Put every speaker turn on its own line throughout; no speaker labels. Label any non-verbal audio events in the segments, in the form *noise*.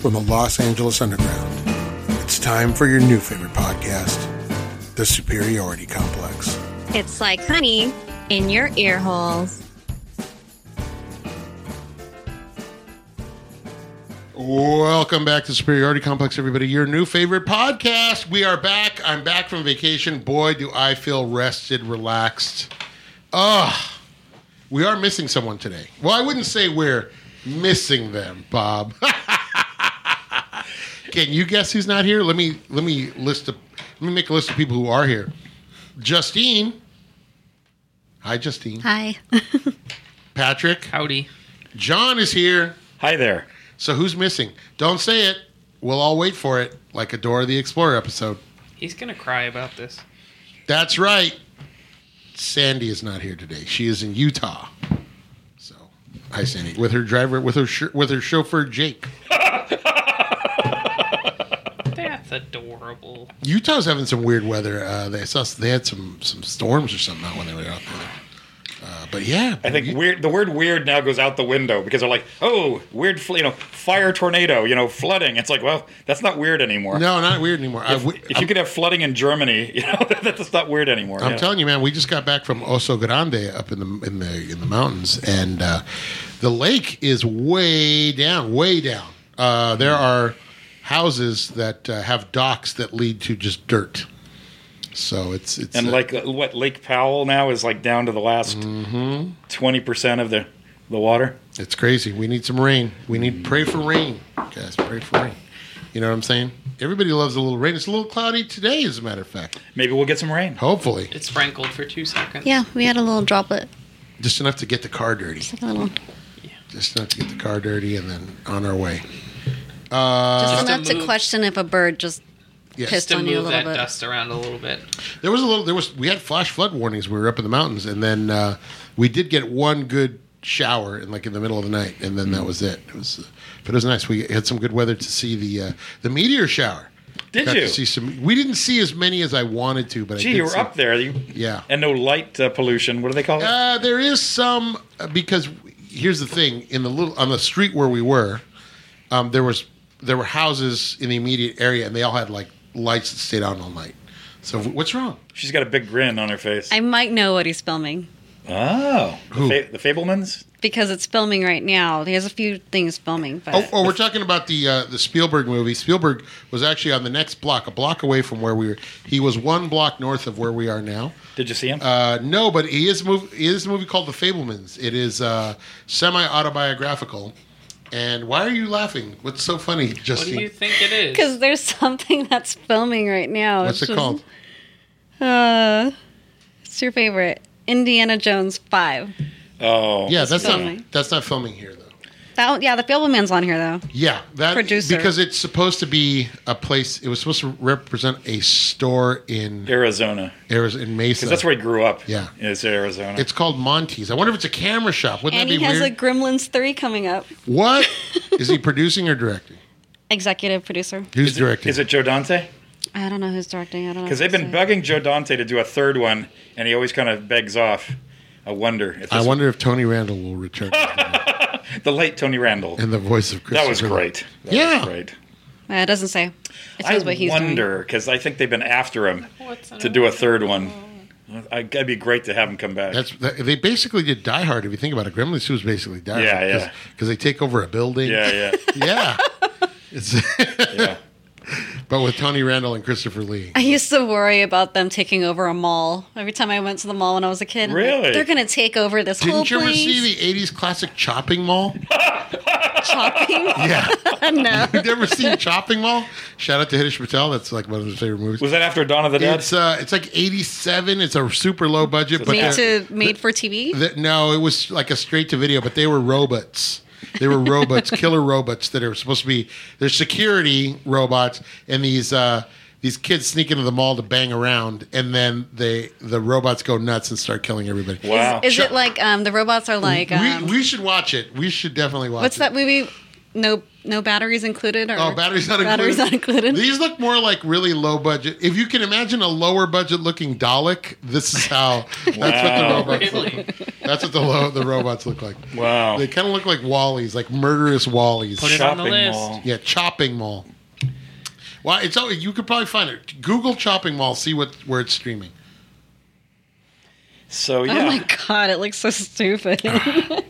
from the Los Angeles Underground. It's time for your new favorite podcast, The Superiority Complex.
It's like honey in your ear holes.
Welcome back to Superiority Complex, everybody. Your new favorite podcast. We are back. I'm back from vacation. Boy, do I feel rested, relaxed. Ugh. We are missing someone today. Well, I wouldn't say we're missing them, Bob. *laughs* Can you guess who's not here? Let me let me list of, let me make a list of people who are here. Justine. Hi, Justine.
Hi.
Patrick.
Howdy.
John is here.
Hi there.
So who's missing? Don't say it. We'll all wait for it, like a Dora the Explorer episode.
He's gonna cry about this.
That's right. Sandy is not here today. She is in Utah. So, hi Sandy, with her driver, with her sh- with her chauffeur Jake.
That's adorable.
Utah's having some weird weather. Uh, they saw they had some some storms or something out when they were out there. Uh, but yeah,
I think weird. The word "weird" now goes out the window because they're like, "Oh, weird," fl- you know, fire, tornado, you know, flooding. It's like, well, that's not weird anymore.
no, not weird anymore. Uh, I w-
If you could have flooding in Germany, *laughs* you know, that's not weird anymore.
I'm
yeah.
telling you, man, we just got back from Oso Grande up in the in the in the mountains, and uh, the lake is way down, way down. Uh,
Mm.
there are houses that uh, have docks that lead to just dirt. So it's it's
And
uh,
like uh, what Lake Powell now is like down to the last 20
Mm-hmm.
percent of the the water.
it's crazy. We need some rain. We need pray for rain, guys. Pray for rain. You know what I'm saying? Everybody loves a little rain. It's a little cloudy today, as a matter of fact.
Maybe we'll get some rain.
Hopefully,
It's sprinkled for two seconds.
Yeah, we had a little droplet,
just enough to get the car dirty.
like a little, just
Just enough to get the car dirty, and then on our way.
just to
enough to
move-
question if a bird just
Yes.
pissed
To
on you a
move
little
that
bit.
dust around a little bit.
There was a little. There was. We had flash flood warnings. We were up in the mountains, and then uh, we did get one good shower in like in the middle of the night, and then
Mm.
that was it. It was, uh, but it was nice. We had some good weather to see the uh, the meteor shower.
Did
Got
you?
to see some? We didn't see as many as I wanted to, but I
Gee,
did
you were
see-
up there. You,
Yeah.
And no light uh, pollution. What do they call it?
Uh, there is some uh, because here's the thing: in the little on the street where we were, um, there was there were houses in the immediate area, and they all had like lights that stayed on all night. So what's wrong?
She's got a big grin on her face.
I might know what he's filming
oh,
Who?
The, Fa- the Fablemans.
because it's filming right now. He has a few things filming, but *laughs*
Oh, oh, we're talking about the uh, the Spielberg movie. Spielberg was actually on the next block, a block away from where we were. He was one block north of where we are now.
Did you see him?
Uh, no, but he is mov- he is a movie called The Fablemans. It is uh, semi autobiographical. And why are you laughing? What's so funny,
What
Justine?
do you think it is?
because there's *laughs* something that's filming right now.
What's
It's
it
just-
called?
Uh, it's your favorite, Indiana Jones Five.
oh,
Yeah, that's
filming.
not that's not filming here though.
That yeah, the Fableman's on here though.
Yeah, that
Producer.
because it's supposed to be a place. It was supposed to represent a store in
Arizona.
Arizona, in Mesa.
Because that's where he grew up.
Yeah.
Is Arizona.
it's called Monty's. I wonder if it's a camera shop. Wouldn't
and
that
he
be
has
weird?
a Gremlins Three coming up.
What is he producing or directing?
Executive producer.
Who's
is
directing?
It, is it Joe Dante?
I don't know who's directing. I don't know
Because
what
they've
to
been
say.
bugging Joe Dante to do a third one, and he always kind of begs off. I wonder if this,
I wonder if Tony Randall will
*laughs*
return
the late Tony Randall.
in the voice of Chris.
That was great. That
Yeah.
was great.
Uh, it doesn't say. It
I
says what he's doing.
wonder because I think they've been after him to do a third one. I, it'd be great to have him come back.
That's that, they basically did Die Hard. If you think about it, Gremlins Two is basically Die Hard.
Yeah, yeah.
Because they take over a building.
yeah, yeah,
*laughs* yeah. It's, *laughs*
yeah.
but with Tony Randall and Christopher Lee.
I used to worry about them taking over a mall. Every time I went to the mall when I was a kid, I'm like,
Really?
they're gonna take over this whole
Didn't you ever
place.
see the '80s classic Chopping
*laughs*
Mall?
Chopping?
Yeah, *laughs*
*laughs* no.
you ever seen Chopping Mall? Shout out to Hitesh Patel. That's like one of his favorite movies.
Was that after Dawn of the Dead?
It's uh, it's like '87. It's a super low budget, but
Made
they're-
to made for TV.
That, no, it was like a straight to video, but they were robots. They were
*laughs*
robots, killer robots that are supposed to be. They're security robots, and these uh, these kids sneak into the mall to bang around, and then they the robots go nuts and start killing everybody.
wow.
Is it like um, the robots are like um,
We, we should watch it. We should definitely watch.
what's
it.
that movie? No no batteries included. Or
Oh, batteries not included.
Batteries not included.
These look more like really low budget. If you can imagine a lower budget looking Dalek, this is how. That's
Wow.
what the robots. Look
Really?
That's what the lo- the robots look like.
Wow.
They kind of look like Wallies, like murderous Wallies.
Oh. Put it on the
Shopping
list.
mall.
Yeah, Chopping Mall. Well, it's all, you could probably find it. Google Chopping Mall, see what where it's streaming.
So
Oh
yeah.
my god, it looks
*laughs*
so stupid. *laughs*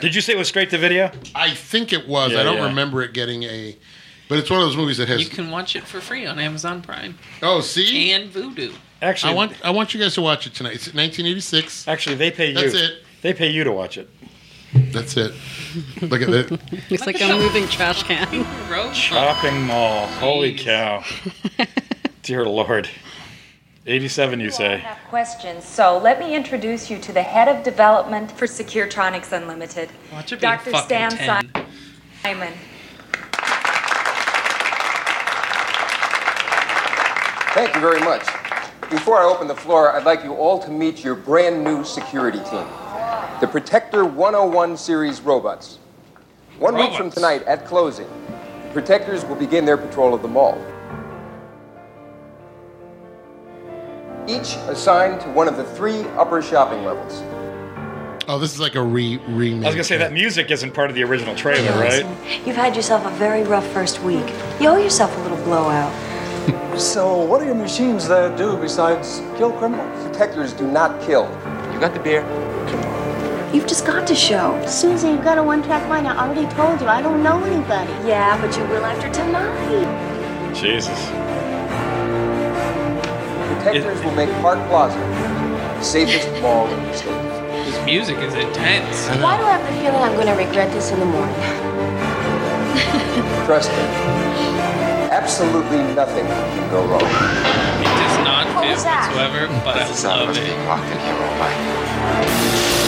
Did you say it was straight to video?
I think it was.
Yeah,
I don't
yeah.
remember it getting a. But it's one of those movies that has.
You can watch it for free on Amazon Prime
oh, see,
and Voodoo.
Actually,
I want I want you guys to watch it tonight. It's 1986.
Actually, they pay you.
That's it.
They pay you to watch it.
That's
*laughs*
it. Look at that.
looks like a moving trash can.
Road
Shopping mall. Holy
Jeez.
cow. Dear Lord. 87, you
You all
say.
have questions, so let me introduce you to the head of development for Securetronics Unlimited,
Watch it be
Dr.
a fucking
Stan
10.
Simon.
Thank you very much. Before I open the floor, I'd like you all to meet your brand new security team the Protector 101 series robots. One week from
Robots.
tonight at closing, protectors will begin their patrol of the mall. Each assigned to one of the three upper shopping levels.
Oh, this is like a re remake.
I was going to say that music isn't part of the original trailer, right?
You've had yourself a very rough first week. You owe yourself a little blowout.
So, what are your machines there do besides kill criminals?
Protectors do not kill. You got the beer?
You've just got to show.
Susan, you've got a one-track mind. I already told you, I don't know anybody.
Yeah, but you will after tonight.
Jesus.
Protectors will make Park Plaza the safest mall in the state.
This music is intense.
Why do I have the feeling I'm going to regret this in the morning?
Trust me. Absolutely nothing can go wrong.
It does not
What
fit
was that?
whatsoever, but I love it.
locked in here all night.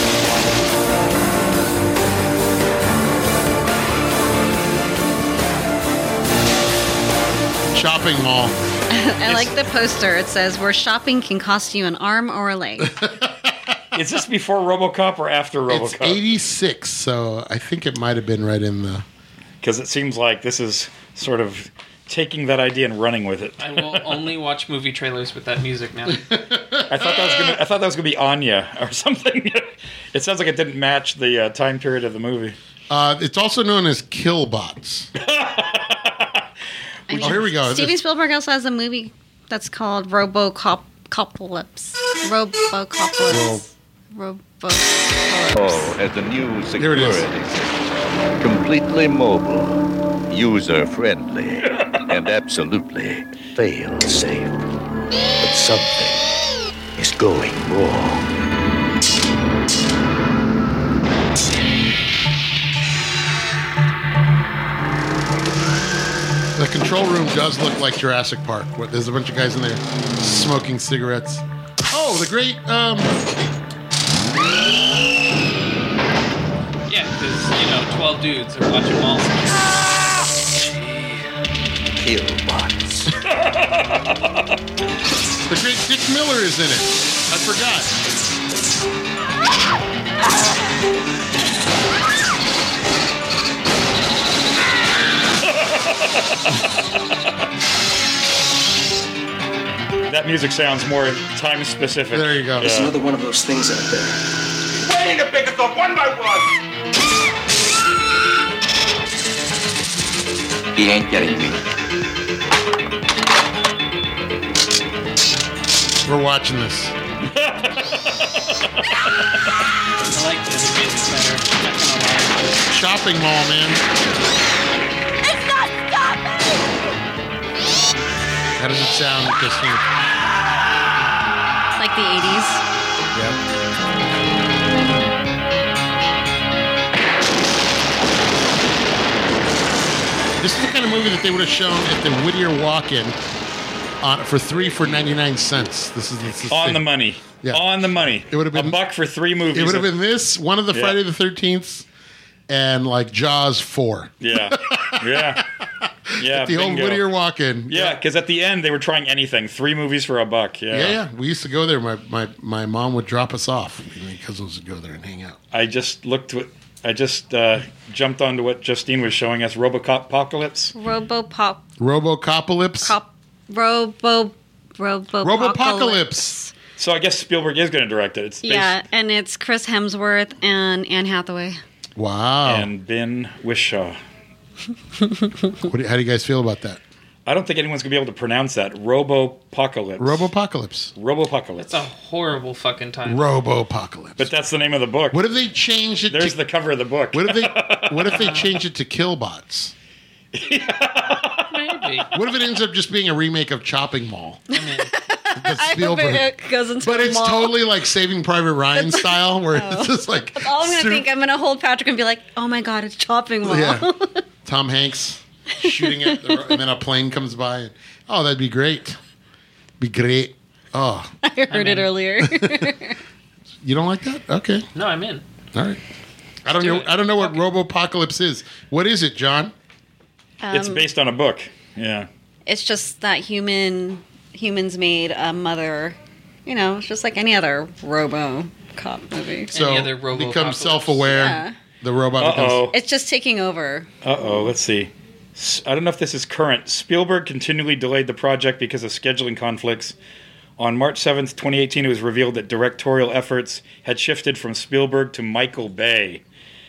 shopping mall.
I like the poster. It says where shopping can cost you an arm or a leg.
Is this before Robocop or after
It's
Robocop?
86, so I think it might have been right in the.
Because it seems like this is sort of taking that idea and running with it.
I
*laughs*
will only watch movie trailers with that music now.
I thought that was gonna, I thought that was going to be Anya or *laughs* something. it sounds like it didn't match the uh, time period of the movie.
Uh, it's also known as Killbots.
I mean,
Oh, here we go.
Steven
This-
Spielberg also has a movie that's called Robocop Copocalypse. Robocopolis. Robocalypse.
as the new
Here it
security
is.
system. Completely mobile, user friendly, *laughs* and absolutely fail safe. But something is going wrong.
The control room does look like Jurassic Park. Where there's a bunch of guys in there smoking cigarettes. Oh, the great. Um,
yeah, because, you know, 12 dudes are watching mall.
Killbots.
the great Dick Miller is in it. I forgot.
That music sounds more time specific.
There you go.
Yeah.
one of those things out there.
Waiting to pick us up one by one.
He ain't getting me.
We're watching this.
I like this music better. I'm not gonna lie.
Shopping mall, man.
It's not stopping!
How does it sound, Christine?
Like the 80s.
Yep. This is the kind of movie that they would have shown at the Whittier Walk-in on for three for ninety-nine cents. This is this is
on
thing.
the money.
Yeah.
On the money.
It would've been-
a buck for three movies.
It would have been this one of the
Yeah.
Friday the Thirteenth, and like Jaws four. *laughs*
Yeah. Yeah. Yeah.
The old
bingo.
Whittier Walk-in.
Yeah, because at the end they were trying anything. Three movies for a buck. Yeah.
Yeah, yeah. We used to go there. My my, my mom would drop us off. and My cousins would go there and hang out.
I just looked. w- I just uh, jumped onto what Justine was showing us Robocop Apocalypse.
Robopop.
Robocopalypse.
Cop. Robo. Robo.
Robopocalypse.
So I guess Spielberg is going to direct it. It's based
Yeah, and it's Chris Hemsworth and Anne Hathaway.
Wow.
and Ben Wishaw.
What do- how do you guys feel about that?
I don't think anyone's going to be able to pronounce that. Robopocalypse.
Robopocalypse.
Robopocalypse.
It's a horrible fucking time.
Robopocalypse.
but that's the name of the book.
What if they changed it?
There's
to,
the cover of the
*laughs*
book.
what if they What if they changed it to Killbots?
Maybe.
What if it ends up just being a remake of Chopping Mall?
I mean,
That's
But
Spielberg.
it goes into
But
a
it's
mall.
totally like Saving Private Ryan style, where it's just like
All I'm gonna
super-
think, I'm gonna hold Patrick and be like, "Oh my god, it's chopping mall."
Yeah. Tom Hanks shooting at the, and then a plane comes by. And, oh, that'd be great. Be great. Oh,
*laughs* I heard it *laughs* earlier.
you don't like that? Okay.
no, I'm in.
All right. I don't
do
know.
it.
I don't know what Robopocalypse is. What is it, John?
it's
Um,
based on a book. Yeah.
it's just that human humans made a mother. You know, it's just like any other Robo Cop movie.
So
other
becomes
Robopocalypse?
self-aware.
Yeah.
The robot
Uh oh.
It's just taking over.
Uh oh. Let's see. S- I don't know if this is current. Spielberg continually delayed the project because of scheduling conflicts. On March 7th, 2018, it was revealed that directorial efforts had shifted from Spielberg to Michael Bay.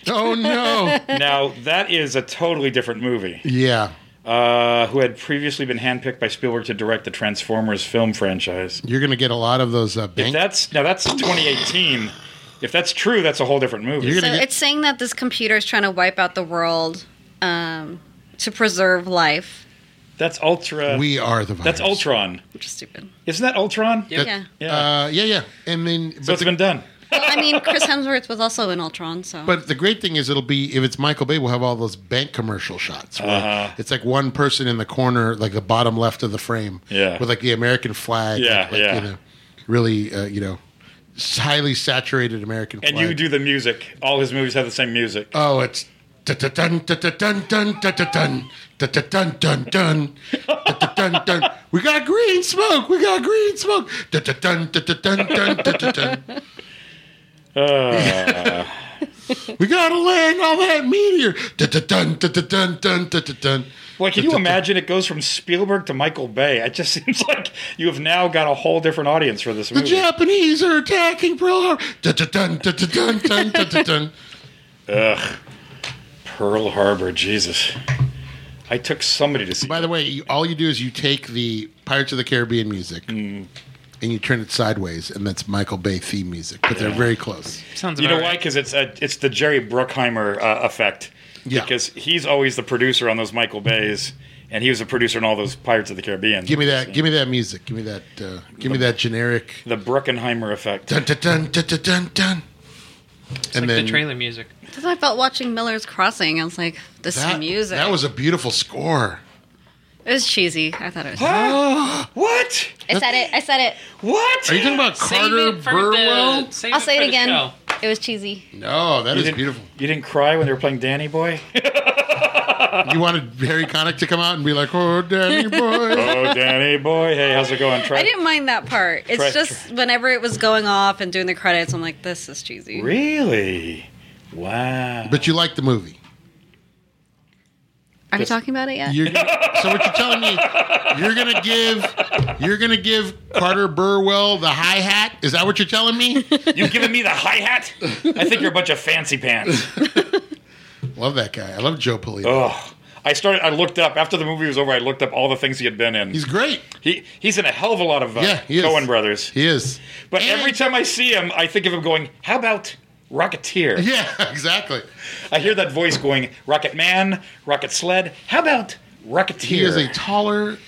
becomes. Oh
*laughs*
no.
Now, that is a totally different movie.
yeah.
Uh, who had previously been handpicked by Spielberg to direct the Transformers film franchise.
You're gonna get a lot of those uh,
If
bank.
that's now that's 2018. If that's true, that's a whole different movie.
You're
So
gonna get-
it's saying that this computer is trying to wipe out the world um, to preserve life,
that's Ultra.
we are the virus.
uh, that's Ultron.
which is stupid.
Isn't that Ultron?
Yep.
Yeah.
Yeah.
Uh, yeah, yeah. And then,
so
but,
it's
the,
been done.
Well, I mean, Chris Hemsworth was also in Ultron, so.
but the great thing is, it'll be if it's Michael Bay, we'll have all those bank commercial shots. Where
Uh-huh.
It's like one person in the corner, like the bottom left of the frame,
Yeah.
with like the American flag.
Yeah,
like, like,
yeah.
You know, really, uh, you know, s- highly saturated American.
And
flag.
you do the music. All his movies have the same music.
Oh, it's. dun-dun-dun, dun-dun-dun, dun-dun-dun, dun-dun-dun-dun, dun-dun-dun-dun. We got green smoke. We got green smoke. Dun-dun-dun, dun-dun-dun, dun-dun-dun. *laughs* We gotta land on that meteor. Dun-dun-dun, dun-dun-dun, dun-dun-dun. *laughs*
Well, can you imagine it goes from Spielberg to Michael Bay? It just *laughs* seems like you have now got a whole different audience for this
The
movie.
Japanese are attacking Pearl Harbor. Dun-dun-dun, dun-dun-dun, dun-dun-dun.
Pearl Harbor, Jesus. I took somebody to see.
By the way, you, all you do is you take the Pirates of the Caribbean music
Mm.
and you turn it sideways, and that's Michael Bay theme music. But they're very close.
Sounds
You know
about
why?
right.
Because it's a, it's the Jerry Bruckheimer uh, effect.
Yeah.
Because he's always the producer on those Michael Bays, and he was a producer on all those Pirates of the Caribbean.
Give me that. Give me that music. Give me that. Uh, give me that generic.
the Bruckheimer effect.
Dun dun dun dun dun dun. dun.
It's like the trailer music.
Because I felt watching Miller's Crossing, I was like, this
that
music.
That was a beautiful score.
It was cheesy. I thought it was.
What?
I said it. I said it.
What?
Are you talking about Carter
it for
Burwell?
the- save
I'll say
for
it
the
again.
show.
It was cheesy.
No, that
You
is
didn't-
beautiful.
You didn't cry when they were playing
*laughs*
Danny Boy?
You wanted Harry Connick to come out and be like, "Oh,
*laughs*
Danny boy."
oh, Danny Boy. Hey, how's it going?
I
Try.
didn't mind that part. It's
Try-
just whenever it was going off and doing the credits, I'm like, this is cheesy.
Really? Wow. *laughs*
but you like the movie.
Are you talking about it yet?
You're gonna, so what you're telling me? You're gonna give you're gonna give Carter Burwell the hi hat? Is that what you're telling me?
You've given me the hi hat? I think you're a bunch of
*laughs*
fancy pants.
love that guy. I love Joe Polito.
Ugh. I started. I looked up after the movie was over. I looked up all the things he had been in.
He's great.
He he's in a hell of a lot of uh,
Yeah, he is.
Cohen Brothers.
He is.
But
And-
every time I see him, I think of him going, "How about Rocketeer?"
Yeah, *laughs* exactly.
I hear that voice going, "Rocket Man, Rocket Sled." How about Rocketeer?
He is a taller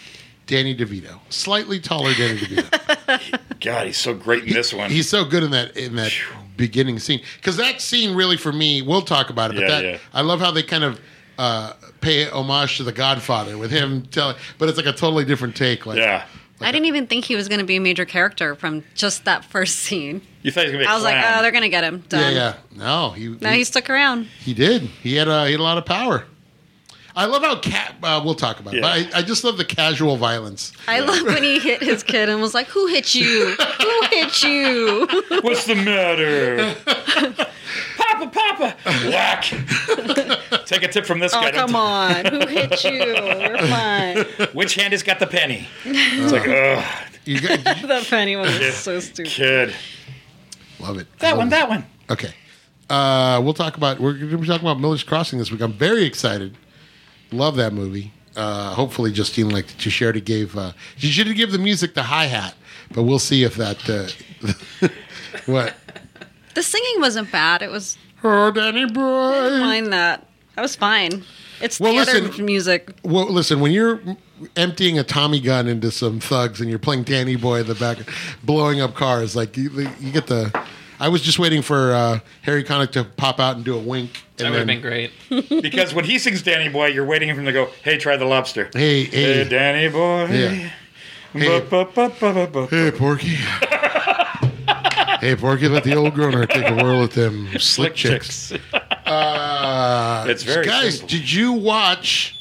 Danny DeVito, slightly taller Danny
*laughs*
DeVito.
God, he's so great in this one.
He's so good in that in that beginning scene because that scene really for me. We'll talk about it, but
Yeah,
that
yeah.
I love how they kind of uh, pay homage to The Godfather with him telling, but it's like a totally different take. Like,
yeah.
I didn't even think he was going to be a major character from just that first scene.
You thought he was gonna be a
I was like,
clown.
oh, they're going to get him.
yeah,
Done.
yeah. No, he
Now
he,
he stuck around.
he did. He had a he had a lot of power. I love how cat. Uh, we'll talk about
Yeah.
it. But I, I just love the casual violence.
I love when
*laughs*
he hit his kid and was like, who hit you? Who hit you?
*laughs* What's the matter? Papa, Papa, Papa! Whack! Take a tip from this
Oh,
guy. Don't
come on. Who hit you?
*laughs*
We're fine.
Which hand has got the penny? It's like, ugh,
You got,
that funny one
Yeah.
is so stupid.
kid.
love it.
That one, that one.
Okay. Uh, we'll talk about we're going to be talking about Miller's Crossing this week. I'm very excited. Love that movie. Uh, hopefully, Justine liked it. She shared it. Gave uh, she should have give the music the hi hat, but we'll see if that uh, *laughs* what.
The singing wasn't bad. It was
Oh, Danny boy.
fine that. I was fine. It's
Mm. Well,
theater
listen.
music.
Well, listen, when you're emptying a Tommy gun into some thugs and you're playing Danny Boy in the back, blowing up cars, like you, you get the. I was just waiting for uh, Harry Connick to pop out and do a wink.
That
and
would have
then-
been great.
Hmm.
Because when he sings Danny Boy, you're waiting for him to go, hey, try the lobster.
Hey,
Hey,
hey,
Danny Boy.
Yeah. Hey.
Ba, ba, ba, ba, ba, ba.
Hey, Porky. hey, Porky, let the old groaner take a whirl at them slick, chicks. Uh,
*laughs* It's very
guys,
simple.
did you watch?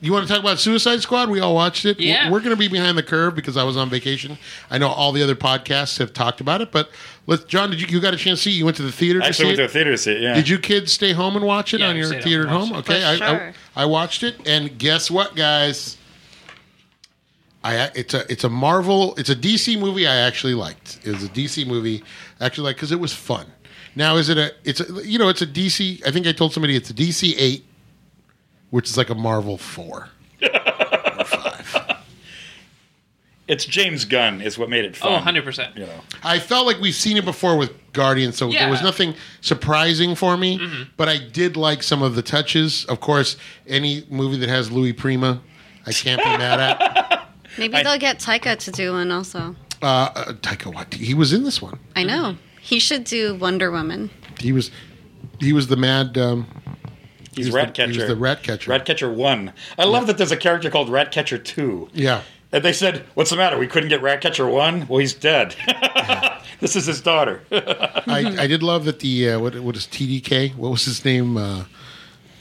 You want to talk about Suicide Squad? We all watched it.
Yeah.
We're going to be behind the curve because I was on vacation. I know all the other podcasts have talked about it, but let's. John, did you, you got a chance to see? it? You went to the theater to
I actually
see
went to a
it.
theater to see it, yeah.
Did you kids stay home and watch it
Yeah,
on
we
your
stayed
theater at
home
home?
and watched
Okay, I,
For
I-
sure.
I watched it, and guess what, guys? I it's a it's a Marvel, it's a DC movie I actually liked. It was a DC movie I actually like because it was fun. Now is it a it's a, you know it's a DC. I think I told somebody it's a DC eight, which is like a Marvel four.
It's James Gunn is what made it
Oh,
fun.
100%.
You know.
I felt like we've seen it before with Guardians, so there
Yeah. Mm-hmm.
was nothing surprising for me. But I did like some of the touches. Of course, any movie that has Louis Prima, I can't be mad at.
*laughs*
Maybe they'll get Taika to do one also.
Uh, uh, Taika Waititi, he was in this one.
I know. He should do Wonder Woman.
He was, he was the mad. Um,
He's,
He was
rat
the- he
catcher.
was the rat catcher.
Rat catcher one. I love that there's a character called Rat Catcher two.
yeah,
And they said, "What's the matter? We couldn't get Rat Catcher one. Well, he's dead. *laughs* this is
*laughs*
his daughter.
Mm-hmm.
I, I did love that the uh, what what is TDK? What was his name? Uh,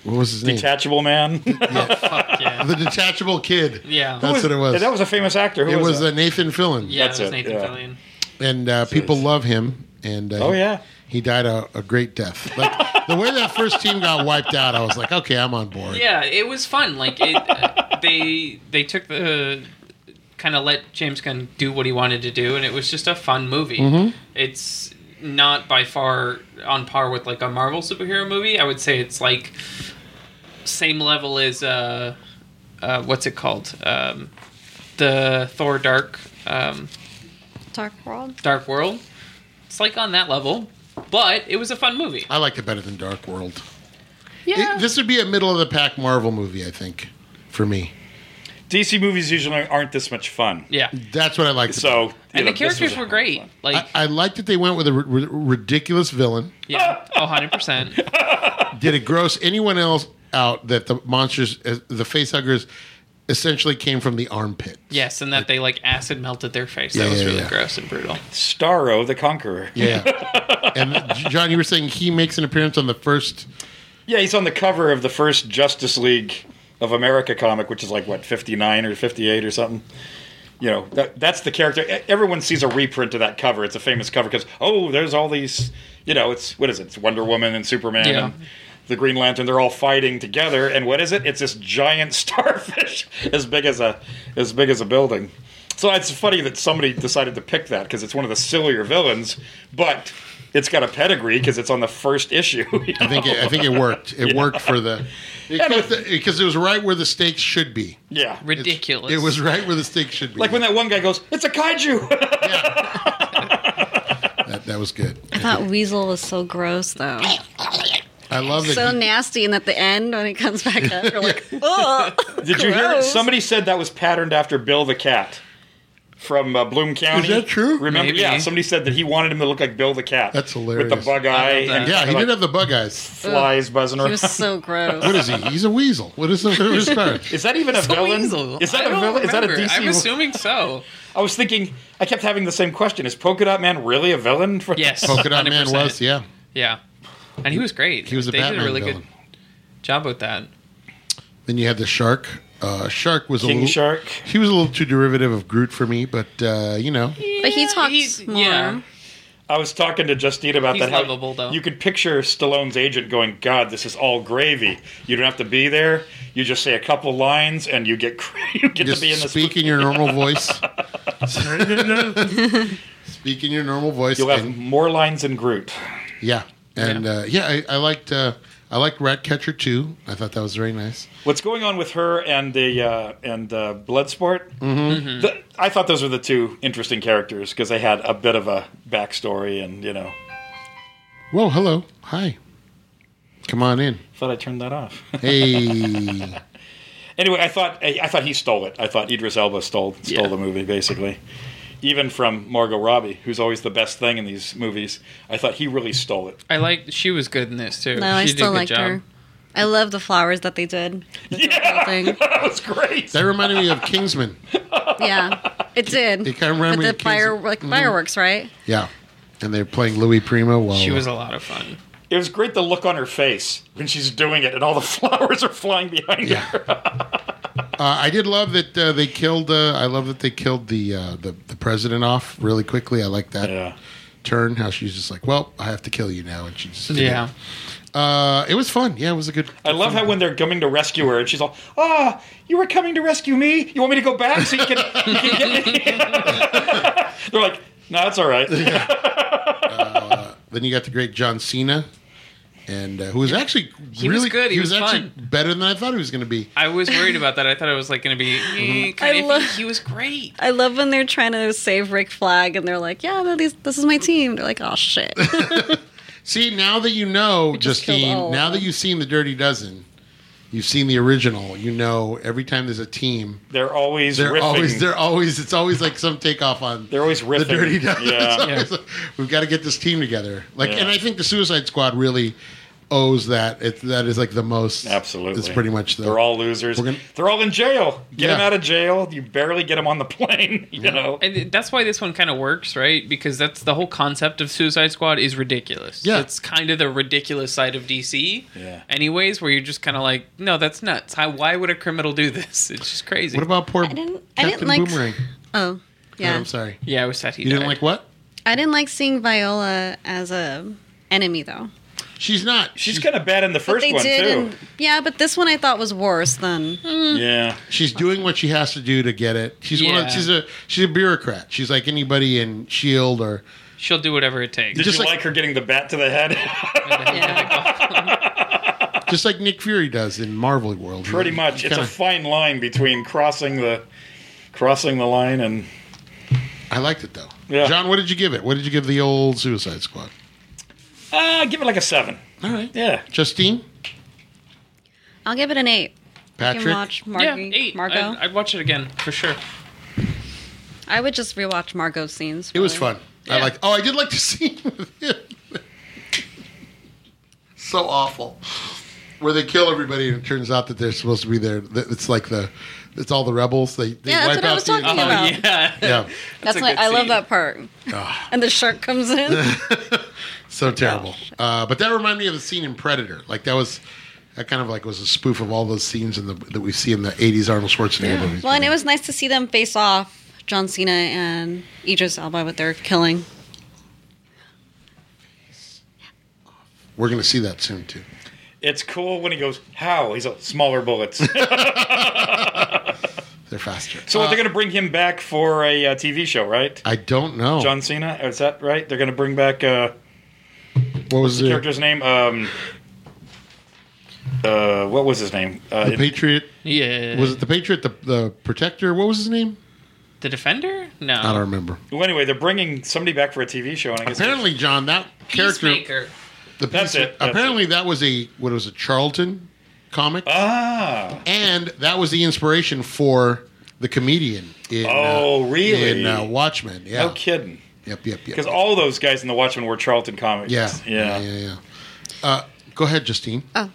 what was his name?
Detachable man.
Fuck yeah.
the detachable kid.
Yeah.
that's what it was.
*laughs* That was a famous actor. Who
it was
that?
uh, Nathan Fillion.
Yeah,
That's
that was
it,
Nathan
yeah.
Fillion.
and uh, people
it's-
love him. And uh,
Oh, yeah.
he died a, a great death. Like the way that first team got wiped out, I was like, okay, I'm on board.
*laughs* Yeah, it was fun. Like it, uh, they they took the kind of let James Gunn do what he wanted to do, and it was just a fun movie. It's not by far on par with like a Marvel superhero movie. I would say it's like same level as uh, uh what's it called? Um, the Thor Dark um,
Dark World.
Dark World. It's like on that level, but it was a fun movie.
I liked it better than Dark World. It-
Yeah,
this would be a middle of the pack Marvel movie, I think, for me.
DC movies usually aren't this much fun.
yeah.
That's what I liked. about
So you
And
know,
the
this
characters
was-
were great. Like,
it. I, I liked that they went with a ri- ri- ridiculous villain.
*laughs*
yeah, oh, 100%.
Did it gross anyone else out that the monsters, uh, the face huggers, essentially came from the armpit?
Yes, and that they like acid melted their face.
Yeah,
that was
yeah,
really
yeah.
gross and brutal.
Starro the Conqueror.
Yeah. and John, you were saying he makes an appearance on the first.
Yeah, he's on the cover of the first Justice League of America comic, which is like what fifty nine or fifty eight or something. You know, that, that's the character. E- Everyone sees a reprint of that cover. It's a famous cover because oh, there's all these. You know, it's what is it? It's Wonder Woman and Superman
Yeah.
and the Green Lantern. They're all fighting together, and what is it? It's this giant *laughs* starfish as big as a as big as a building. So it's funny that somebody decided to pick that because it's one of the sillier villains, but it's got a pedigree because it's on the first issue. *laughs* you
I think it, I think it worked.
*laughs*
It worked for the because the- because it was right where the stakes should be.
Yeah.
It's-
Ridiculous.
It was right where the stakes should be.
Like when that one guy goes, "It's a kaiju." *laughs*
that, that was good.
I thought Weasel was so gross though.
I love that.
So
he-
nasty and at the end when he comes back up,
*laughs*
you're like, oh
Did you hear?
Gross.
Somebody said that was patterned after Bill the cat from uh, Bloom County.
that true?
Remember?
Maybe.
Yeah. Somebody said that he wanted him to look like Bill the cat.
That's
With the
hilarious.
bug eye
I love that.
and
yeah, he
like
did have the bug eyes.
flies buzzing
he
around.
was so gross.
What is he? He's a weasel. What is the his
*laughs* Is that even a villain?
Weasel.
Is that
I
a
don't
villain? Is that a
remember.
DC?
I'm assuming so.
I was thinking. I kept having the same question: Is Polka Dot Man really a villain? For
Yes.
Polka dot man
100%.
was yeah.
Yeah. And he was great.
He was a
they
Batman
did a really
villain.
good job with that.
Then you had the shark. Uh, shark was a
King
little
Shark.
He was a little too derivative of Groot for me, but uh, you know,
But he talked
He's-
more.
yeah.
I was talking to Justine about
He's
that. how
lovable, though.
You could picture Stallone's agent going, "God, this is all gravy. You don't have to be there. You just say a couple lines, and you get *laughs* cra- you get
Just
to be in the
speak in your normal
*laughs*
voice. *laughs* speak in your normal voice.
You'll have
and-
more lines than Groot.
yeah, and uh, yeah, I, I liked uh, I liked Ratcatcher too. I thought that was very nice.
What's going on with her and the uh, and uh, Bloodsport?
Mm-hmm.
Th- I thought those were the two interesting characters because they had a bit of a backstory, and you know,
Whoa, hello, hi, come on in.
thought I turned that off. *laughs*
*laughs*
Hey,
Anyway, I thought I, I thought he stole it. I thought Idris Elba stole stole the movie basically, even from Margot Robbie, who's always the best thing in these movies. I thought he really stole it.
I like she was good in this too.
No, I
she did a
still
good
liked
job.
her. I love the flowers that they did. Yeah, thing.
*laughs* that was great.
that reminded me of Kingsman.
yeah, it did.
It kind of reminded me Mm-hmm.
With
of
the fire,
Kingsman.
like fireworks, right?
Yeah, and they're playing Louis Primo. While uh,
She was a lot of fun.
It was great the look on her face when she's doing it, and all the *laughs* flowers are flying behind her.
Uh, I did love that uh, they killed. Uh, I love that they killed the, uh, the the president off really quickly. I like that turn. How she's just like, "Well, I have to kill you now," and she just did it.
Yeah.
Uh, it was fun. Yeah, it was a good.
I love how when they're coming to rescue her, and she's all, "Ah, you were coming to rescue me. You want me to go back so you can, you can
*laughs*
get me?" *laughs* they're like, "No, that's all right."
Then you got the great John Cena, and uh, who was actually
He was
really
good. He was
actually better than I thought he was going to be.
I was worried about that. I thought it was like going to be. eh,
Mm-hmm. I
kind of
love-
iffy. he was great.
I love when they're trying to save Rick Flag, and they're like, "Yeah, no, these, this is my team." They're like, "Oh
*laughs*
shit!"
See, now that you know,
just killed
Justine,
all of
now that
them.
you've seen the Dirty Dozen, you've seen the original. You know, every time there's a team,
They're always
they're
riffing.
always they're always it's always like some takeoff on
They're always riffing.
the dirty dozen. *laughs*
Yeah.
It's always like, We've got to get this team together. Like,
Yeah.
and I think the Suicide Squad really owes that. It, that is like the most.
Absolutely.
it's pretty much the.
They're all losers.
We're gonna-
They're all in jail. Get them
Yeah.
out of jail. You barely get them on the *laughs* plane. You know.
And that's why this one kind of works, right? Because that's the whole concept of Suicide Squad is ridiculous.
Yeah.
It's kind of the ridiculous side of DC.
Yeah.
Anyways, where you're just kind of like, no, that's nuts. How, why would a criminal do this? *laughs* It's just crazy.
what about poor
I didn't. I
Captain
didn't like.
Boomerang?
Oh,
Yeah.
yeah.
I'm sorry.
yeah, I was sad he
You didn't
died.
like what?
I didn't like seeing Viola as a enemy though.
She's not.
She's kind of bad in the
But
first
they
one
did,
too.
and yeah, but this one I thought was worse than.
Yeah.
She's doing what she has to do to get it. She's one. Of,
Yeah.
she's a she's a bureaucrat. She's like anybody in Shield E or
She'll do whatever it takes.
Did *laughs*
Just
you
like-
like, her getting the bat to the head? *laughs*
Yeah.
just like Nick Fury does in Marvel World.
Pretty much. It's
Mm-hmm. Kinda,
a fine line between crossing the crossing the line and
I liked it though.
Yeah.
John, what did you give it? What did you give the old Suicide Squad?
uh, give it like a seven.
All right.
Yeah.
Justine,
I'll give it an eight. You
Patrick.
can watch
yeah,
Margie,
eight.
Margot.
I'd, I'd watch it again for sure.
I would just rewatch Margot's scenes.
It was
probably.
fun. I like. Oh, I did like the *laughs* scene with him. so awful, where they kill everybody, and it turns out that they're supposed to be there. Th- It's like the, it's all the rebels. They, they wipe
Yeah, that's what I
out
was
the-
talking about.
Oh, *laughs* yeah.
Yeah,
That's
a
why
good
I love
scene.
that part. And the shark comes in.
so terrible. Uh, but that reminded me of the scene in Predator. Like that was. That kind of like was a spoof of all those scenes in the that we see in the '80s Arnold Schwarzenegger movies.
well, and it was nice to see them face off. John Cena and Idris Elba with their killing.
We're going to see that soon too.
It's cool when he goes, How? He's like, smaller bullets.
*laughs* They're faster.
so they're going to bring him back for a uh, TV show, right?
I don't know.
John Cena? Is that right? They're going to bring back. Uh,
what was
the
it?
character's name? Um, uh, what was his name? Uh,
The Patriot?
Yeah.
Was it the Patriot? The the Protector? What was his name?
the Defender? No.
I don't remember.
well, anyway, they're bringing somebody back for a TV show, and I guess
Apparently, John, that character,
Peacemaker.
the
That's
piece-
it, that's
apparently that was a what was a Charlton comic,
ah,
and that was the inspiration for the comedian. In, uh,
Oh, really?
In uh, Watchmen, yeah.
no kidding,
Yep, yep, yep.
because all those guys in the Watchmen were Charlton comics.
yeah, yeah,
yeah.
yeah. yeah. Uh, go ahead, Justine.
Oh,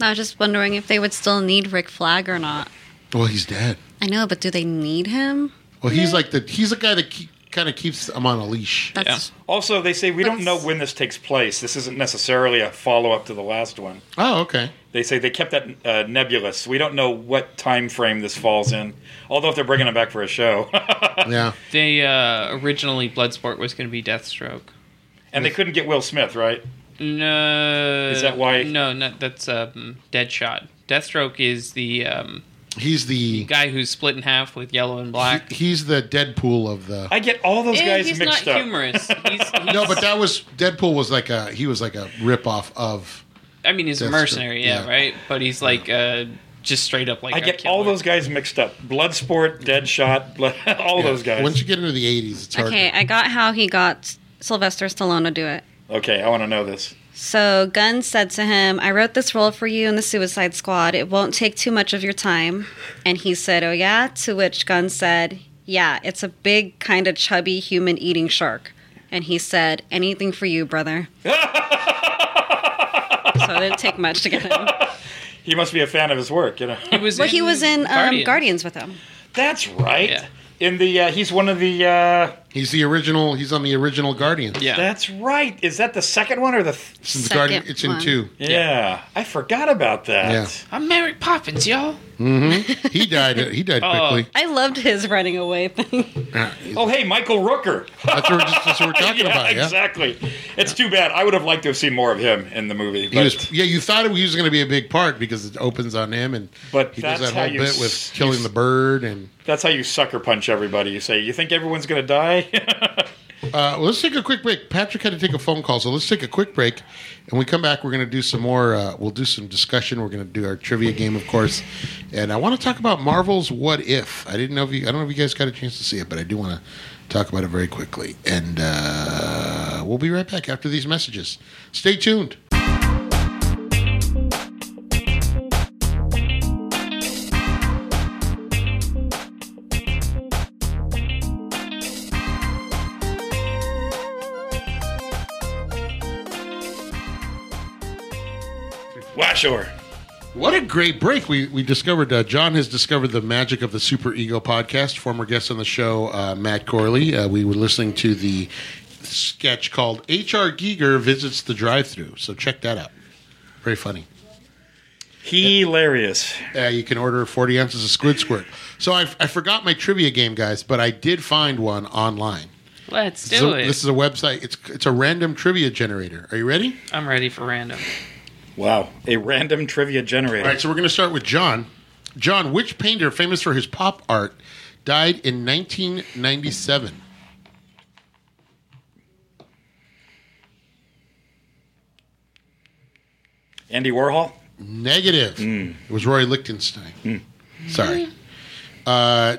I was just wondering if they would still need Rick Flag or not.
Well, he's dead.
I know, but do they need him?
Well, he's like the he's a guy that keep, kind of keeps him on a leash.
That's
Also, they say we don't know
That's-
when this takes place. This isn't necessarily a follow up to the last one.
Oh, okay.
They say they kept that uh, nebulous. We don't know what time frame this falls in. Although, if they're bringing him back for a show, *laughs*
Yeah.
They uh, originally Bloodsport was going to be Deathstroke.
And they couldn't get Will Smith, right?
No.
Is that why-
No, no that's um, Deadshot. Deathstroke is the um,
He's the
guy who's split in half with yellow and black.
he's the Deadpool of the.
I get all those
Eh,
guys
he's
mixed
not
up. *laughs*
humorous. He's,
no, but that was Deadpool was like a he was like a ripoff of.
I mean, he's a
Deathstroke,
mercenary, yeah,
yeah.
right? But he's like uh, just straight up like
I
a
get
killer.
all those guys mixed up. Bloodsport, Deadshot, *laughs* blood, all those guys.
Once you get into the eighties, it's hard.
Okay, I got how he got Sylvester Stallone to do it.
Okay, I want to know this.
So Gunn said to him, I wrote this role for you in the Suicide Squad. It won't take too much of your time. And he said, Oh, yeah? To which Gunn said, Yeah, it's a big, kind of chubby human eating shark. And he said, Anything for you, *laughs* brother. so it didn't take much to get *laughs* him.
He must be a fan of his work, you know. *laughs*
He was
Well,
in
he was in um, Guardians.
Guardians.
with him.
That's right.
Yeah.
In the uh, he's one of the. Uh,
He's the original. He's on the original Guardians.
Yeah.
That's right. Is that the second one or the? Th-
it's in, the
Second
Guardian, it's in
one.
two.
yeah. I forgot about that.
I'm Mary Poppins, y'all.
Mm-hmm. He died. He
*laughs*
died
Oh.
quickly.
I loved his running away thing.
Oh, hey, Michael Rooker. *laughs*
That's what we're, just, that's what we're talking
yeah,
about. Yeah.
exactly. It's too bad. I would have liked to have seen more of him in the movie.
He
But,
was, yeah, you thought he was going to be a big part because it opens on him, and
But
he does
that's
that
how
whole
you
bit
s-
with
you
killing
s-
the bird. And
that's how you sucker punch everybody. You say, "You think everyone's going to die?" *laughs*
uh, well, let's take a quick break. Patrick had to take a phone call, so let's take a quick break. And we come back, we're going to do some more. Uh, we'll do some discussion. We're going to do our trivia game, of course. And I want to talk about Marvel's What If. I didn't know if you. I don't know if you guys got a chance to see it, but I do want to talk about it very quickly. And uh, we'll be right back after these messages. Stay tuned.
Washor.
What a great break! We we discovered uh, John has discovered the magic of the Super Ego podcast. Former guest on the show, uh, Matt Corley. Uh, we were listening to the sketch called "HR Giger Visits the Drive-Through." So check that out. Very funny.
Hilarious.
Uh, you can order forty ounces of squid squirt. So I, I forgot my trivia game, guys, but I did find one online.
Let's do
So
it.
This is a website. It's it's a random trivia generator. Are you ready?
I'm ready for random.
Wow, a random trivia generator.
All right, so we're going to start with John. John, which painter famous for his pop art died in 1997?
Andy Warhol.
Negative. It was Roy Lichtenstein. Sorry. Uh,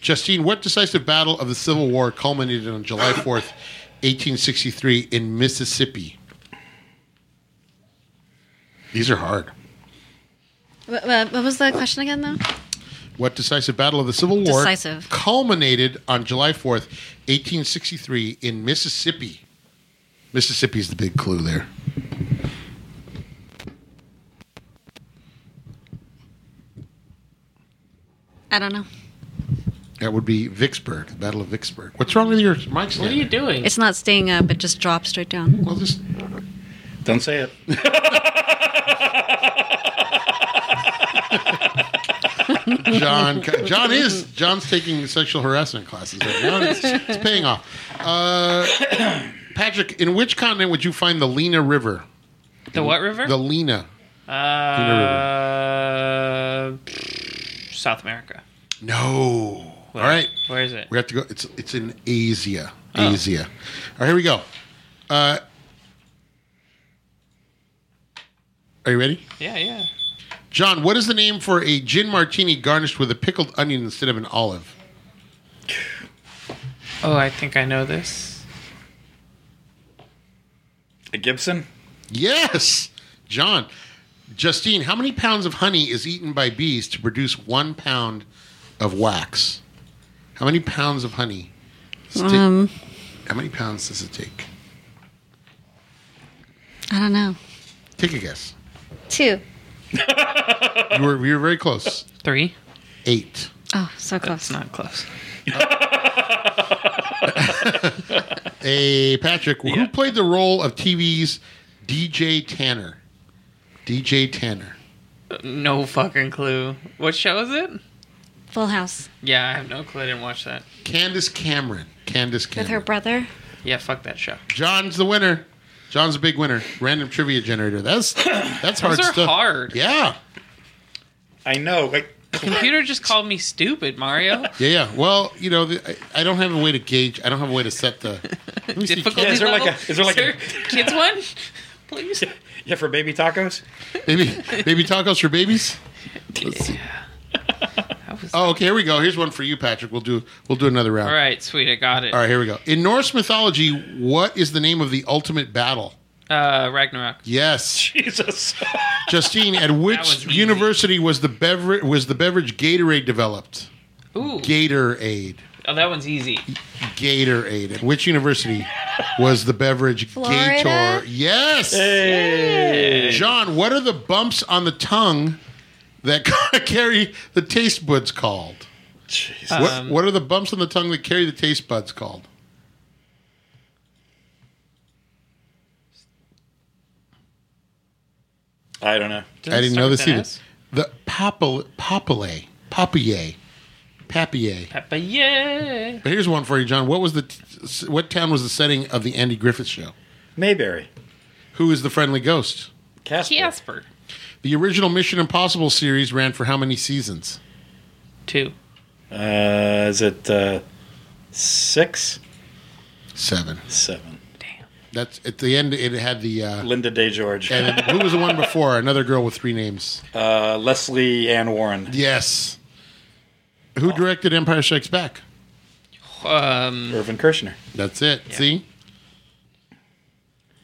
Justine, what decisive battle of the Civil War culminated on July 4th, 1863, in Mississippi? These are hard.
*laughs* What, what what was the question again, though?
What decisive battle of the Civil War
Decisive.
culminated on July 4th, 1863, in Mississippi? Mississippi is the big clue there.
I don't know.
That would be Vicksburg, the Battle of Vicksburg. What's wrong with your mic
What are you
stand?
doing?
It's not staying up, it just dropped straight down.
Well, just
Don't say it.
John. John is John's taking sexual harassment classes right now. and It's, it's paying off. Uh, *coughs* Patrick, in which continent would you find the Lena River?
the what river?
The Lena.
uh, pfft, South America.
No. All right.
Where is it?
We have to go. It's it's in Asia. Asia. All right, here we go. Uh, are you ready?
Yeah, yeah.
John, what is the name for a gin martini garnished with a pickled onion instead of an olive?
Oh, I think I know this.
A Gibson.
Yes, John. Justine, how many pounds of honey is eaten by bees to produce one pound of wax? How many pounds of honey? Does it take-
Um,
how many pounds does it take?
I don't know.
Take a guess.
Two.
You were, you were very close.
Three.
Eight.
Oh, so close.
That's not close.
Hey, Patrick, who
Yeah.
played the role of TV's DJ Tanner? DJ Tanner.
No fucking clue. What show is it?
Full House
Yeah, I have no clue. I didn't watch that.
Candace Cameron. Candace Cameron.
with her brother.
Yeah, fuck that show.
John's the winner. John's a big winner. Random trivia generator.
*coughs*
That's that's hard
Those are
stuff.
hard.
Yeah.
I know. Like
The computer just called me stupid, Mario.
*laughs* Yeah, yeah. Well, you know, the, I, I don't have a way to gauge. I don't have a way to set the let me see.
Difficulty
Yeah, is there like
level.
a- is there like a-
*laughs*
kids one? Please.
Yeah, for baby tacos.
Baby, baby tacos for babies. Let's see. Oh, okay. Here we go. Here's one for you, Patrick. We'll do we'll do another round.
All right, sweet, I got it.
All right, here we go. In Norse mythology, what is the name of the ultimate battle?
Uh, Ragnarok.
Yes,
Jesus.
Justine. At which
one's easy.
university was the beverage was the beverage Gatorade developed?
Ooh,
Gatorade.
oh, that one's easy.
Gatorade. At which university was the beverage
Florida?
Gator? Yes. John, what are the bumps on the tongue that *laughs* carry the taste buds called?
Jeez.
What, what are the bumps on the tongue that carry the taste buds called?
I don't know.
I didn't know this either.
Doesn't
The papil- papillae, papillae, papillae.
start with an S. Peppa, yeah.
But here's one for you, John. What was the t- what town was the setting of the Andy Griffith Show?
Mayberry.
Who is the friendly ghost?
Casper.
Casper.
The original Mission Impossible series ran for how many seasons?
Two.
Uh, is it uh, six?
Seven.
Seven.
That's at the end. It had the uh,
Linda Day George.
and who was the one before? Another girl with three names.
Uh, Leslie Ann Warren.
Yes. Who directed Empire Strikes Back?
Um,
Irvin Kershner.
That's it. See.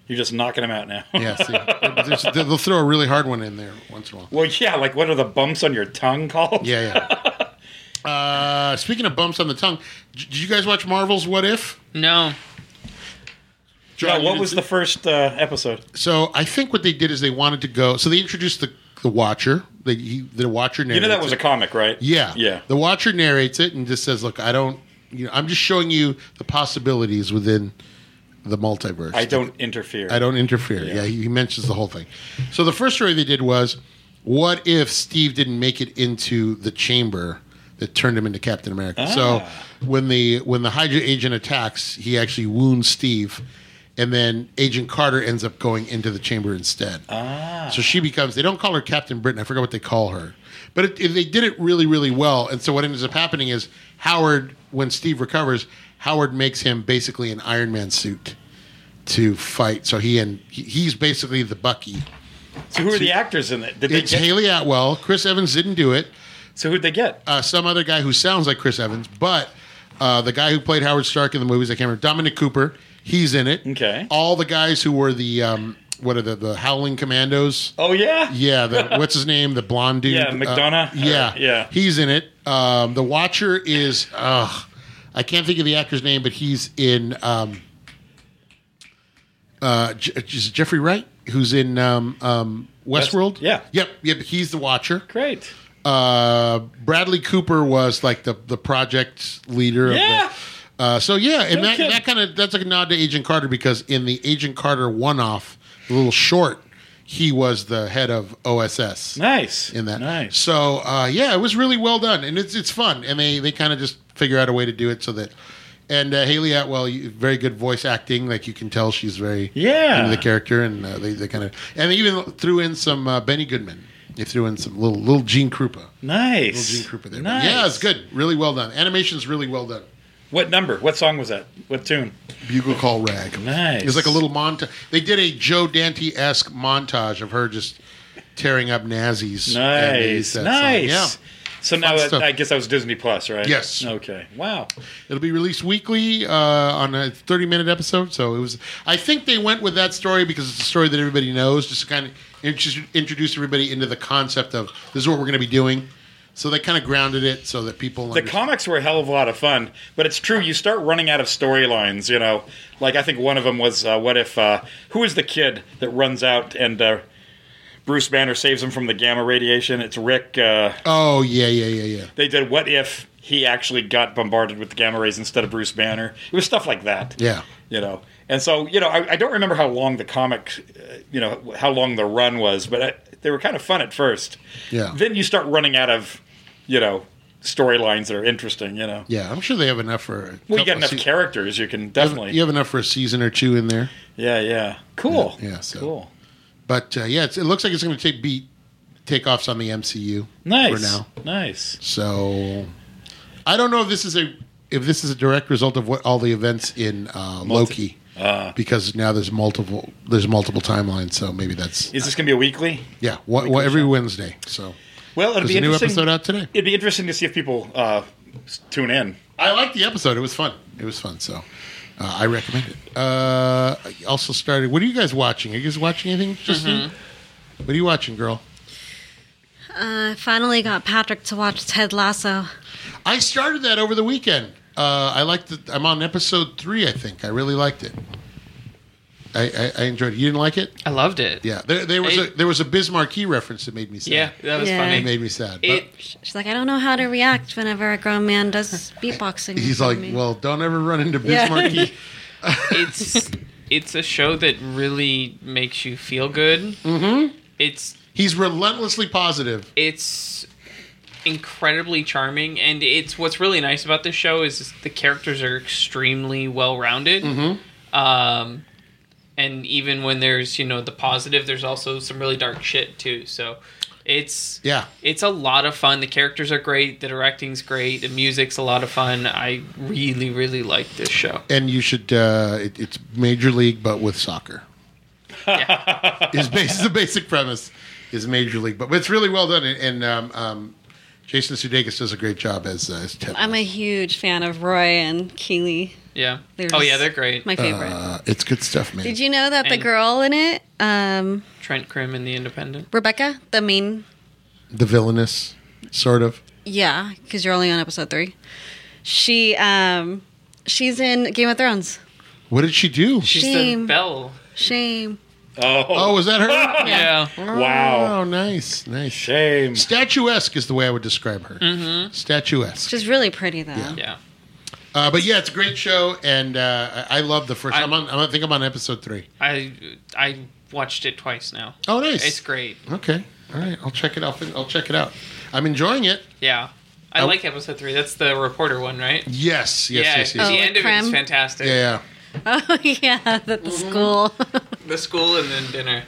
You're just knocking them out now. *laughs*
Yeah, see. There's- They'll throw a really hard one in there once in a while.
well, yeah. Like, what are the bumps on your tongue called?
Yeah,
*laughs*
yeah. uh, speaking of bumps on the tongue, d- did you guys watch Marvel's What If?
no.
Yeah,
you
what
did
was
see-
the first uh, episode?
So I think what they did is they wanted to go. So they introduced the the Watcher. The he, the Watcher.
You know that
narrates
was
it.
a comic, right?
Yeah.
Yeah.
The watcher narrates it and just says, "Look, I don't. You know, I'm just showing you the possibilities within the multiverse.
I don't interfere.
I don't interfere. Yeah. he he mentions the whole thing. So the first story they did was, what if Steve didn't make it into the chamber that turned him into Captain America? So when the when the Hydra agent attacks, he actually wounds Steve. And then Agent Carter ends up going into the chamber instead. Ah. So she becomes, they don't call her Captain Britain. I forgot what they call her. But it, it- they did it really, really well. And so what ends up happening is Howard, when Steve recovers, Howard makes him basically an Iron Man suit to fight. So he and he- he's basically the Bucky.
So who are the actors in it? Did they
It's
get,
Haley Atwell. Chris Evans didn't do it.
so who'd they get?
Uh, some other guy who sounds like Chris Evans, but uh, the guy who played Howard Stark in the movies, I can't remember. Dominic Cooper, he's in it.
Okay.
All the guys who were the um, what are the the Howling Commandos?
Oh yeah.
Yeah, the,
*laughs*
what's his name? The blonde dude.
Yeah,
Uh,
McDonough?
yeah,
Or- yeah.
He's in it. Um, the Watcher is. Uh, I can't think of the actor's name, but he's in. Um, uh, Je- is it Jeffrey Wright, who's in um, um, Westworld.
yeah.
Yep. Yep. He's the Watcher.
Great.
Uh, Bradley Cooper was like the the project leader.
Yeah.
Of the, uh, so yeah, and
No
that,
kidding.
that kind of that's like a nod to Agent Carter because in the Agent Carter one off little short, he was the head of OSS
Nice.
in that.
Nice.
So uh, yeah, it was really well done, and it's it's fun, and they they kind of just figure out a way to do it so that. And uh, Haley Atwell, you- very good voice acting. Like you can tell, she's very
Yeah.
into the character, and uh, they, they kind of and they even threw in some uh, Benny Goodman. They threw in some little little Gene Krupa, little Gene
Nice.
Krupa there.
Nice.
Yeah, it's good, really well done. Animation's really well done.
What number? What song was that? What tune?
Bugle Call Rag.
Nice.
It's like a little montage. They did a Joe Dante esque montage of her just tearing up Nazis. and they used
Nice.
that song.
Nice.
Yeah.
So now that,
stuff.
I guess that was Disney Plus, right?
Yes.
Okay. Wow.
It'll be released weekly uh, on a 30 minute episode. So it was. I think they went with that story because it's a story that everybody knows, just to kind of intro- introduce everybody into the concept of this is what we're going to be doing. So they kind of grounded it so that people.
The
understand-
comics were a hell of a lot of fun, but it's true. You start running out of storylines, you know. Like, I think one of them was uh, what if, uh, who is the kid that runs out and uh, Bruce Banner saves him from the gamma radiation? It's Rick. Uh,
oh, yeah, yeah, yeah, yeah.
they did what if he actually got bombarded with gamma rays instead of Bruce Banner? It was stuff like that.
Yeah.
You know, and so you know, I, I don't remember how long the comic, uh, you know, how long the run was, but I, they were kind of fun at first.
Yeah.
Then you start running out of, you know, storylines that are interesting. You know,
Yeah, I'm sure they have enough for. A
well, you
couple
got
of
enough
se-
characters. You can
you have-
definitely.
You have enough for a season or two in there.
Yeah, yeah. Cool.
Yeah, so.
Cool.
But uh, yeah, it's, it looks like it's going to take beat takeoffs on the MCU
Nice.
for now.
Nice.
So I don't know if this is a if this is a direct result of what all the events in uh, Loki
Uh,
because now there's multiple there's multiple timelines. So maybe that's
is this going to be a weekly?
yeah. What, what every Wednesday. So
Well, it'll
There's
be
a new
interesting.
episode out today.
It'd be interesting to see if people uh, s- tune in.
I liked the episode. It was fun. It was fun. So. Uh, I recommend it. Uh, I also started. What are you guys watching? Are you guys watching anything?
Mm-hmm.
Justine? What are you watching, girl?
Uh, I finally got Patrick to watch Ted Lasso.
I started that over the weekend. Uh, I liked it. I'm on episode three, I think. I really liked it. I, I, I enjoyed it. You didn't like it?
I loved it.
Yeah. There, there was
I-
a there was a Bismarcky reference that made me sad.
Yeah, that was
Yeah.
It
funny.
made me sad. But
It,
She's like, I don't know how to react whenever a grown
*laughs*
man does beatboxing.
he's
for
like,
me."
well, don't ever run into
*laughs*
Yeah.
Bismarcky.
it's it's a show that really makes you feel good. Mm-hmm. It's
he's relentlessly positive.
it's incredibly charming and it's what's really nice about this show is the characters are extremely well rounded um, and even when there's you know the positive there's also some really dark shit too so it's
Yeah.
it's a lot of fun the characters are great the directing's great the music's a lot of fun i really really like this show
And you should. Uh, it, it's major league, but with soccer.
yeah.
is bas the basic premise is major league, but, but it's really well done. And, and um, um, Jason Sudeikis does a great job as uh, as Ted.
I'm a huge fan of Roy and Keeley.
yeah
They're
oh
just
yeah they're great
My favorite.
Uh, it's good stuff, man.
Did you know that the
and-
girl in it, um,
trent krim and the independent
Rebecca, the main,
the villainous sort of
yeah, because you're only on episode three. She, um, she's in Game of Thrones.
what did she do
she's the
Shame.
belle
Shame.
oh was that
*laughs*
her
yeah,
Wow.
oh nice nice
Shame.
statuesque is the way i would describe her statuesque
She's really pretty though.
yeah.
uh, but yeah it's a great show and uh, i I love the first I,
I-
am on I'm on- i think i'm on episode three.
I I watched it twice now.
Oh, nice
It's great.
okay all right i'll check it out i'll check it out i'm enjoying it
Yeah. I
Oh.
like episode three. That's the reporter one, right?
yes yes
yeah,
yes
the
yes, yes.
Oh,
end of it
Creme?
is fantastic.
yeah
*laughs* Oh yeah, that the school.
*laughs* The school and then dinner.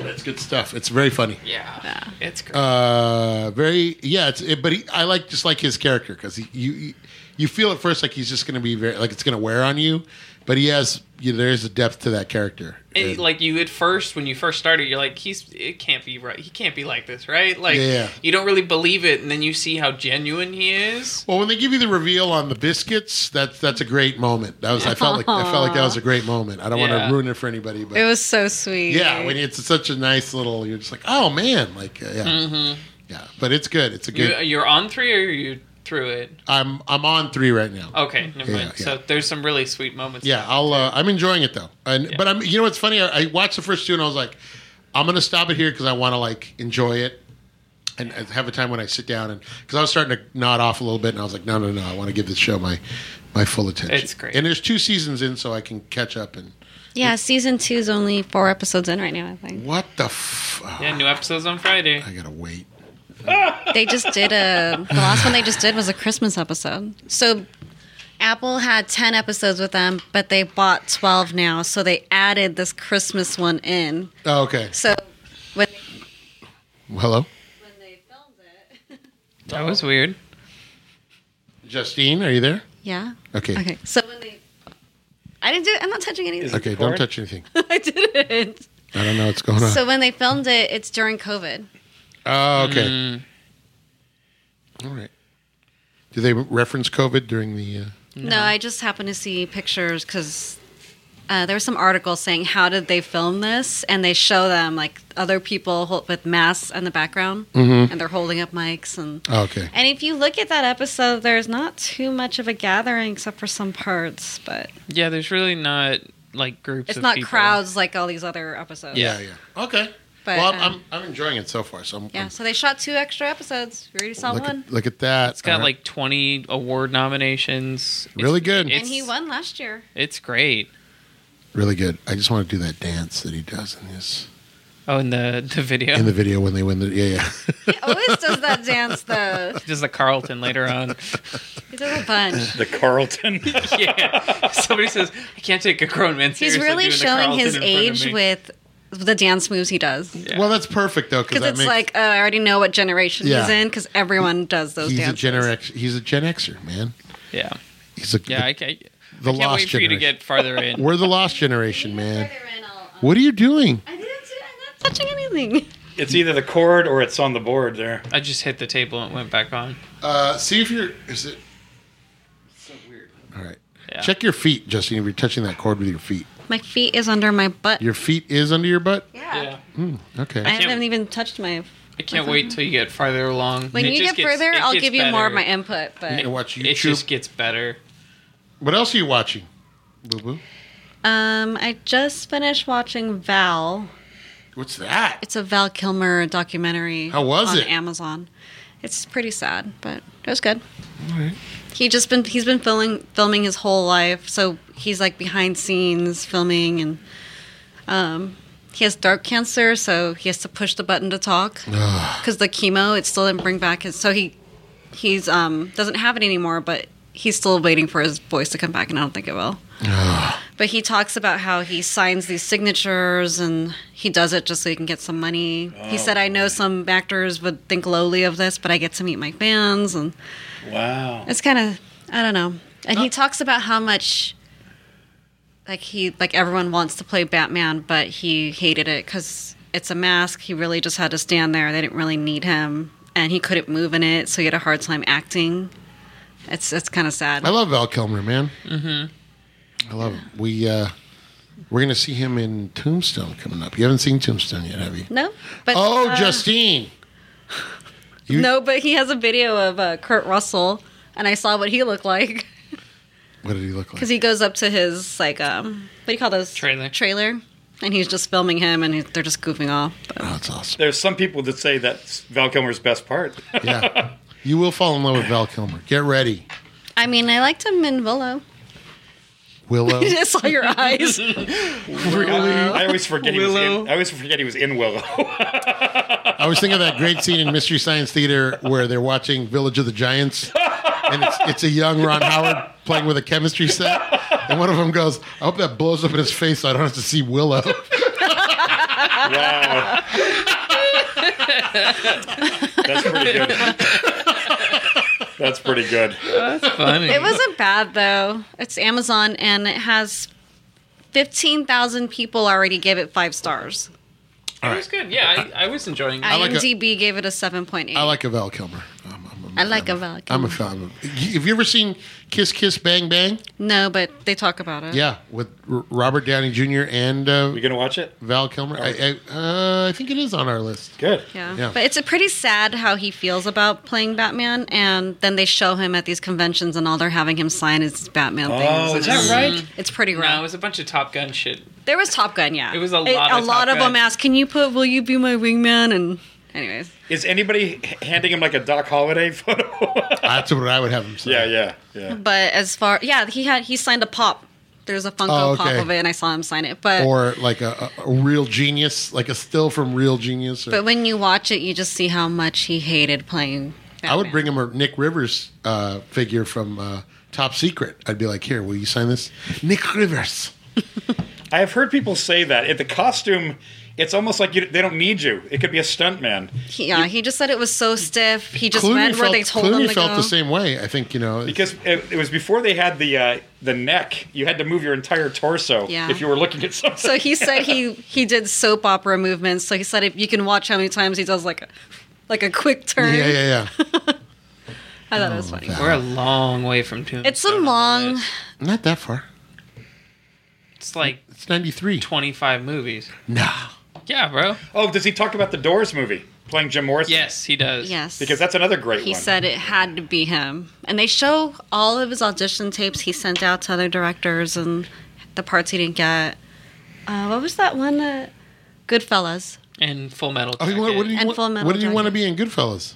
yeah it's good stuff it's very funny
Yeah. It's great.
uh very yeah it's it, but he, i like just like his character because you you feel at first like he's just gonna be very like it's gonna wear on you but he has you know, there's a depth to that character
And,
And-
like you at first when you first started, you're like, he's it can't be right. He can't be like this, right? Like
Yeah.
you don't really believe it, and then you see how genuine he is.
well when they give you the reveal on the biscuits that's that's a great moment that was i felt like i felt like that was a great moment i don't want
Yeah.
to ruin it for anybody but
it was so sweet.
yeah when it's such a nice little you're just like oh man like uh, yeah
Mm-hmm.
yeah but it's good it's a good
You, you're on three, or you through it?
i'm i'm on three right now
Okay, never
Yeah,
mind.
yeah.
So there's some really sweet moments.
Yeah, I'll. Uh, I'm enjoying it though, and but I'm. You know what's funny? I, I watched the first two and I was like, I'm gonna stop it here because I want to like enjoy it and and have a time when I sit down and because I was starting to nod off a little bit and I was like, no, no, no, I want to give this show my my full attention.
It's great.
And there's two seasons in, so I can catch up and
Yeah, season two's only four episodes in right now. I think
what the. F- oh,
Yeah, new episodes on Friday.
I gotta wait.
they just did a. The last one they just did was a Christmas episode. So Apple had ten episodes with them, but they bought twelve now, so they added this Christmas one in.
Oh, okay.
So when
Hello,
when they filmed it, *laughs*
That was weird.
Justine, are you there?
yeah.
Okay.
Okay. So when they, I didn't do. it. I'm not touching anything.
Okay. Don't
Cord?
touch anything.
*laughs* I didn't.
I don't know what's going on.
So when they filmed it, it's during COVID.
oh, okay.
Mm.
All right. Do they reference COVID during the? Uh,
No, I just happened to see pictures because uh, there was some article saying how did they film this, and they show them like other people hold, with masks in the background, and they're holding up mics and.
oh, okay.
And if you look at that episode, there's not too much of a gathering except for some parts, but
Yeah, there's really not like groups.
it's
of
not
people.
crowds like all these other episodes.
Yeah.
Yeah, yeah. Okay.
But,
well, I'm,
um,
I'm, I'm enjoying it so far. So I'm,
Yeah,
I'm-
so they shot two extra episodes. We already saw
look,
one.
at, look at that.
It's got
All right.
like 20 award nominations. It's-
Uh-huh. Really good.
it's-
and he won last year.
It's great.
really good. I just want to do that dance that he does in his
Oh, in the the video.
in the video when they win the yeah yeah.
He always does that dance though.
Just the Carlton later on. *laughs*
He does a bunch.
The Carlton.
yeah. Somebody says, I can't take a grown man
He's
seriously.
really
doing the
showing
Carlton
his
in front of
age
me."
with the dance moves he does.
Well, that's perfect though because
Because
that
it's
makes
like uh, I already know what generation
Yeah.
he's in because everyone does those
he's a
dances.
Gen X. He's a Gen Xer, man.
Yeah.
He's a
Yeah, I, ca- I can't
the
wait
lost
for you to
generation.
get farther in.
We're the lost generation, man. What are you doing?
I didn't. do- I'm not touching anything.
*laughs*
*laughs*
It's either the cord or it's on the board there.
I just hit the table and it went back on.
Uh, see if you're. Is it? All right.
Yeah.
Check your feet, Justin. If you're touching that cord with your feet,
My feet is under my butt.
your feet is under your butt.
yeah.
Hmm,
I
okay.
can't-
haven't even touched my.
I can't wait till you get farther along.
When
It
you get
just gets-
further,
it
I'll
gets
give you more of
better.
my input.
You
But
can watch
It
YouTube.
just gets better.
What else are you watching? Boo boo.
um, I just finished watching Val.
What's that?
It's a Val Kilmer documentary.
How was
on
it?
Amazon. It's pretty sad, but it was good. He just been he's been filming filming his whole life, so he's like behind scenes filming, and um, he has throat cancer, so he has to push the button to talk because the chemo it still didn't bring back his. So he he's um doesn't have it anymore, but he's still waiting for his voice to come back, and I don't think it will. But he talks about how he signs these signatures and he does it just so he can get some money. he said, I know some actors would think lowly of this, but I get to meet my fans. And
Wow.
it's kind of, I don't know. And he talks about how much, like, he, like, everyone wants to play Batman, but he hated it because it's a mask. He really just had to stand there. They didn't really need him. And he couldn't move in it, so he had a hard time acting. It's, it's kind of sad.
I love Val Kilmer, man. Mm-hmm. I love him. We uh, we're gonna see him in Tombstone coming up. You haven't seen Tombstone yet, have you?
no? But,
Oh,
uh,
Justine. You-
no, but he has a video of uh, Kurt Russell, and I saw what he looked like
What did he look like?
because he goes up to his like um, what do you call those
Trailer.
trailer, and he's just filming him, and he, they're just goofing off. But
oh, that's awesome.
There's some people that say that's Val Kilmer's best part.
Yeah. you will fall in love with Val Kilmer. Get ready,
I mean, I liked him in Willow.
Willow.
*laughs* I just saw your eyes.
I always forget he was in,
Willow.
I always forget he was in Willow.
I was thinking of that great scene in Mystery Science Theater where they're watching Village of the Giants, and it's, it's a young Ron Howard playing with a chemistry set, and one of them goes, "I hope that blows up in his face, so I don't have to see Willow."
wow. that's pretty good. that's pretty good.
Funny.
It wasn't bad though. It's Amazon, and it has fifteen thousand people already gave it five stars.
It was good. Yeah, I, I was enjoying it.
like a-
IMDb gave it a seven point eight.
I like a Val Kilmer. I'm, I'm,
I like a Val
I'm a
Kilmer.
fan. of- Have you ever seen Kiss Kiss Bang Bang?
no, but they talk about it.
Yeah, with R- Robert Downey Jr. and uh,
We gonna watch it?
Val Kilmer. I, I, uh, I think it is on our list.
Good.
Yeah.
Yeah.
But it's a pretty sad how he feels about playing Batman and then they show him at these conventions and all they're having him sign is Batman things. Mm.
Oh, is that right?
It's pretty
No,
rough.
it was a bunch of Top Gun shit.
there was Top Gun, yeah.
It was a lot
a
of
lot
Top
of them
Gun.
asked, "Can you put will you be my wingman?" and anyways.
Is anybody h- handing him like a Doc Holiday photo?
That's what I would have him say.
*laughs* yeah, yeah, yeah.
But as far yeah, he had he signed a pop. There's a Funko
Oh,
pop
okay.
of it and I saw him sign it. But
Or like a, a, a real genius, like a still from Real Genius. or-
but when you watch it, you just see how much he hated playing Batman.
I would bring him a Nick Rivers uh, figure from uh, Top Secret. I'd be like, here, will you sign this? Nick Rivers.
I have heard people say that. If the costume, it's almost like you, they don't need you. It could be a stunt man.
He- yeah, he just said it was so stiff. He just went where
felt,
they told
Clooney
him to
felt
go.
the same way. I think, you know. it's-
Because it, it was before they had the uh, the neck. You had to move your entire torso
Yeah.
if you were looking at something.
So he said he he did soap opera movements. So he said if you can watch how many times he does like a like a quick turn.
yeah, yeah, *laughs* yeah.
I thought it was funny.
We're a long way from Tombstone.
It's a
on the
long.
list.
Not that far.
It's like
It's 93.
25 movies.
No.
Yeah, bro.
oh, does he talk about the Doors movie playing Jim Morrison?
Yes, he does.
Yes.
because that's another great
he
one.
said it had to be him, and they show all of his audition tapes he sent out to other directors and the parts he didn't get. Uh, what was that one? Uh, Goodfellas.
And Full Metal.
Oh, he, wa- what did he,
And
wa-
Full Metal
what did he want to
Jacket.
be in Goodfellas?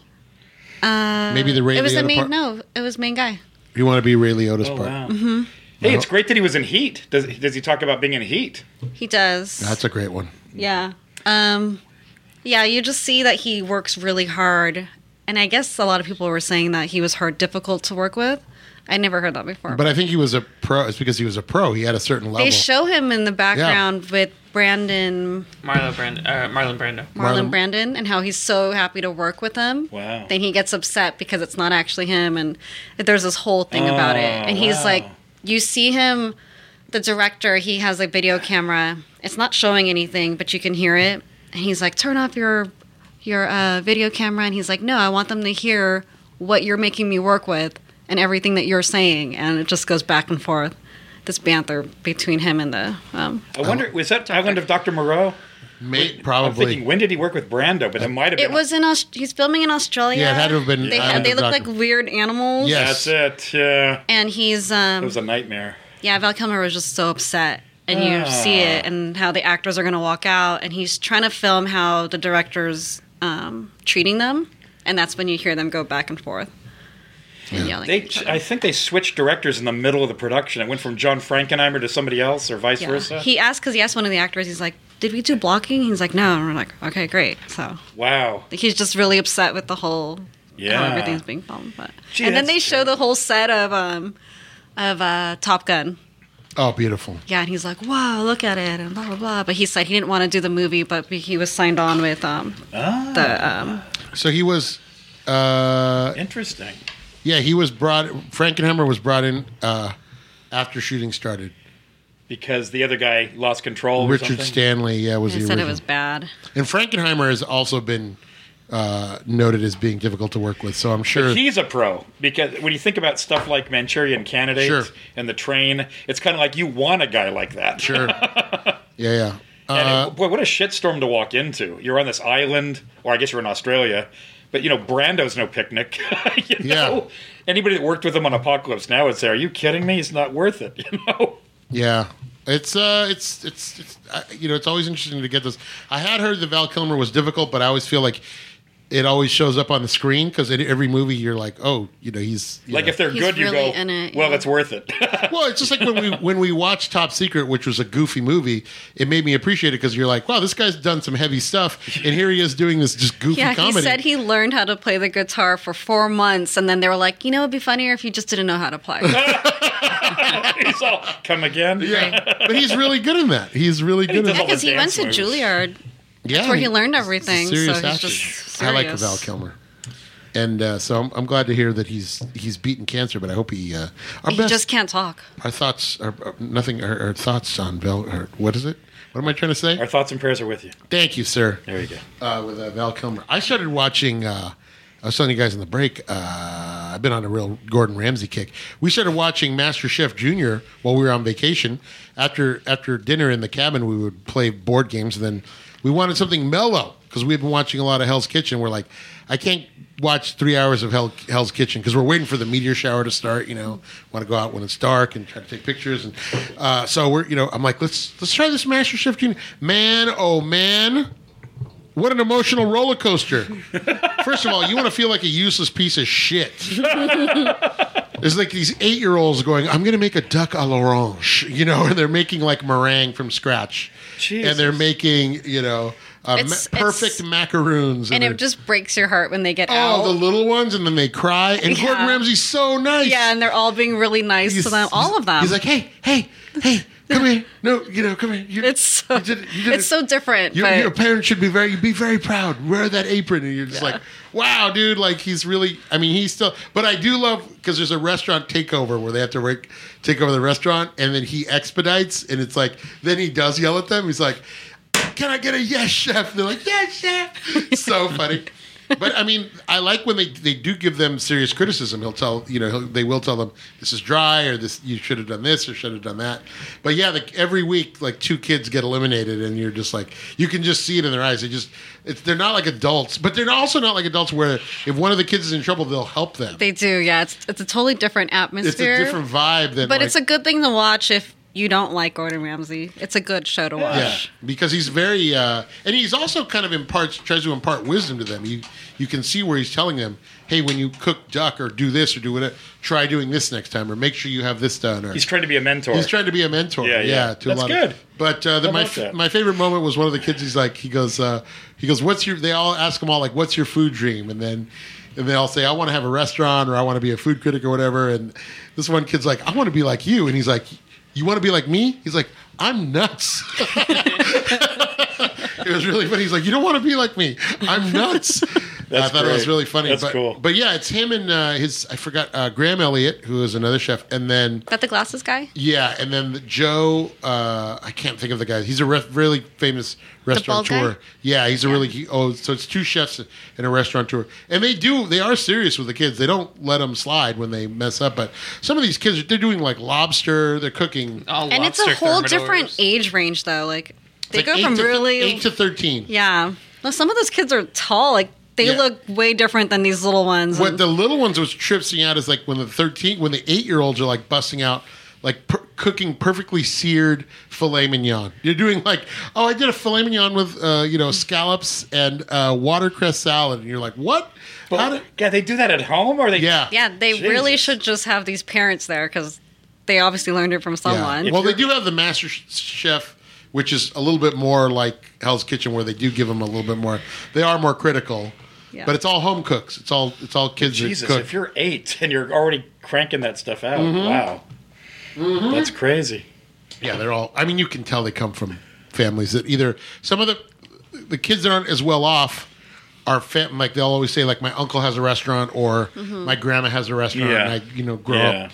Uh,
Maybe the Ray
It was the
Liotta
main.
part?
No, it was main guy.
You want to be Ray Liotta's
Oh,
Oh,
part.
Mm-hmm.
Hey, it's great that he was in Heat. Does, does he talk about being in Heat?
He does.
That's a great one.
yeah. Um, yeah, you just see that he works really hard, and I guess a lot of people were saying that he was hard, difficult to work with. I never heard that before.
But I think he was a pro. It's because he was a pro. He had a certain level.
they show him in the background with Brandon,
Marlo Brand, uh, Marlon Brando.
Marlon Brandon, and how he's so happy to work with him.
Oh.
Wow.
Then he gets upset because it's not actually him, and there's this whole thing about it.
Oh,
And he's
wow.
like, you see him, the director. He has a video camera. It's not showing anything, but you can hear it. And he's like, turn off your your uh, video camera. And he's like, no, I want them to hear what you're making me work with and everything that you're saying. And it just goes back and forth. This banter between him and the um,
I
Oh.
wonder, was that Island of Dr. Moreau?
Mate,
I'm thinking, when did he work with Brando? But it might have been.
It was in Aust- he's filming in Australia.
Yeah, it had to have been-
They,
I had
had, they
to
look
doc-
like weird animals.
Yes. That's it. Yeah.
And he's um
It was a nightmare.
yeah, Val Kilmer was just so upset. And you
Ah.
see it and how the actors are going to walk out and he's trying to film how the director's um, treating them and that's when you hear them go back and forth. And yelling.
They, I think they switched directors in the middle of the production. It went from John Frankenheimer to somebody else, or vice
Yeah.
versa.
He asked cuz he asked one of the actors he's like, "Did we do blocking?" He's like, "No." And we're like, "Okay, great." So
wow.
he's just really upset with the whole
Yeah.
how Oh, everything's being filmed. But
Gee,
and then
that's
they show the whole set of um of uh, Top Gun.
oh, beautiful.
Yeah, and he's like, "Wow, look at it," and blah blah blah. But he said he didn't want to do the movie, but he was signed on with um the um
So he was. Uh,
Interesting.
Yeah, he was brought. Frankenheimer was brought in uh, after shooting started.
Because the other guy lost control. or
Richard
something.
Stanley, yeah, was
he
the
said it
original.
was bad.
And Frankenheimer has also been uh, noted as being difficult to work with. So I'm sure.
But he's a pro because when you think about stuff like Manchurian Candidate
Sure.
and the train, it's kind of like you want a guy like that. *laughs*
Sure. Uh, yeah, yeah. Um,
and it, boy, what a shitstorm to walk into. You're on this island, or I guess you're in Australia, but you know Brando's no picnic. *laughs* you know? Anybody that worked with him on Apocalypse Now would say, "Are you kidding me? It's not worth it." *laughs* You know.
Yeah. It's uh, it's it's, it's uh, you know, it's always interesting to get this. I had heard that Val Kilmer was difficult, but I always feel like it always shows up on the screen because in every movie you're like, oh, you know, he's you
Like
know.
if they're
He's
good, you go,
really in it,
"Well,
yeah.
it's worth it." *laughs*
well, it's just like when we when we watched Top Secret, which was a goofy movie. It made me appreciate it because you're like, wow, this guy's done some heavy stuff, and here he is doing this just goofy
Yeah,
comedy.
he said he learned how to play the guitar for four months, and then they were like, "You know, it'd be funnier if you just didn't know how
*laughs*
to play."
He's all, "Come again?"
yeah, but he's really good in that. He's really
And he
good in
does
yeah,
that.
because he went
dance
to
moves.
Juilliard.
Yeah,
That's where
he-
he learned
He's a
everything.
serious
so he's
actor.
just serious.
I like Val Kilmer, and uh, so I'm, I'm glad to hear that he's he's beaten cancer. But I hope he uh, our
He
best
just can't talk.
our thoughts are are nothing. Our, our thoughts on Val. Or what is it? What am I trying to say?
Our thoughts and prayers are with you.
Thank you, sir.
There you go.
uh, with uh, Val Kilmer. I started watching. Uh, I was telling you guys in the break. Uh, I've been on a real Gordon Ramsay kick. We started watching Master Chef Junior while we were on vacation. After after dinner in the cabin, we would play board games. And then we wanted something mellow because we had been watching a lot of Hell's Kitchen. We're like, I can't watch three hours of Hell, Hell's Kitchen because we're waiting for the meteor shower to start. You know, want to go out when it's dark and try to take pictures. And uh, so we're, you know, I'm like, let's let's try this Master Chef Junior. Man, oh man. What an emotional roller coaster. First of all, you want to feel like a useless piece of shit. There's like these eight year olds going, I'm going to make a duck a l'orange, you know, and they're making like meringue from scratch.
Jesus.
And they're making, you know, uh, ma-
It's- it's-
perfect macaroons.
And
they're-
it just breaks your heart when they get out.
oh, the little ones, and then they cry. And Gordon
Yeah.
Ramsay's so nice.
yeah, and they're all being really nice to them. All of them.
He's like, hey, hey, hey, come here. No, you know, come here. You,
It's so
you did it. You did
it's
it.
so different.
Your,
but
your parents should be very be very proud. Wear that apron, and you're just like, wow, dude. Like he's really. I mean, he's still. But I do love because there's a restaurant takeover where they have to work, take over the restaurant, and then he expedites, and it's like then he does yell at them. He's like, "Can I get a yes, chef?" And they're like, "Yes, chef." *laughs* so funny. But I mean, I like when they, they do give them serious criticism. He'll tell you know he'll, they will tell them this is dry or this you should have done this or should have done that. But yeah, like every week like two kids get eliminated and you're just like you can just see it in their eyes. They just it's, they're not like adults, but they're also not like adults where if one of the kids is in trouble, they'll help them.
they do, yeah. It's it's a totally different
It's
atmosphere.
a different vibe than.
but it's a
like-
good thing to watch if you don't like Gordon Ramsay. It's a good show to watch.
Yeah, because he's very, uh, and he's also kind of imparts tries to impart wisdom to them. You you can see where he's telling them, hey, when you cook duck or do this or do whatever, try doing this next time, or make sure you have this done. Or
He's trying to be a mentor.
He's trying to be a mentor.
Yeah,
Yeah,
yeah.
to
That's
a lot
good.
Of, but uh, the,
How
my
about that?
f- my favorite moment was one of the kids. He's like, he goes, uh, he goes, what's your? They all ask him all like, what's your food dream? And then. And they all say, "I want to have a restaurant, or I want to be a food critic, or whatever." And this one kid's like, "I want to be like you," and he's like, "You want to be like me?" He's like, "I'm nuts." *laughs* it was really funny. He's like, "You don't want to be like me. I'm nuts." I
*laughs* That's
thought it was
great.
really funny.
That's
but,
cool.
But yeah, it's him and uh, his. I forgot uh, Graham Elliott, who is another chef, and then
Is that the glasses guy?
yeah, and then the Joe, uh, I can't think of the guy. He's a re- really famous
bald guy?
restaurateur. Yeah, he's a really he, oh, so it's two chefs and a restaurateur, and they do they are serious with the kids. They don't let them slide when they mess up. But some of these kids, they're doing like lobster. They're cooking.
All
and it's a
lobster
whole
thermidors.
different age range though. Like they
Like
go
eight
from
to-
really
eight to thirteen.
yeah. No, some of those kids are tall. Like they
Yeah.
look way different than these little ones.
What
And-
the little ones was tripping out is like when the thirteen, when the eight year olds are like busting out, like per, cooking perfectly seared filet mignon. You're doing like, oh, I did a filet mignon with uh, you know scallops and uh, watercress salad, and you're like, what? How
But,
did-
yeah, they do that at home, or they?
yeah,
yeah, they really should just have these parents there because they obviously learned it from someone.
Well, they do have the Master Chef, which is a little bit more like Hell's Kitchen, where they do give them a little bit more. They are more critical,
Yeah.
but it's all home cooks. It's all it's all kids
Jesus,
that cook.
if you're eight and you're already cranking that stuff out,
Mhm.
wow, that's crazy.
Yeah, they're all. I mean, you can tell they come from families that either some of the the kids that aren't as well off are fam- like they'll always say like my uncle has a restaurant or
Mm-hmm.
Mhm.
my grandma has a restaurant
Yeah.
and I you know grow
Yeah.
up.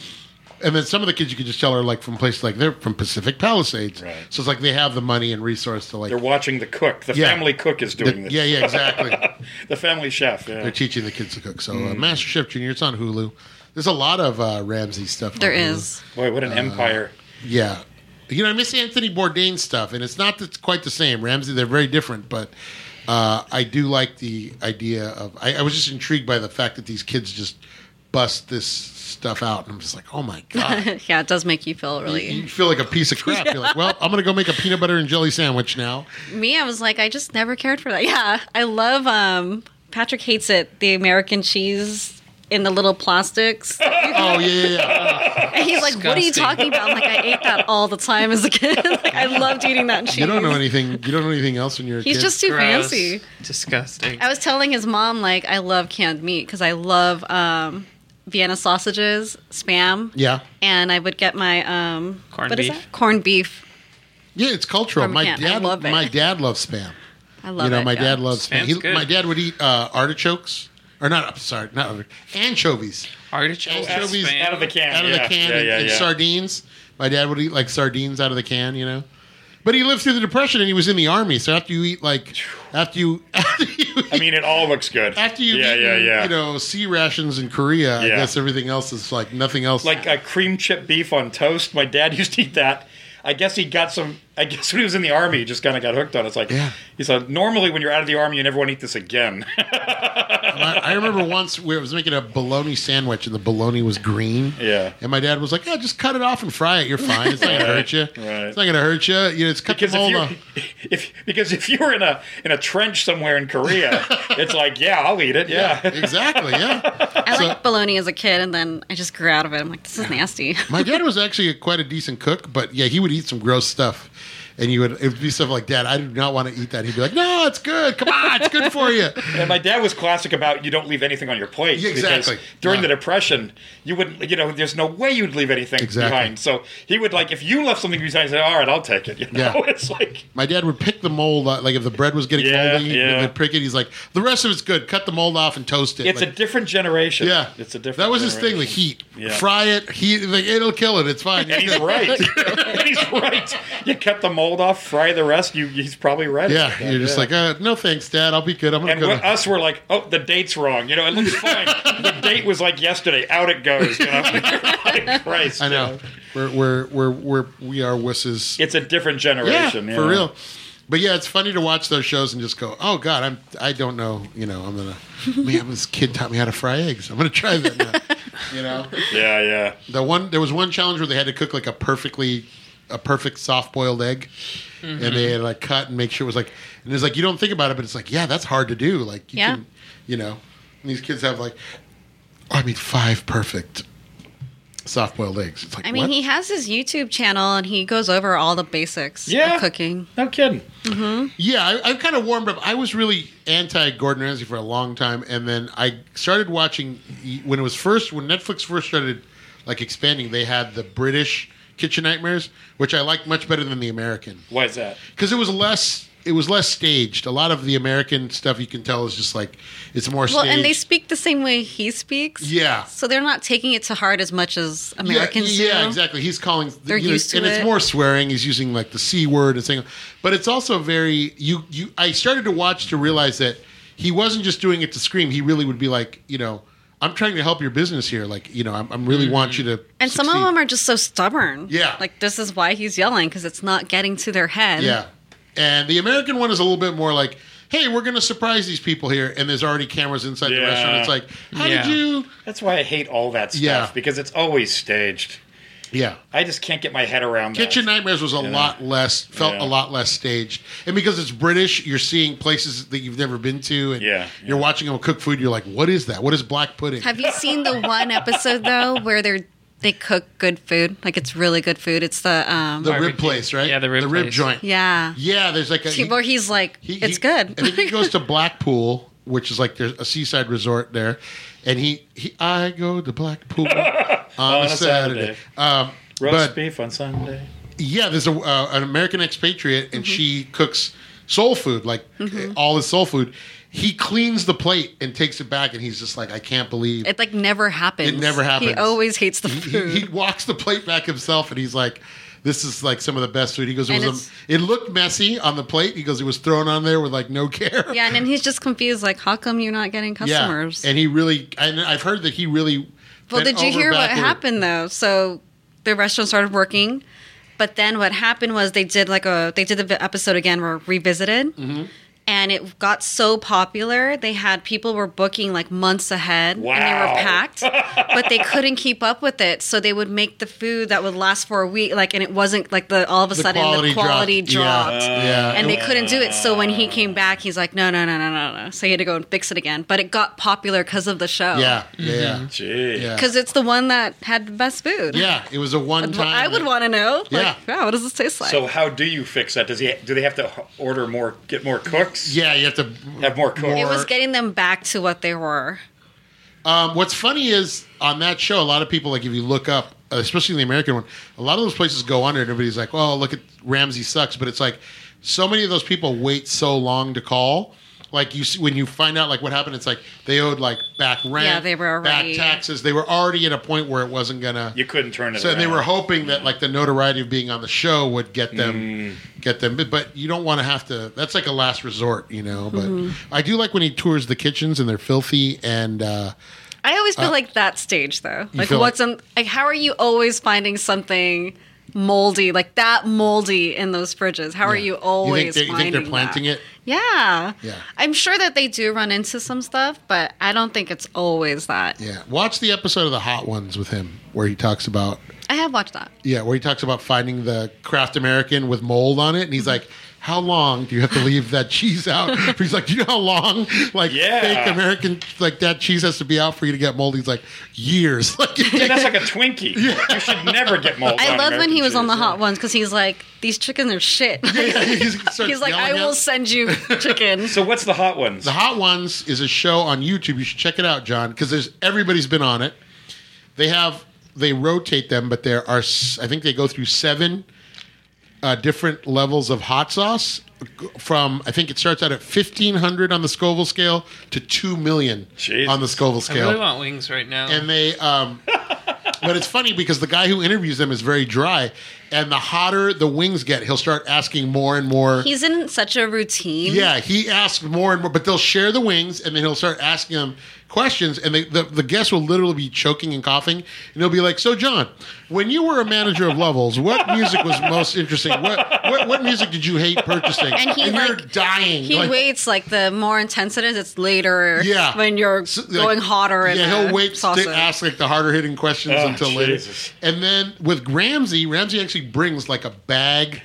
And then some of the kids you could just tell are like from places like they're from Pacific Palisades,
Right.
so it's like they have the money and resource to like
They're watching the cook. The
Yeah.
family cook is doing
The-
this.
yeah, yeah, exactly.
the family chef. Yeah.
they're teaching the kids to cook. So uh,
Mm.
Master Chef Junior, it's on Hulu. There's a lot of uh, Ramsey stuff.
There
on Hulu.
is. *laughs*
Boy, what an
Uh,
empire!
Yeah. You know, I miss Anthony Bourdain stuff, and it's not that's quite the same. Ramsey, they're very different, but uh, I do like the idea of. I, I was just intrigued by the fact that these kids just bust this stuff out, and I'm just like, oh my
*laughs*
god,
yeah, it does make you feel really.
you feel like a piece of crap. You're like, well, I'm gonna go make a peanut butter and jelly sandwich
*laughs*
now.
Me, I was like, I just never cared for that. Yeah, I love. um Patrick hates it. The American cheese in the little
*laughs*
plastics.
Oh yeah, yeah, yeah.
And he's like, "What are you
Disgusting.
talking about?" I'm like, "I ate that all the time as a kid. *laughs* like, I loved eating that cheese."
You don't know anything. You don't know anything else when you're. A
He's
kid.
just too Gross. fancy. Oh.
Disgusting.
I was telling his mom like, "I love canned meat because I love um, Vienna sausages, spam,
Yeah.
and I would get my um,
Corned
what is
beef.
that? Corned beef.
Yeah, it's cultural.
From
My
Kent. I
dad,
love it.
my dad loves spam.
I love
you know,
it,
my
yeah.
dad loves spam.
Spam's
He-
good.
my dad would eat uh, artichokes, or not. I'm sorry, not artichokes, anchovies.
Artichokes.
Anchovies
spam.
Out of the can.
out of
yeah.
the can
Yeah,
and,
yeah,
and
yeah.
sardines. My dad would eat like sardines out of the can, you know. But he lived through the depression and he was in the army. So after you eat like
*sighs*
after you *laughs*
I mean, it all looks good.
after you
yeah,
eat,
yeah, yeah.
you know sea rations in Korea, I
Yeah.
guess everything else is like nothing else.
like a cream chip beef on toast. My dad *laughs* used to eat that. I guess he got some. I guess when he was in the army, he just kind of got hooked on. it. It's like he said. Normally, when you're out of the army, you never want to eat this again. *laughs*
I, I remember once we I was making a bologna sandwich and the bologna was green.
Yeah.
And my dad was like, "Yeah, just cut it off and fry it. You're fine. It's not
*laughs*
gonna hurt you.
Right.
It's not gonna hurt you. You know, it's cut
Because
the mold
if you
off."
if because if you were in a in a trench somewhere
*laughs*
in Korea, it's like yeah, I'll eat it. *laughs* Yeah,
exactly. Yeah.
I liked bologna as a kid, and then I just grew out of it. I'm like, this is nasty. *laughs*
My dad was actually quite a decent cook, but yeah, he would eat some gross stuff. And you would it would be stuff like, Dad, I do not want to eat that. He'd be like, No, it's good. Come on, it's good for you.
And my dad was classic about you don't leave anything on your plate.
Yeah, exactly.
Because during
Yeah.
the Depression, you wouldn't, you know, there's no way you'd leave anything
Exactly.
behind. So he would like, if you left something behind, he'd say, all right, I'll take it. You know, *laughs*
Yeah.
it's like,
My dad would pick the mold out, like if the bread was getting
Yeah,
moldy, he
yeah.
would prick it. He's like, The rest of it's good. Cut the mold off and toast it.
it's
Like,
a different generation.
Yeah.
It's a different
that was his thing, the
generation.
heat.
Yeah.
Fry it, heat like it'll kill it. It's
*laughs*
fine.
And
*laughs*
he's right. and he's right. You cut the mold off, fry the rest. You, he's probably right.
yeah. You're just like, uh, no thanks, Dad. I'll be good. I'm gonna
and
go.
with
to-
us, we're like, oh, the date's wrong. You know, it looks fine. the date was like yesterday. Out it goes. You know, *laughs* like, Christ.
I know. We're we're we're we're we are wusses.
It's a different generation.
Yeah,
you
for
know.
real. But yeah, it's funny to watch those shows and just go, "Oh God, I'm I don't know, you know, I'm gonna man, this kid taught me how to fry eggs. I'm gonna try that now." you know,
Yeah, yeah.
the one there was one challenge where they had to cook like a perfectly a perfect soft boiled egg,
Mm-hmm.
and they had like cut and make sure it was like. And it's like you don't think about it, but it's like yeah, that's hard to do. Like you
Yeah.
can, you know, and these kids have like, I mean, five perfect soft boiled eggs. It's like
I mean,
what?
he has his YouTube channel and he goes over all the basics
Yeah.
of cooking.
No kidding.
Yeah, I, I've kind of warmed up. I was really anti Gordon Ramsay for a long time, and then I started watching e, when it was first when Netflix first started like expanding. They had the British Kitchen Nightmares, which I liked much better than the American
Why is that?
because it was less it was less staged. A lot of the American stuff you can tell is just like it's more
Well,
staged.
and they speak the same way he speaks.
yeah.
So they're not taking it to heart as much as Americans
yeah, yeah,
do.
exactly. He's calling,
They're
you know,
used to
and it's
it.
more swearing. He's using like the c word and saying, but it's also very you. You, I started to watch to realize that he wasn't just doing it to scream. He really would be like, you know, I'm trying to help your business here. Like, you know, I'm, I'm really want you to.
Mm-hmm. And some of
succeed."
them are just so stubborn.
Yeah.
Like this is why he's yelling because it's not getting to their head.
Yeah. And the American one is a little bit more like, hey, we're going to surprise these people here. And there's already cameras inside the
Yeah.
restaurant. It's like, how
Yeah.
did you.
That's why I hate all that stuff
Yeah.
because it's always staged.
Yeah.
I just can't get my head around that.
Kitchen Nightmares was a
Yeah.
lot less felt
Yeah.
a lot less staged, and because it's British, you're seeing places that you've never been to, and
Yeah,
you're watching them cook food. You're like, what is that? What is black pudding?
Have you seen the one episode though where they're they cook good food? Like it's really good food. It's the um
the rib place, right? Yeah, the rib, the rib joint.
Yeah.
Yeah, there's like a.
He- where he's like, it's good.
I think he goes to Blackpool, which is like there's a seaside resort there, and he, he I go to *laughs* Blackpool on, a Saturday. Um,
Roast
but
beef on Sunday.
yeah, there's a, uh, an American expatriate,
Mm-hmm.
and she cooks soul food, like
Mhm.
uh, all his soul food. He cleans the plate and takes it back, and he's just like, I can't believe
*laughs* It like never happens.
It never happens.
He always hates the
He-
food.
He, walks the plate back himself, and he's like, "This is like some of the best food." He goes, "It,
And
was a, it looked messy on the plate." He goes, "It was thrown on there with like no care."
yeah, and then he's just confused, like, how come you're not getting customers?
*laughs* Yeah. and he really. And I've heard that he really. bent
Well, did you
over
hear what
backward.
happened though? So the restaurant started working, but then what happened was they did like a they did the vi- episode again where revisited,
Mm-hmm.
and it got so popular they had people were booking like months ahead and they
Wow.
were packed,
*laughs*
but they couldn't keep up with it, so they would make the food that would last for a week, like and it wasn't like the all of a
The
sudden
quality
the quality
dropped.
dropped,
Yeah. Yeah.
and they couldn't do it. So when he came back, he's like, no, no, no, no, no, no. So he had to go and fix it again, but it got popular because of the show.
Yeah, yeah, yeah.
Mm-hmm.
Yeah.
Because it's the one that had the best food.
Yeah, it was a one
I'd-
time.
I would want to know. Like,
Yeah.
yeah. What does this taste like?
So how do you fix that? Does he do they have to h- order more, get more cooks?
Yeah, you have to
have more cooks.
it was getting them back to what they were.
Um, what's funny is on that show, a lot of people like if you look up, especially the American one, a lot of those places go under, and everybody's like, "Oh, look at Ramsey sucks," but it's like so many of those people wait so long to call. Like you, see, when you find out like what happened, it's like they owed like back rent,
Yeah, they were
back
already-
taxes. They were already at a point where it wasn't gonna.
you couldn't turn it.
So they
around.
were hoping that like the notoriety of being on the show would get them get them but- but you don't want to have to that's like a last resort, you know, but
Mhm.
I do like when he tours the kitchens and they're filthy and uh
I always feel
Uh,
like that stage though.
you
Like
feel
what's on? Like how are you always finding something moldy? Like that moldy in those fridges. How are you
you
always
think, they, you
finding
think they're planting it?
that? Yeah.
Yeah.
I'm sure that they do run into some stuff, but I don't think it's always that.
Yeah. Watch the episode of the Hot Ones with him where he talks about
I have watched that.
yeah, where he talks about finding the Kraft American with mold on it and
Mm-hmm.
he's like how long do you have to leave that cheese out? *laughs* He's like, you know how long like
Yeah.
fake American like that cheese has to be out for you to get mold? He's like, years. *laughs* Like it
Yeah, that's like
*laughs*
a Twinkie. You should never get mold.
I
on
love when
American
he was on
cheese.
the hot ones because he's like, these chickens are shit.
*laughs*
*laughs*
he's,
he's like, I
yelling
will
at- *laughs*
send you chicken.
So what's the hot ones?
The Hot Ones is a show on YouTube. You should check it out, John, because there's everybody's been on it. They have they rotate them, but there are s- I think they go through seven uh, different levels of hot sauce. From I think it starts out at fifteen hundred on the Scoville scale to two million on the Scoville
I
scale
really want wings right now.
and they um but it's funny because the guy who interviews them is very dry and the hotter the wings get he'll start asking more and more
He's in such a routine.
yeah he asks more and more but they'll share the wings and then he'll start asking them questions and they, the, the guest will literally be choking and coughing and he'll be like so john when you were a manager of levels what music was most interesting what what, what music did you hate purchasing
And he,
you're
like-
dying
He
like-
waits like the more intense it is, it's later.
Yeah.
When you're
like,
going hotter and
yeah, he'll wait
sauces.
to ask like the harder hitting questions
Oh,
until
Jesus.
later. And then with Ramsey, Ramsey actually actually brings like a bag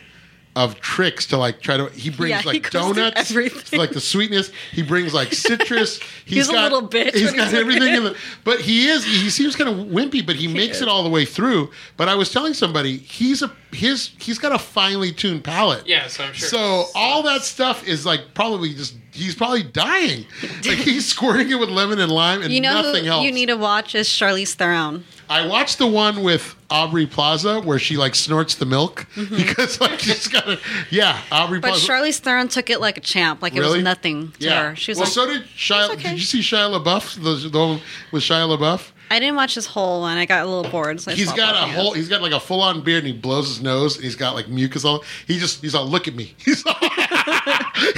of tricks to like try to. He brings
Yeah, he
like
goes through
donuts,
everything.
like the sweetness. He brings like citrus.
*laughs* He's a little bitch
He's
when
got
he's doing
everything in
it.
the. But he is. He seems kind of wimpy, but he makes it all the way through. But I was telling somebody he's a his he's got a finely tuned palate.
Yes, I'm sure.
So all that stuff is like probably just he's probably
*laughs*
dying. Like he's squirting it with lemon and lime, and
you know
nothing
who
helps.
you need to watch is Charlize Theron.
I watched the one with Aubrey Plaza where she like snorts the milk *laughs* because like she's got a yeah Aubrey
Mm-hmm. But
Plaza.
Charlize Theron took it like a champ, like it
Really?
was nothing to her. She was
well,
like,
so did Shia.
"It's okay."
Did you see Shia LaBeouf? The, the one with Shia LaBeouf.
I didn't watch this whole one. I got a little bored. So I
He's
stopped
got a
watching it.
whole. He's got like a full on beard, and he blows his nose, and he's got like mucus all. He just. He's all. Look at me. *laughs* He's all.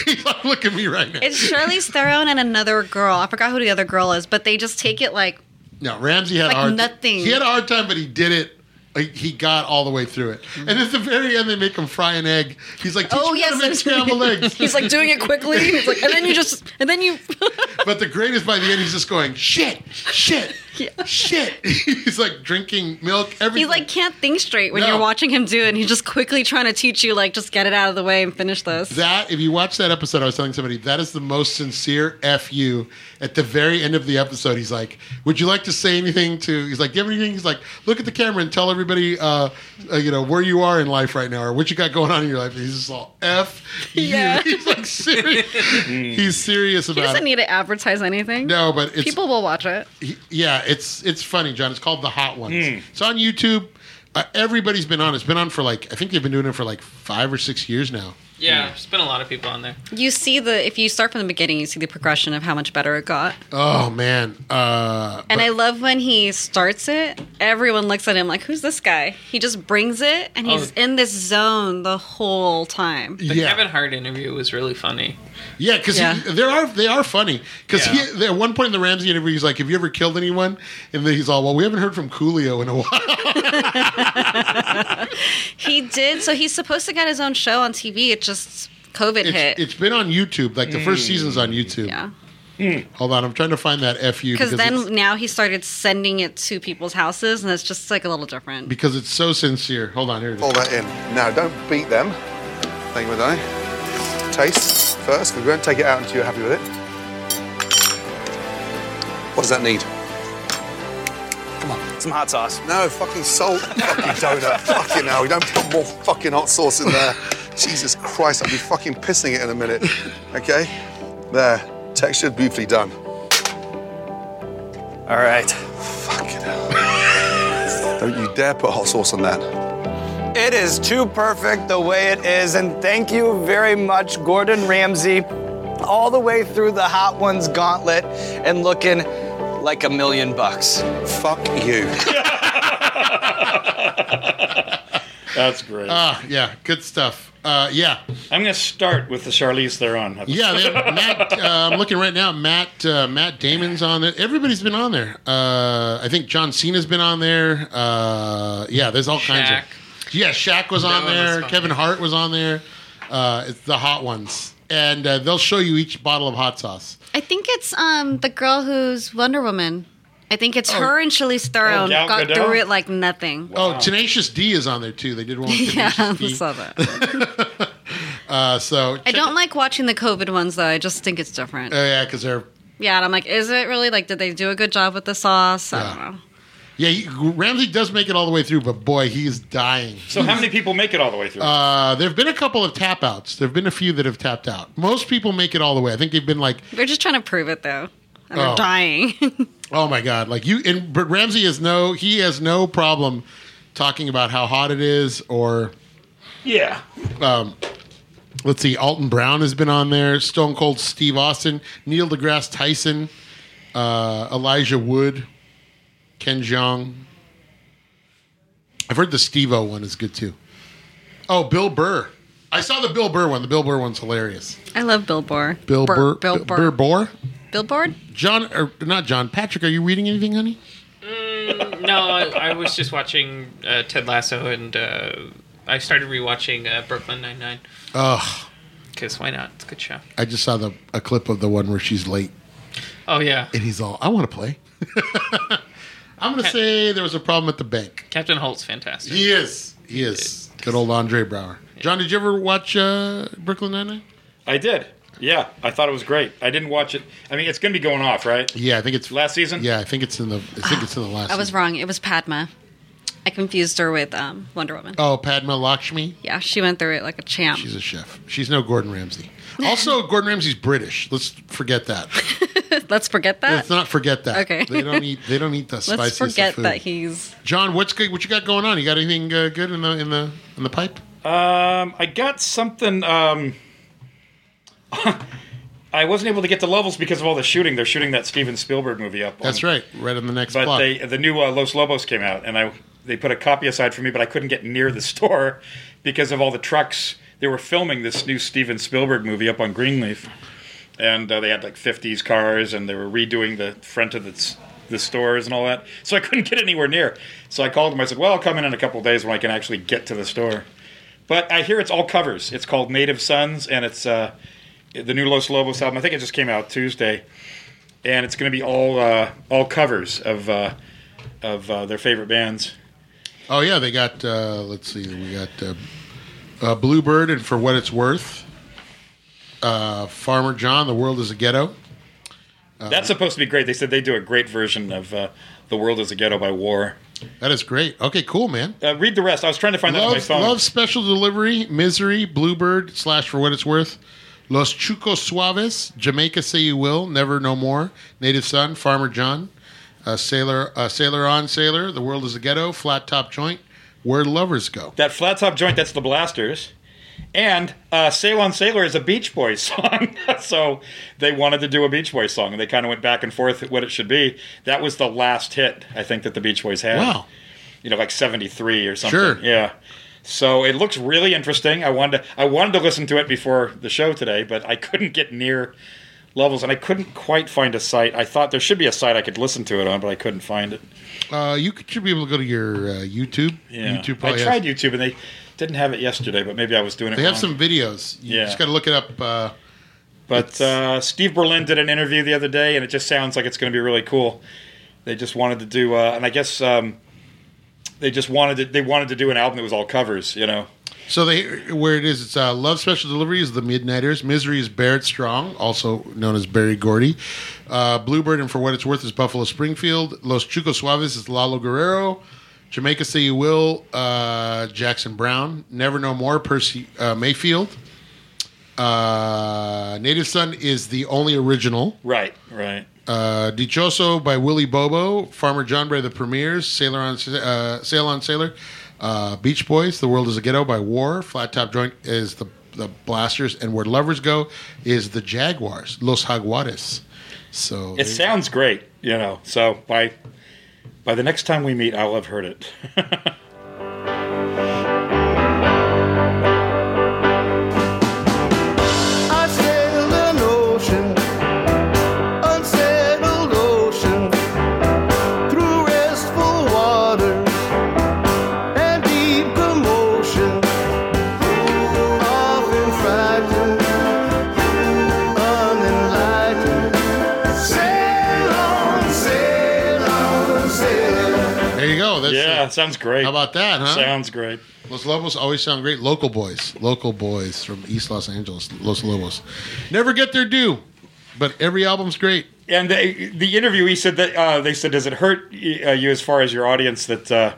he's like, look at me right now.
It's Charlize Theron and another girl. I forgot who the other girl is, but they just take it like
No, Ramsey had
Like
a hard
nothing.
He had a hard time, but he did it. Like, He got all the way through it, and at the very end, they make him fry an egg. He's like, Teach
Mm-hmm. Oh,
me how to
yes.
make
*laughs*
scrambled eggs."
he's like doing it quickly. He's like, and then you just and then you *laughs*
But the greatest by the end, he's just going, "Shit,
*laughs*
shit, shit." *laughs* he's like drinking milk.
he
Everything.
like can't think straight when
No.
you're watching him do it. And he's just quickly trying to teach you like just get it out of the way and finish this.
that if you watch that episode i was telling somebody that is the most sincere fu at the very end of the episode he's like would you like to say anything to he's like do you have anything he's like look at the camera and tell everybody uh, uh, you know where you are in life right now or what you got going on in your life he's just all f you *laughs*
Yeah. Mm.
he's like serious he's serious
he
about
doesn't
it
need to advertise anything.
no but it's
people will watch it.
he- yeah, it's it's funny, John. It's called The Hot Ones.
Mm.
It's on YouTube. Uh, everybody's been on. It's been on for like I think they've been doing it for like five or six years now.
yeah, there's been a lot of people on there.
You see the if you start from the beginning, you see the progression of how much better it got.
Oh man, uh,
And
but-
I love when he starts it. Everyone looks at him like, "Who's this guy?" He just brings it, and he's
Oh.
in this zone the whole time.
The
yeah,
Kevin Hart interview was really funny.
yeah, because
Yeah.
there are they are funny. Because
Yeah.
at one point in the Ramsey interview, he's like, "Have you ever killed anyone?" And then he's all, "Well, we haven't heard from Coolio in a while."
He did. So he's supposed to get his own show on TV. It just COVID hit.
It's, it's been on YouTube. Like the first season's on YouTube.
yeah.
Hold on, I'm trying to find that fu
Because
it's,
then now he started sending it to people's houses, and it's just like a little different.
because it's so sincere. Hold on, here it is.
All that in. Now, don't beat them. Thank you, Madonna. Taste first. We won't take it out until you're happy with it. What does that need? Come on, some hot sauce. No, fucking *laughs* salt, fucking donut. fucking hell, you don't put more fucking hot sauce in there. Jesus Christ, I'll be fucking pissing it in a *laughs* minute. Okay? There. Texture beautifully done. All right. Fucking hell. don't you dare put hot sauce on that.
It is too perfect the way it is, and thank you very much, Gordon Ramsay, all the way through the Hot Ones gauntlet and looking like a million bucks.
Fuck you.
That's great.
Ah, yeah, good stuff. Uh, yeah,
Uh, I'm going to start with the Charlize Theron. episode.
yeah. They have Matt, uh, I'm looking right now. Matt uh, Matt Damon's on it. Everybody's been on there. Uh, I think John Cena's been on there. Uh, yeah, there's all kinds
Shaq.
of. Yeah, Shaq was on
one was
there.
funny.
Kevin Hart was on there. Uh, it's the hot ones, and uh, they'll show you each bottle of hot sauce.
I think it's um the girl who's Wonder Woman. I think it's
Oh.
her and Charlize Theron
Oh, Gal
got
Gadot?
through it like nothing.
Oh, Tenacious D is on there too. They did one. With
*laughs* yeah,
Tenacious
I
D.
saw that.
Uh, so
I don't like watching the COVID ones though. I just think it's different.
Oh yeah, because they're
yeah, and I'm like, is it really like? Did they do a good job with the sauce? I don't know.
yeah. He, Ramsey does make it all the way through, but boy, he is dying.
So how many people make it all the way through?
Uh, there have been a couple of tap outs. There have been a few that have tapped out. Most people make it all the way. I think they've been like,
They're just trying to prove it though, and they're
Oh.
dying.
oh my god, like you. And but Ramsey has no, he has no problem talking about how hot it is. Or um,
yeah.
let's see, Alton Brown has been on there. Stone Cold Steve Austin, Neil deGrasse Tyson, uh, Elijah Wood, Ken Jeong. I've heard the Steve O one is good too. Oh, Bill Burr. I saw the Bill Burr one. The Bill Burr one's hilarious.
I love Billboard.
Bill Burr.
Bur- Bill Burr.
Burr. Burr.
Billboard.
John, or not John, Patrick, are you reading anything, honey?
No, I, I was just watching uh, Ted Lasso, and uh, I started rewatching uh, Brooklyn Nine Nine
Ugh,
because why not? It's a good show.
I just saw the a clip of the one where she's late,
Oh yeah,
and he's all, "I want to play." *laughs* I'm gonna say there was a problem at the bank.
Captain Holt's fantastic.
He is, he is. Good old Andre Brower. John, did you ever watch uh, Brooklyn Nine Nine?
I did. Yeah, I thought it was great. I didn't watch it. I mean, it's going to be going off, right?
Yeah, I think it's
last season.
Yeah, I think it's in the. I think it's in the last.
I was wrong. It was Padma. I confused her with um, Wonder Woman.
Oh, Padma Lakshmi.
Yeah, she went through it like a champ.
She's a chef. She's no Gordon Ramsay. Also, Gordon Ramsay's British. Let's forget
*laughs*
that.
*laughs* Let's forget that.
Let's not forget that.
Okay.
They don't eat. They don't eat the spiciest
Let's
of
forget
food.
that he's.
John, what's good? What you got going on? You got anything uh, good in the in the in the pipe?
Um, I got something. Um, *laughs* I wasn't able to get the levels because of all the shooting. They're shooting that Steven Spielberg movie up.
That's right. Right on the next
But
block.
they the new uh, Los Lobos came out, and I they put a copy aside for me, but I couldn't get near the *laughs* store because of all the trucks. They were filming this new Steven Spielberg movie up on Greenleaf, and uh, they had like 50s cars, and they were redoing the front of the s- the stores and all that. So I couldn't get anywhere near. So I called them. I said, "Well, I'll come in in a couple of days when I can actually get to the store." But I hear it's all covers. It's called Native Sons, and it's uh, the new Los Lobos album. I think it just came out Tuesday, and it's going to be all uh, all covers of uh, of uh, their favorite bands.
Oh yeah, they got. Uh, let's see, we got uh, uh, Bluebird and for what it's worth. Uh, Farmer John, the world is a ghetto. Uh-huh.
That's supposed to be great. They said they do a great version of uh, "The World Is a Ghetto" by War.
That is great. Okay, cool, man.
Uh, read the rest. I was trying to find that on my
Love,
phone.
love special delivery, misery, Bluebird slash for what it's worth. Los Chucos Suaves, Jamaica Say You Will, Never No More, Native Son, Farmer John, uh, Sailor uh, Sailor on Sailor, The World is a Ghetto, Flat Top Joint, Where Lovers Go.
That flat top joint. That's the Blasters. And uh, Sail on Sailor is a Beach Boys *laughs* song. so they wanted to do a Beach Boys song, and they kind of went back and forth at what it should be. That was the last hit, I think, that the Beach Boys had.
Wow.
You know, like 73 or something.
Sure.
Yeah. So it looks really interesting. I wanted to, I wanted to listen to it before the show today, but I couldn't get near levels, and I couldn't quite find a site. I thought there should be a site I could listen to it on, but I couldn't find it.
Uh, you could, should be able to go to your uh, YouTube.
Yeah.
YouTube
I
probably has-
tried YouTube, and they didn't have it yesterday, but maybe I was doing it
They have
wrong.
some videos. You
Yeah.
just got to look it up. Uh,
But uh, Steve Berlin did an interview the other day, and it just sounds like it's going to be really cool. They just wanted to do, uh, and I guess um, they just wanted to, they wanted to do an album that was all covers, you know.
so they where it is. It's uh, Love Special Delivery is the Midnighters. Misery is Barrett Strong, also known as Barry Gordy. Uh, Bluebird and for what it's worth is Buffalo Springfield. Los Chicos Suaves is Lalo Guerrero. Jamaica Say You Will, uh, Jackson Brown. Never No More, Percy uh, Mayfield. Uh, Native Son is the only original.
Right, right.
Uh, Dichoso by Willie Bobo, Farmer John by the Premiers, Sailor on uh, Sail on Sailor, uh, Beach Boys, The World is a Ghetto by War, Flat Top Joint is the the Blasters, and Where Lovers Go is the Jaguars, Los Jaguares. So
It sounds great, you know. So by by the next time we meet, I'll have heard it.
I sailed an ocean, unsettled ocean, through restful waters and deep commotion. Often frightened, unenlightened. Sail on, sail on, sail.
there you go. *laughs* That's
yeah, sounds great. How
about that, huh?
Sounds great.
Los Lobos always sound great. Local boys, local boys from East Los Angeles, Los Lobos, never get their due, but every album's great.
And they, the interviewee said that uh, they said, "Does it hurt y- uh, you as far as your audience that uh,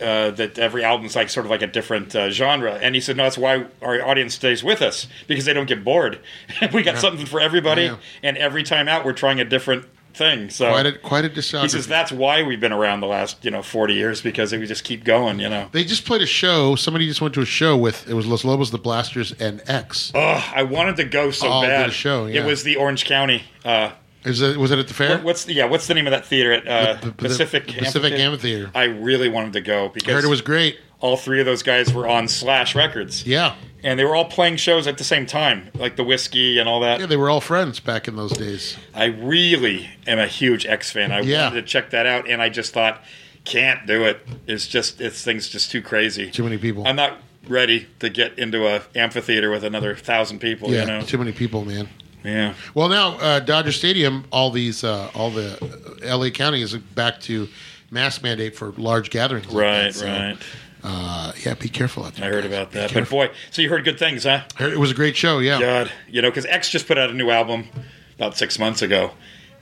uh, that every album's like sort of like a different uh, genre?" And he said, "No, that's why our audience stays with us because they don't get bored. *laughs* we got
Yeah.
something for everybody,
Yeah.
and every time out, we're trying a different thing." So
Quite a quite a
he
discography.
says that's why we've been around the last you know forty years because we just keep going. You know,
They just played a show. Somebody just went to a show with it was Los Lobos, the Blasters, and X.
oh, I wanted to go so
Oh, did
bad.
a show, yeah.
It was the Orange County. Uh,
Is it, was it at the fair?
What- what's the, yeah? What's the name of that theater at uh,
The- the-
Pacific
the Pacific Amphitheater.
I really wanted to go because
heard it was great.
All three of those guys were on Slash Records.
Yeah.
and they were all playing shows at the same time, like the whiskey and all that.
Yeah, they were all friends back in those days.
I really am a huge X fan. I
Yeah.
wanted to check that out, and I just thought can't do it. It's just it's things just too crazy.
Too many people.
I'm not ready to get into a amphitheater with another thousand people.
yeah,
You know.
too many people, man.
Yeah.
Well, now uh, Dodger Stadium, all these, uh, all the uh, L.A. County is back to mask mandate for large gatherings. like
Right,
that, so,
right.
Uh, yeah, be careful out there.
I heard about that. But boy, so you heard good things, huh?
It was a great show, yeah.
God, you know, because X just put out a new album about six months ago,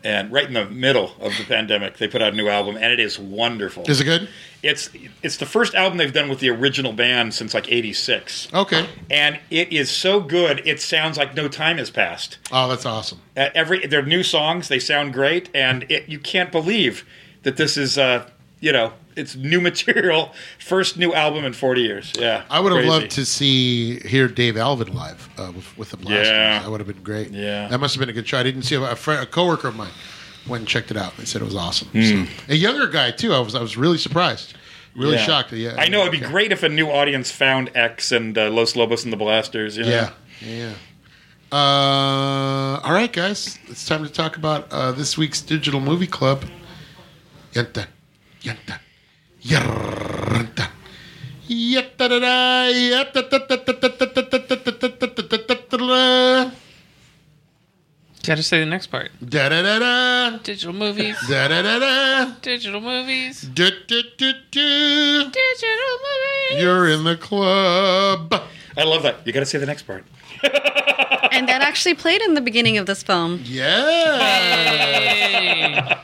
and right in the middle of the pandemic, they put out a new album, and it is wonderful.
Is it good?
It's it's the first album they've done with the original band since like '86,
Okay.
and it is so good. It sounds like no time has passed.
Oh, that's awesome.
Uh, every their new songs, they sound great, and it, you can't believe that this is uh, you know it's new *laughs* material, first new album in 40 years. Yeah,
I would have
Crazy.
loved to see hear Dave Alvin live uh, with, with the Blasters.
Yeah.
That would have been great.
Yeah.
that must have been a good show. I didn't see a, a, friend, a coworker of mine went and checked it out. They said it was awesome.
Hmm.
So- a younger guy too. I was I was really surprised, really
Yeah.
shocked. Yeah,
I know it'd be great if a new audience found X and uh, Los Lobos and the Blasters. You know?
Yeah, yeah. Uh, all right, guys, it's time to talk about uh, this week's digital movie club. Yenta, yenta, yarranta. Yet-da-da-da, yet-da-da-da-da-da-da-da-da-da-da-da-da-da.
Gotta say the next part.
Da da da da.
Digital movies.
Da da da da.
Digital movies.
Du, du, du, du.
Digital movies.
You're in the club.
I love that. You got to say the next part.
and that actually played in the beginning of this film.
Yeah.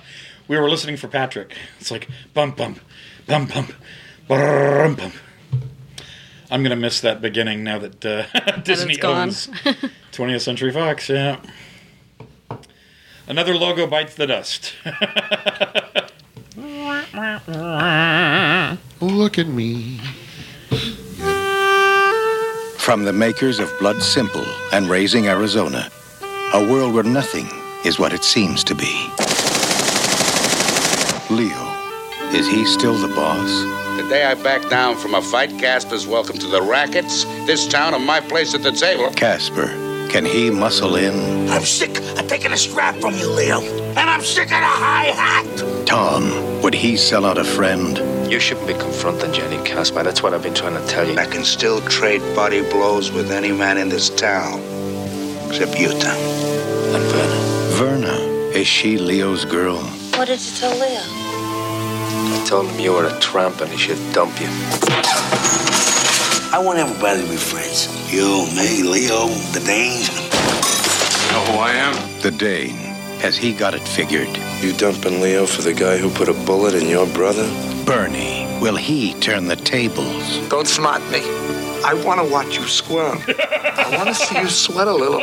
We were listening for Patrick. It's like bump bump, bump bump, brum bump. I'm gonna miss that beginning now that uh, Disney
it's gone.
owns 20th Century Fox. Yeah. Another logo bites the dust.
Look at me.
From the makers of Blood Simple and Raising Arizona, a world where nothing is what it seems to be. Leo, is he still the boss?
The day I back down from a fight, Casper's welcome to the rackets, this town, and my place at the table.
Casper, can he muscle in?
I'm sick of taking a strap from you, Leo, and I'm sick of the high hat.
Tom, would he sell out a friend?
You shouldn't be confronting Jenny Casper. That's what I've been trying to tell you. I can still trade body blows with any man in this town. Except you, Tom.
Verna, is she Leo's girl?
What did you tell Leo?
I told him you were a tramp and he should dump you.
I want everybody to be friends. You, me, Leo, the Dane. Know who I am?
The Dane, has he got it figured?
You dumping Leo for the guy who put a bullet in your brother?
Bernie, will he turn the tables?
Don't smart me. I want to watch you squirm. I want to see you sweat a little.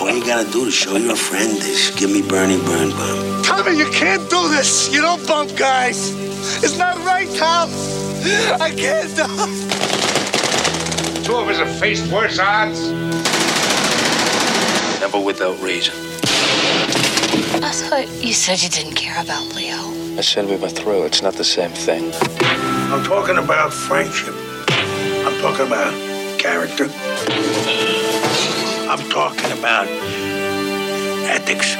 All you gotta do to show your friend is give me Bernie Burn Bum. Tommy, you can't do this. You don't bump guys. It's not right, Tom. I can't. Two of us have faced worse odds.
Never without reason.
I thought you said you didn't care about Leo.
I said we were through. It's not the same thing.
I'm talking about friendship. I'm talking about character. I'm talking about ethics.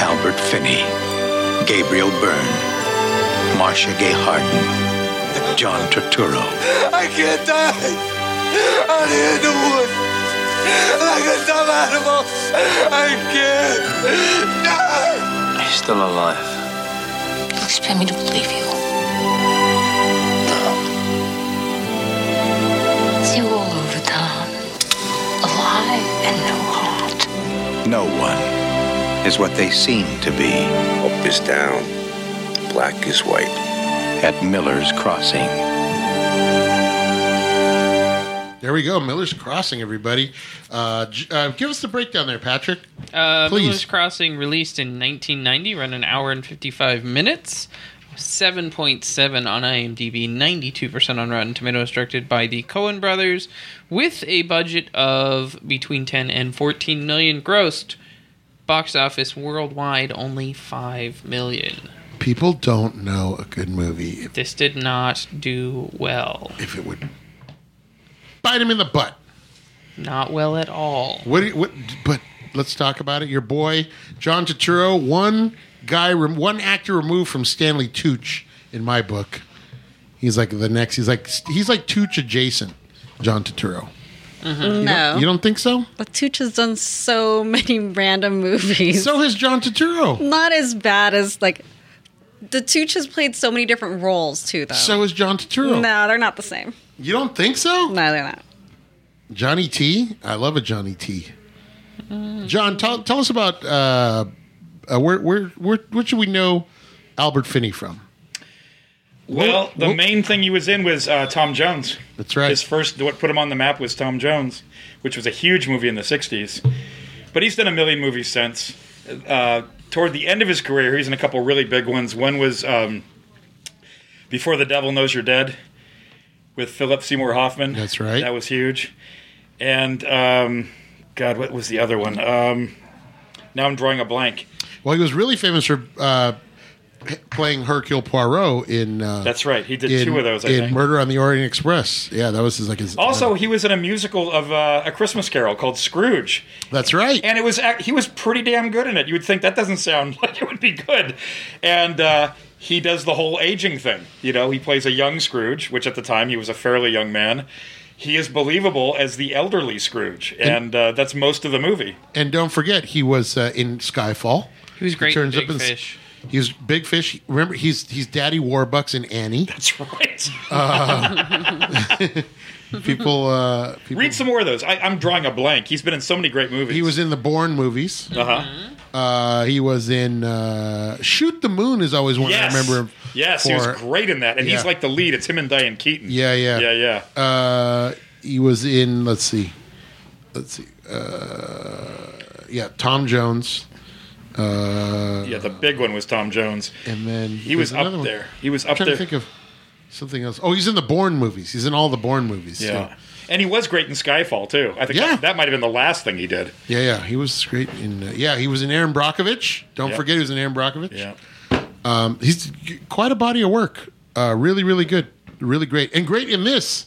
Albert Finney, Gabriel Byrne, Marcia Gay Harden, John Turturro,
I can't die. Out here in the woods. Like a dumb animal. I can't die.
He's still alive.
Please pay me to believe you. It's you all over, Tom. Alive and no heart.
no one is what they seem to be.
Up is down, black is white.
At Miller's Crossing.
There we go. Miller's Crossing, everybody. Uh, j- uh, give us the breakdown there, Patrick.
Uh,
Please.
Miller's Crossing released in 1990, run an hour and 55 minutes. 7.7 on IMDb, 92% on Rotten Tomatoes, directed by the Coen brothers, with a budget of between 10 and 14 million grossed. Box office worldwide only 5 million.
People don't know a good movie.
This did not do well.
If it would. Bite him in the butt.
Not well at all.
What? do you- What? But let's talk about it. Your boy John Turturro, one guy, rem- one actor removed from Stanley Tucci in my book. He's like the next. He's like he's like Tucci adjacent. John Turturro.
Mhm.
You don't-
No.
you don't think so?
Latuch has done so many *laughs* random movies.
So has John Turturro.
Not as bad as like the Tooch has played so many different roles too, though.
So is John Turturro.
No, they're not the same.
You don't think so?
No, they're not.
Johnny T. I love a Johnny T. John, tell, tell us about uh, uh, where, where where what should we know Albert Finney from?
Well, the main thing he was in was uh, Tom Jones.
That's right.
His first, what put him on the map was Tom Jones, which was a huge movie in the 60s. But he's done a million movies since. Uh, toward the end of his career, he's in a couple really big ones. One was um, Before the Devil Knows You're Dead with Philip Seymour Hoffman. That's right. That was huge. And, um, God, what was the other one? Um, now I'm drawing a blank.
Well, he was really famous for uh, playing Hercule Poirot in. Uh,
That's right. He did
in-
two of those, I
in
think.
Murder on the Orient Express. Yeah, that was his like his. uh,
Also, he was in a musical of uh, A Christmas Carol called Scrooge.
That's right.
And it was ac- he was pretty damn good in it. You would think that doesn't sound *laughs* like it would be good. And uh, he does the whole aging thing. You know, he plays a young Scrooge, which at the time he was a fairly young man. He is believable as the elderly Scrooge, and uh, that's most of the movie. *laughs*
and don't forget, he was uh, in Skyfall.
He was great in Big
in s-
Fish.
He was big fish. Remember, he's he's Daddy Warbucks and Annie.
That's right.
Uh, people, uh, people
Read some more of those. I, I'm drawing a blank. He's been in so many great movies.
He was in the Bourne
*laughs*
movies.
Uh-huh.
Uh, he was in uh, Shoot the Moon is always one
Yes.
I remember him.
Yes, he was
for.
great in that, and
Yeah.
he's like the lead. It's him and Diane Keaton.
Yeah, yeah,
yeah, yeah.
Uh, he was in. Let's see, let's see. Uh, yeah, Tom Jones. Uh,
yeah, the big one was Tom Jones.
and then
He was
there's another
up
one.
there. He was
I'm
up
trying
there.
To think of something else. Oh, he's in the Bourne movies. He's in all the Bourne movies. too.
yeah. And he was great in Skyfall too. I think that, that might have been the last thing he did.
yeah, yeah. He was great in. Uh, yeah, he was in Aaron Brockovich. Don't
Yeah.
forget, he was in Aaron Brockovich.
Yeah.
Um, he's quite a body of work. Uh, really, really good. Really great. And great in this.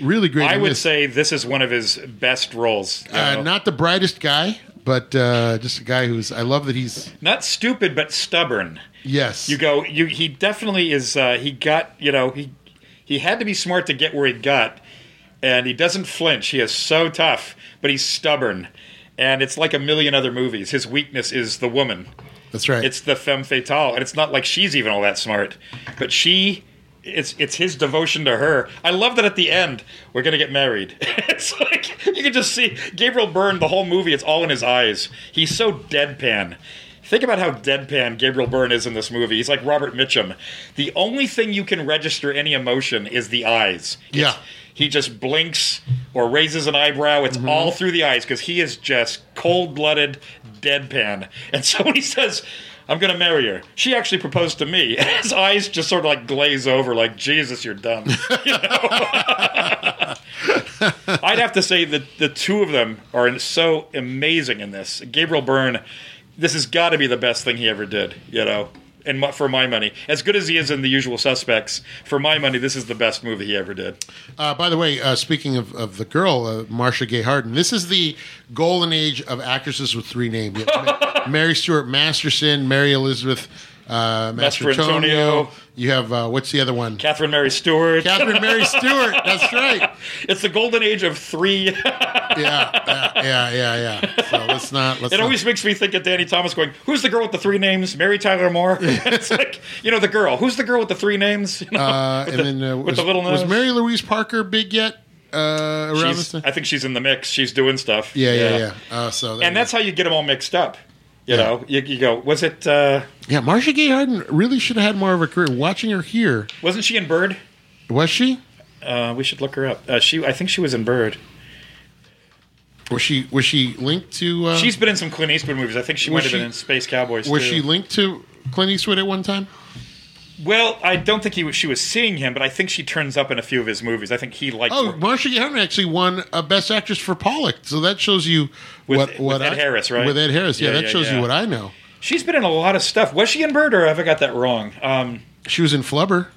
Really great
I
in
would
this.
say this is one of his best roles.
Uh, not the brightest guy, but uh, just a guy who's. I love that he's.
Not stupid, but stubborn.
Yes.
You go. You he definitely is. Uh, he got. You know he he had to be smart to get where he got, and he doesn't flinch. He is so tough, but he's stubborn, and it's like a million other movies. His weakness is the woman.
That's right.
It's the femme fatale, and it's not like she's even all that smart, but she. It's it's his devotion to her. I love that at the end we're gonna get married. *laughs* it's like you can just see Gabriel Byrne the whole movie. It's all in his eyes. He's so deadpan. Think about how deadpan Gabriel Byrne is in this movie. He's like Robert Mitchum. The only thing you can register any emotion is the eyes.
Yeah.
He just blinks or raises an eyebrow.
Mm-hmm.
It's all through the eyes because he is just cold blooded, deadpan. *laughs* And so when he says, I'm going to marry her, she actually proposed to me. *laughs* And his eyes just sort of like glaze over, like, Jesus,
*laughs*
you're dumb. You know? I'd have to say that the two of them are in- so amazing in this. Gabriel Byrne, this has got to be the best thing he ever did, you know. And mu- for my money, as good as he is in The Usual Suspects, for my money, this is the best movie he ever did.
Uh, by the way, uh, speaking of, of the girl, uh, Marsha Gay Harden, this is the golden age of actresses with three names. You have
*laughs*
Ma- Mary Stuart Masterson, Mary Elizabeth uh,
Master
Master Antonio.
Antonio.
You have, uh, what's the other one?
Catherine Mary Stewart.
Catherine
*laughs*
Mary Stewart. That's right.
It's the golden age of three. *laughs*
yeah, yeah, yeah, yeah. So let's not. Let's
it
not-
always makes me think of Danny Thomas going, "Who's the girl with the three names? Mary Tyler Moore." *laughs* it's like you know the girl. Who's the girl with the three names? *laughs* You know,
Uh,
with
and
the,
then uh,
with
was,
the little nose.
was Mary Louise Parker big yet? Uh, around this
She's- I think she's in the mix. She's doing stuff.
Yeah, yeah, yeah. Uh, so there
and that's how you get them all mixed up. You
Yeah.
know, you, you go, was it? Uh,
Yeah, Marsha Gay Harden really should have had more of a career. Watching her here,
wasn't she in Bird?
was she?
Uh, we should look her up. Uh, she, I think she was in Bird.
Was she? Was she linked to? Uh,
She's been in some Clint Eastwood movies. I think she
was
might have
she-
been in Space Cowboys.
Was
too.
she linked to Clint Eastwood at one time?
Well, I don't think he was, she was seeing him, but I think she turns up in a few of his movies. I think he liked
Oh, Marsha Gay Harden actually won a Best Actress for Pollock, so that shows you what what
with Ed
I-
Harris, right?
With Ed Harris, yeah,
Yeah,
that
yeah,
shows
yeah.
you what I know.
She's been in a lot of stuff. Was she in Bird, or have I got that wrong? Um,
She was in Flubber.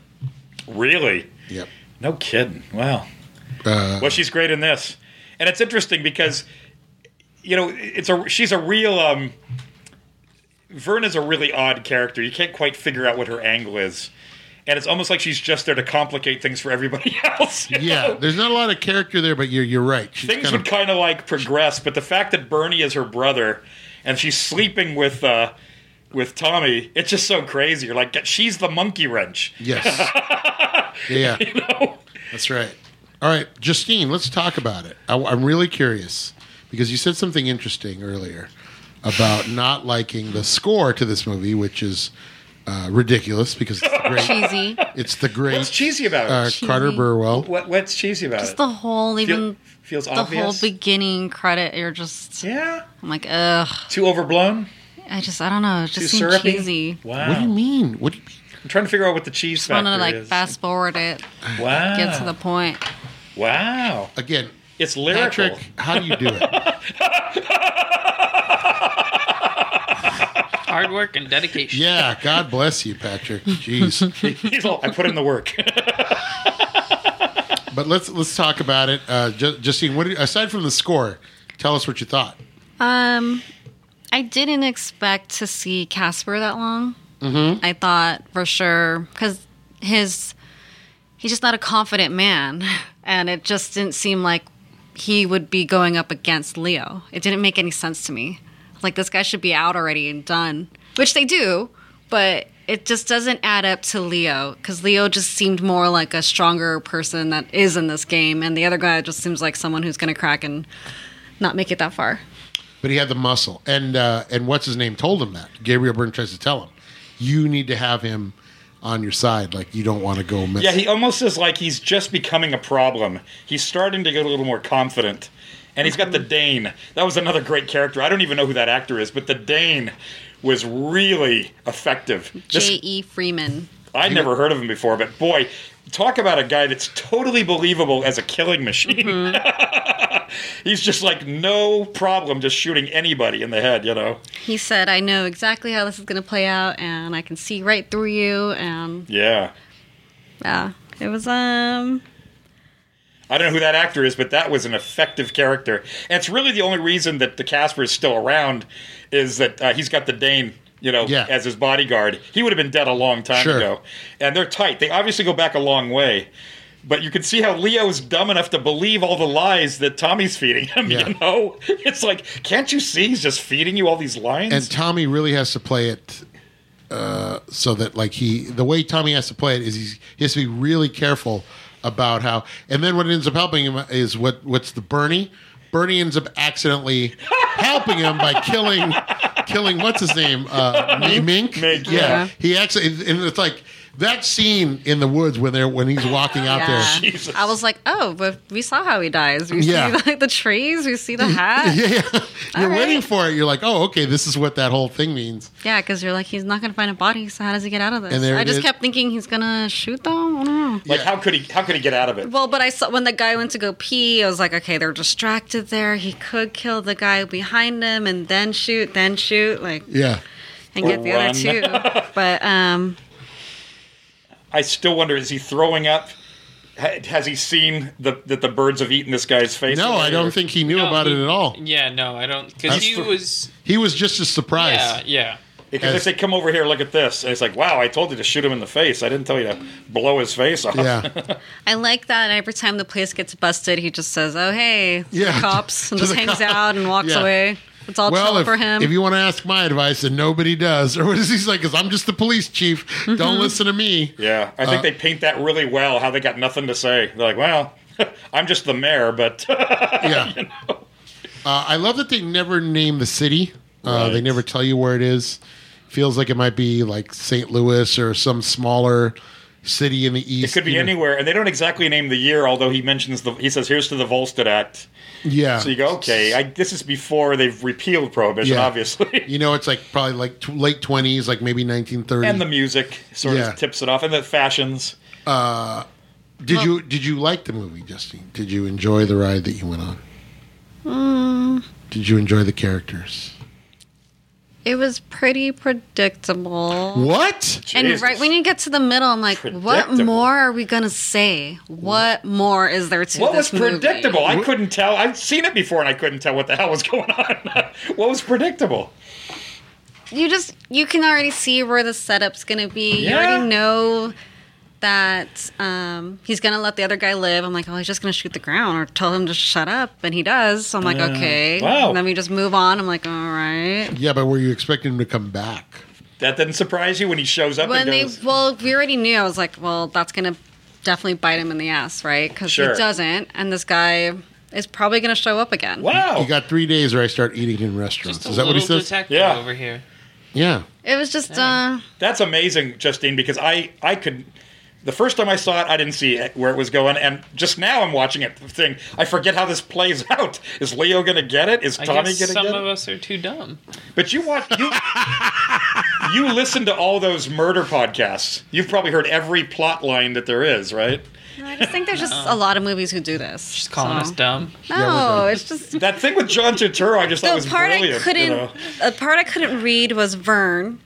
really?
Yep.
No kidding. Wow.
Uh,
Well, she's great in this, and it's interesting because you know it's a she's a real. Um, Verna's a really odd character. You can't quite figure out what her angle is, and it's almost like she's just there to complicate things for everybody *laughs* else. you
Yeah,
know?
there's not a lot of character there, but you're you're right. She's
things
kind
would
of
kind of like progress, but the fact that Bernie is her brother and she's sleeping with uh, with Tommy, it's just so crazy. You're like, she's the monkey wrench.
yes,
*laughs*
yeah, that's right. All right, Justine, let's talk about it. I, am really curious because you said something interesting earlier about not liking the score to this movie, which is uh, ridiculous because it's
*laughs*
the great.
Cheesy.
It's the great. What's
cheesy about
it? Uh,
Cheesy.
Carter Burwell.
What what's cheesy about
Just the whole even
feels
the
obvious.
whole beginning credit. You're just
yeah.
I'm like ugh.
Too overblown.
I just I don't know. It
Too
just seemed
syrupy.
cheesy.
Wow.
What do you mean? What do you mean?
I'm trying to figure out what the cheese
Just want
factor
to like
is.
fast forward it.
Wow.
Ah.
Get to the point.
Wow.
Again,
it's lyrical.
Patrick, how do you do it?
*laughs*
Hard work and dedication.
Yeah, God bless you, Patrick.
*laughs*
Jeez.
*laughs* I put in the work.
but let's let's talk about it. Uh, Ju- Justine, what did, aside from the score, tell us what you thought.
Um, I didn't expect to see Casper that long.
Mm-hmm.
I thought for sure because his he's just not a confident man, and it just didn't seem like he would be going up against Leo. It didn't make any sense to me. Like this guy should be out already and done, which they do, but it just doesn't add up to Leo because Leo just seemed more like a stronger person that is in this game, and the other guy just seems like someone who's going to crack and not make it that far.
But he had the muscle, and uh, and what's his name told him that Gabriel Byrne tries to tell him, you need to have him on your side. Like you don't want to go. Miss.
*laughs* Yeah, he almost is like he's just becoming a problem. He's starting to get a little more confident. And he's got the Dane. That was another great character. I don't even know who that actor is, but the Dane was really effective. This-
J. E. Freeman.
I'd never heard of him before, but boy, talk about a guy that's totally believable as a killing machine. *laughs* he's just like no problem just shooting anybody in the head, you know?
He said, I know exactly how this is going to play out, and I can see right through you. And
Yeah.
yeah, it was, um,
I don't know who that actor is, but that was an effective character. And it's really the only reason that the Casper is still around is that uh, he's got the Dane, you know,
Yeah.
as his bodyguard. He would have been dead a long time
Sure.
ago. And they're tight. They obviously go back a long way. But you can see how Leo's dumb enough to believe all the lies that Tommy's feeding him, *laughs*
Yeah.
you know? It's like, can't you see he's just feeding you all these lines?
and Tommy really has to play it uh, so that like he the way Tommy has to play it is he's, he has to be really careful about how and then what ends up helping him is what what's the Bernie Bernie ends up accidentally helping him by killing killing what's his name uh, Mi- Mink
Mink, yeah.
he actually and it's like that scene in the woods when they're when he's walking out
yeah.
there
I was like, oh, but we saw how he dies. We
Yeah.
see like the trees, we see the hat.
*laughs* yeah, yeah. you're waiting for it you're like oh okay this is what that whole thing means
yeah, because you're like, he's not going to find a body, so how does he get out of this?
And there
I
it
just
is.
kept thinking he's going to shoot, though. I don't know.
like, how could he? How could he get out of it?
Well, but I saw when the guy went to go pee, I was like, okay, they're distracted there. He could kill the guy behind him and then shoot, then shoot, like,
yeah
and get the other two. But um,
I still wonder: is he throwing up? Ha- Has he seen the, that the birds have eaten this guy's face?
no I don't think he knew about it at all
Yeah, no, I don't. Because
That's
he
the-
was.
he was just as surprised
Yeah, yeah.
Because if they come over here, look at this, and it's like, wow, I told you to shoot him in the face. I didn't tell you to blow his face off.
Yeah.
I like that every time the place gets busted, he just says, oh, hey, to the
Yeah, *laughs*
cops, and
to
just
the
hangs
cop-
out and walks
Yeah.
away. It's all chill
if,
for him.
if you want to ask my advice, and nobody does, or what is he like? Because I'm just the police chief. Don't
Mhm.
listen to me.
yeah. I think
Uh,
they paint that really well. How they got nothing to say. They're like, well, *laughs* I'm just the mayor, but *laughs*
yeah. Uh, I love that they never name the city. Uh, They never tell you where it is. Feels like it might be like St. Louis or some smaller city in the east.
it could be
you know?
anywhere. And they don't exactly name the year, although he mentions the. He says, "Here's to the Volstead Act."
Yeah.
So you go, okay, I, this is before they've repealed prohibition,
Yeah.
obviously.
*laughs* You know, it's like probably like t- late twenties, like maybe nineteen thirty.
and the music sort
Yeah.
of tips it off, and the fashions.
uh, did you did you like the movie, Justine? Did you enjoy the ride that you went on?
Mm,
Did you enjoy the characters?
it was pretty predictable.
What?
And
Jesus.
right when you get to the middle, I'm like, what
Predictable.
more are we going to say? What more is there to
What was
this movie?
predictable? I couldn't tell. I've seen it before, and I couldn't tell what the hell was *laughs* going on. what was predictable?
you just you can already see where the setup's gonna be. You
Yeah.
already know that um, he's going to let the other guy live. I'm like, oh, he's just going to shoot the ground or tell him to shut up. And he does. So I'm like,
Yeah.
okay.
Wow.
And then we just move on. I'm like, all right.
Yeah, but were you expecting him to come back?
That doesn't surprise you when he shows up
when
and
they
goes,
well we already knew i was like well that's gonna definitely bite him in the ass right because
Sure.
he doesn't and this guy is probably gonna show up again
Oh.
You got three days or I start eating in restaurants.
Just a
Is that what he
little
says?
detective over here.
Yeah.
it was just uh
That's amazing, Justine, because I I could the first time I saw it, I didn't see it, where it was going, and just now I'm watching it. The thing I forget how this plays *laughs* out. Is Leo gonna get it? Is
I
Tommy
guess
gonna
some
get
of
it?
us are too dumb.
But you watch
*laughs*
you you listen to all those murder podcasts. You've probably heard every plot line that there is, right?
i just think there's just a lot of movies who do this just
Calling us dumb.
No, Yeah, we're dumb. it's
just that thing with John Turturro. I just thought was
the part
brilliant.
i couldn't
you know?
the part i couldn't read was vern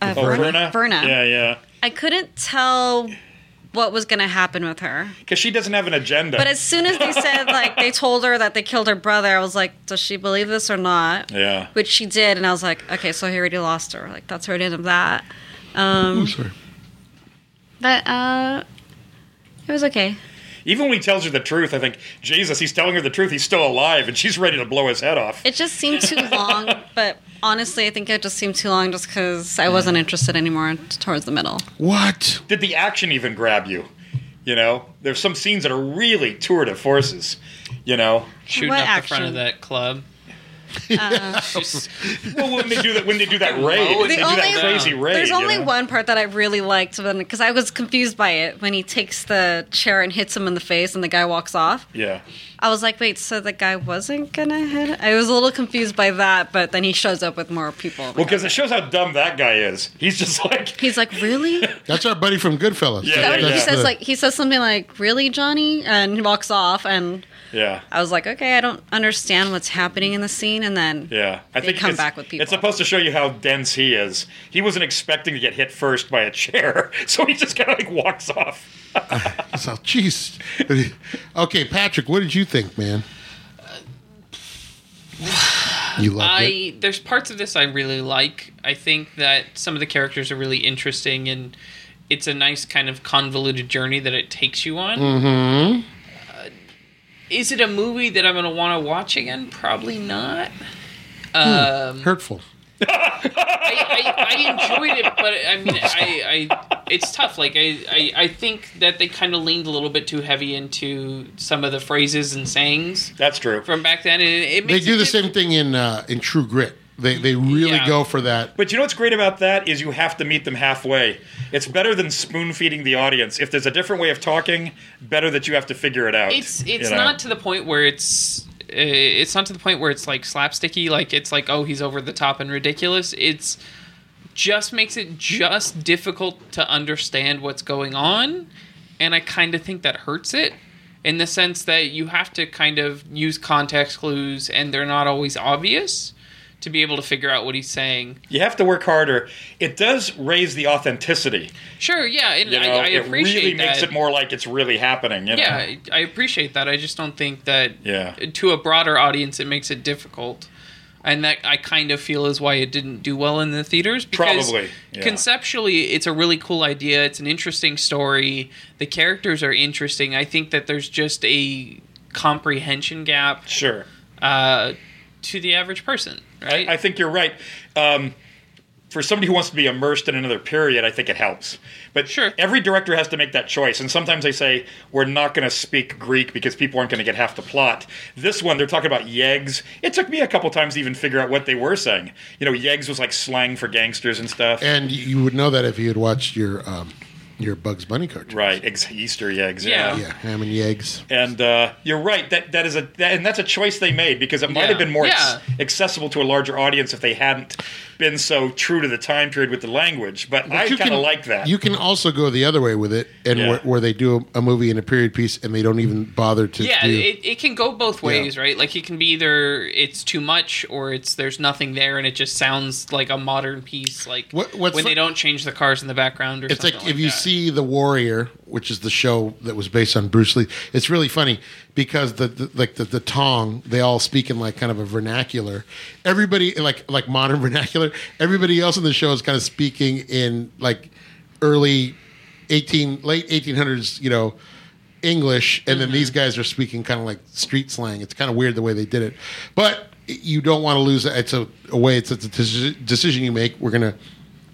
uh,
Oh,
Verna?
Verna?
Verna.
Yeah, yeah.
i couldn't tell what was gonna happen with her
Because she doesn't have an agenda.
but as soon as they said like they told her that they killed her brother i was like does she believe this or not
yeah.
which she did, and I was like, okay, so he already lost her. Like that's already end of that. Um, But uh, it was okay.
Even when he tells her the truth, I think, Jesus, he's telling her the truth. He's still alive, and she's ready to blow his head off.
It just seemed
*laughs*
too long, but honestly, I think it just seemed too long just because I wasn't interested anymore t- towards the middle.
What?
Did the action even grab you? You know, there's some scenes that are really tour de forces. You know,
Shooting up the front of that club. *laughs*
well, when they do that, when they
*laughs*
do that raid,
The
they do that
only-
crazy raid.
There's
you
only
know?
one part that I really liked because I was confused by it when he takes the chair and hits him in the face and the guy walks off.
Yeah.
I was like, wait, so the guy wasn't gonna hit? I was a little confused by that, but then he shows up with more people.
Well, because it shows how dumb that guy is. He's just *laughs* like,
He's like,
*laughs*
really?
That's our buddy from Goodfellas.
Yeah,
That-
yeah,
He
yeah.
says like he says something like "Really, Johnny?" and he walks off. And
yeah.
I was like, okay, I don't understand what's happening in the scene. And then
Yeah, I
They
think
come
it's,
back with people.
It's supposed to show you how dense he is. He wasn't expecting to get hit first by a chair, *laughs* so he just kind of like walks off.
So, jeez. Okay, Patrick, what did you think, man? You loved
I
it.
there's parts of this I really like. I think that some of the characters are really interesting, and it's a nice kind of convoluted journey that it takes you on. Uh,
Mm-hmm.
Is it a movie that I'm going to want to watch again? Probably not. Um,
Hurtful.
I, I enjoyed it, but I mean, I, I it's tough. Like I, I, I think that they kind of leaned a little bit too heavy into some of the phrases and sayings.
That's true.
From back then, and it, it
They
makes
do
it
the same thing in uh, in True Grit. They they really go for that.
But you know what's great about that is you have to meet them halfway. It's better than spoon feeding the audience. If there's a different way of talking, better that you have to figure it out.
It's
you
it's
know?
not to the point where it's uh, it's not to the point where it's like slapsticky. Like it's like oh he's over the top and ridiculous. It's just makes it just difficult to understand what's going on, and I kind of think that hurts it in the sense that you have to kind of use context clues and they're not always obvious to be able to figure out what he's saying.
You have to work harder. It does raise the authenticity.
Sure, yeah, and
You know,
I, I
it
appreciate
really
that.
makes it more like it's really happening. You know?
yeah, I- I appreciate that. I just don't think that
Yeah.
to a broader audience it makes it difficult. And that I kind of feel is why it didn't do well in the theaters. Because
Probably, yeah.
Conceptually, it's a really cool idea. It's an interesting story. The characters are interesting. I think that there's just a comprehension gap.
Sure.
Uh, to the average person, right?
I, I think you're right. Um, for somebody who wants to be immersed in another period, I think it helps. But sure. every director has to make that choice. And sometimes they say, we're not going to speak Greek because people aren't going to get half the plot. This one, they're talking about yeggs. It took me a couple times to even figure out what they were saying. You know, yeggs was like slang for gangsters and stuff.
And you would know that if you had watched your um, your Bugs Bunny cartoon.
right, ex- Easter yeggs.
Yeah.
Yeah.
ham and eggs.
And uh, you're right. That that is a that, and that's a choice they made because it might
Yeah.
have been more ex-
Yeah.
accessible to a larger audience if they hadn't been so true to the time period with the language. But, I
you
kind of
can-
like that.
You can also go the other way with it, and
Yeah.
where, where they do a, a movie in a period piece, and they don't even bother to.
yeah,
do,
it, it can go both ways, right? Like it can be either it's too much or it's there's nothing there and it just sounds like a modern piece. Like
What- what's
when
fu-
they don't change the cars in the background or
it's
something.
like if you see The Warrior, which is the show that was based on Bruce Lee. It's really funny because the, the like the, the Tong, they all speak in like kind of a vernacular. Everybody like like *laughs* modern vernacular. Everybody else in the show is kind of speaking in like early eighteen late eighteen hundreds, you know, English, and
Mm-hmm.
then these guys are speaking kind of like street slang. It's kind of weird the way they did it, but you don't want to lose it. It's a, a way. It's a deci- decision you make. We're gonna,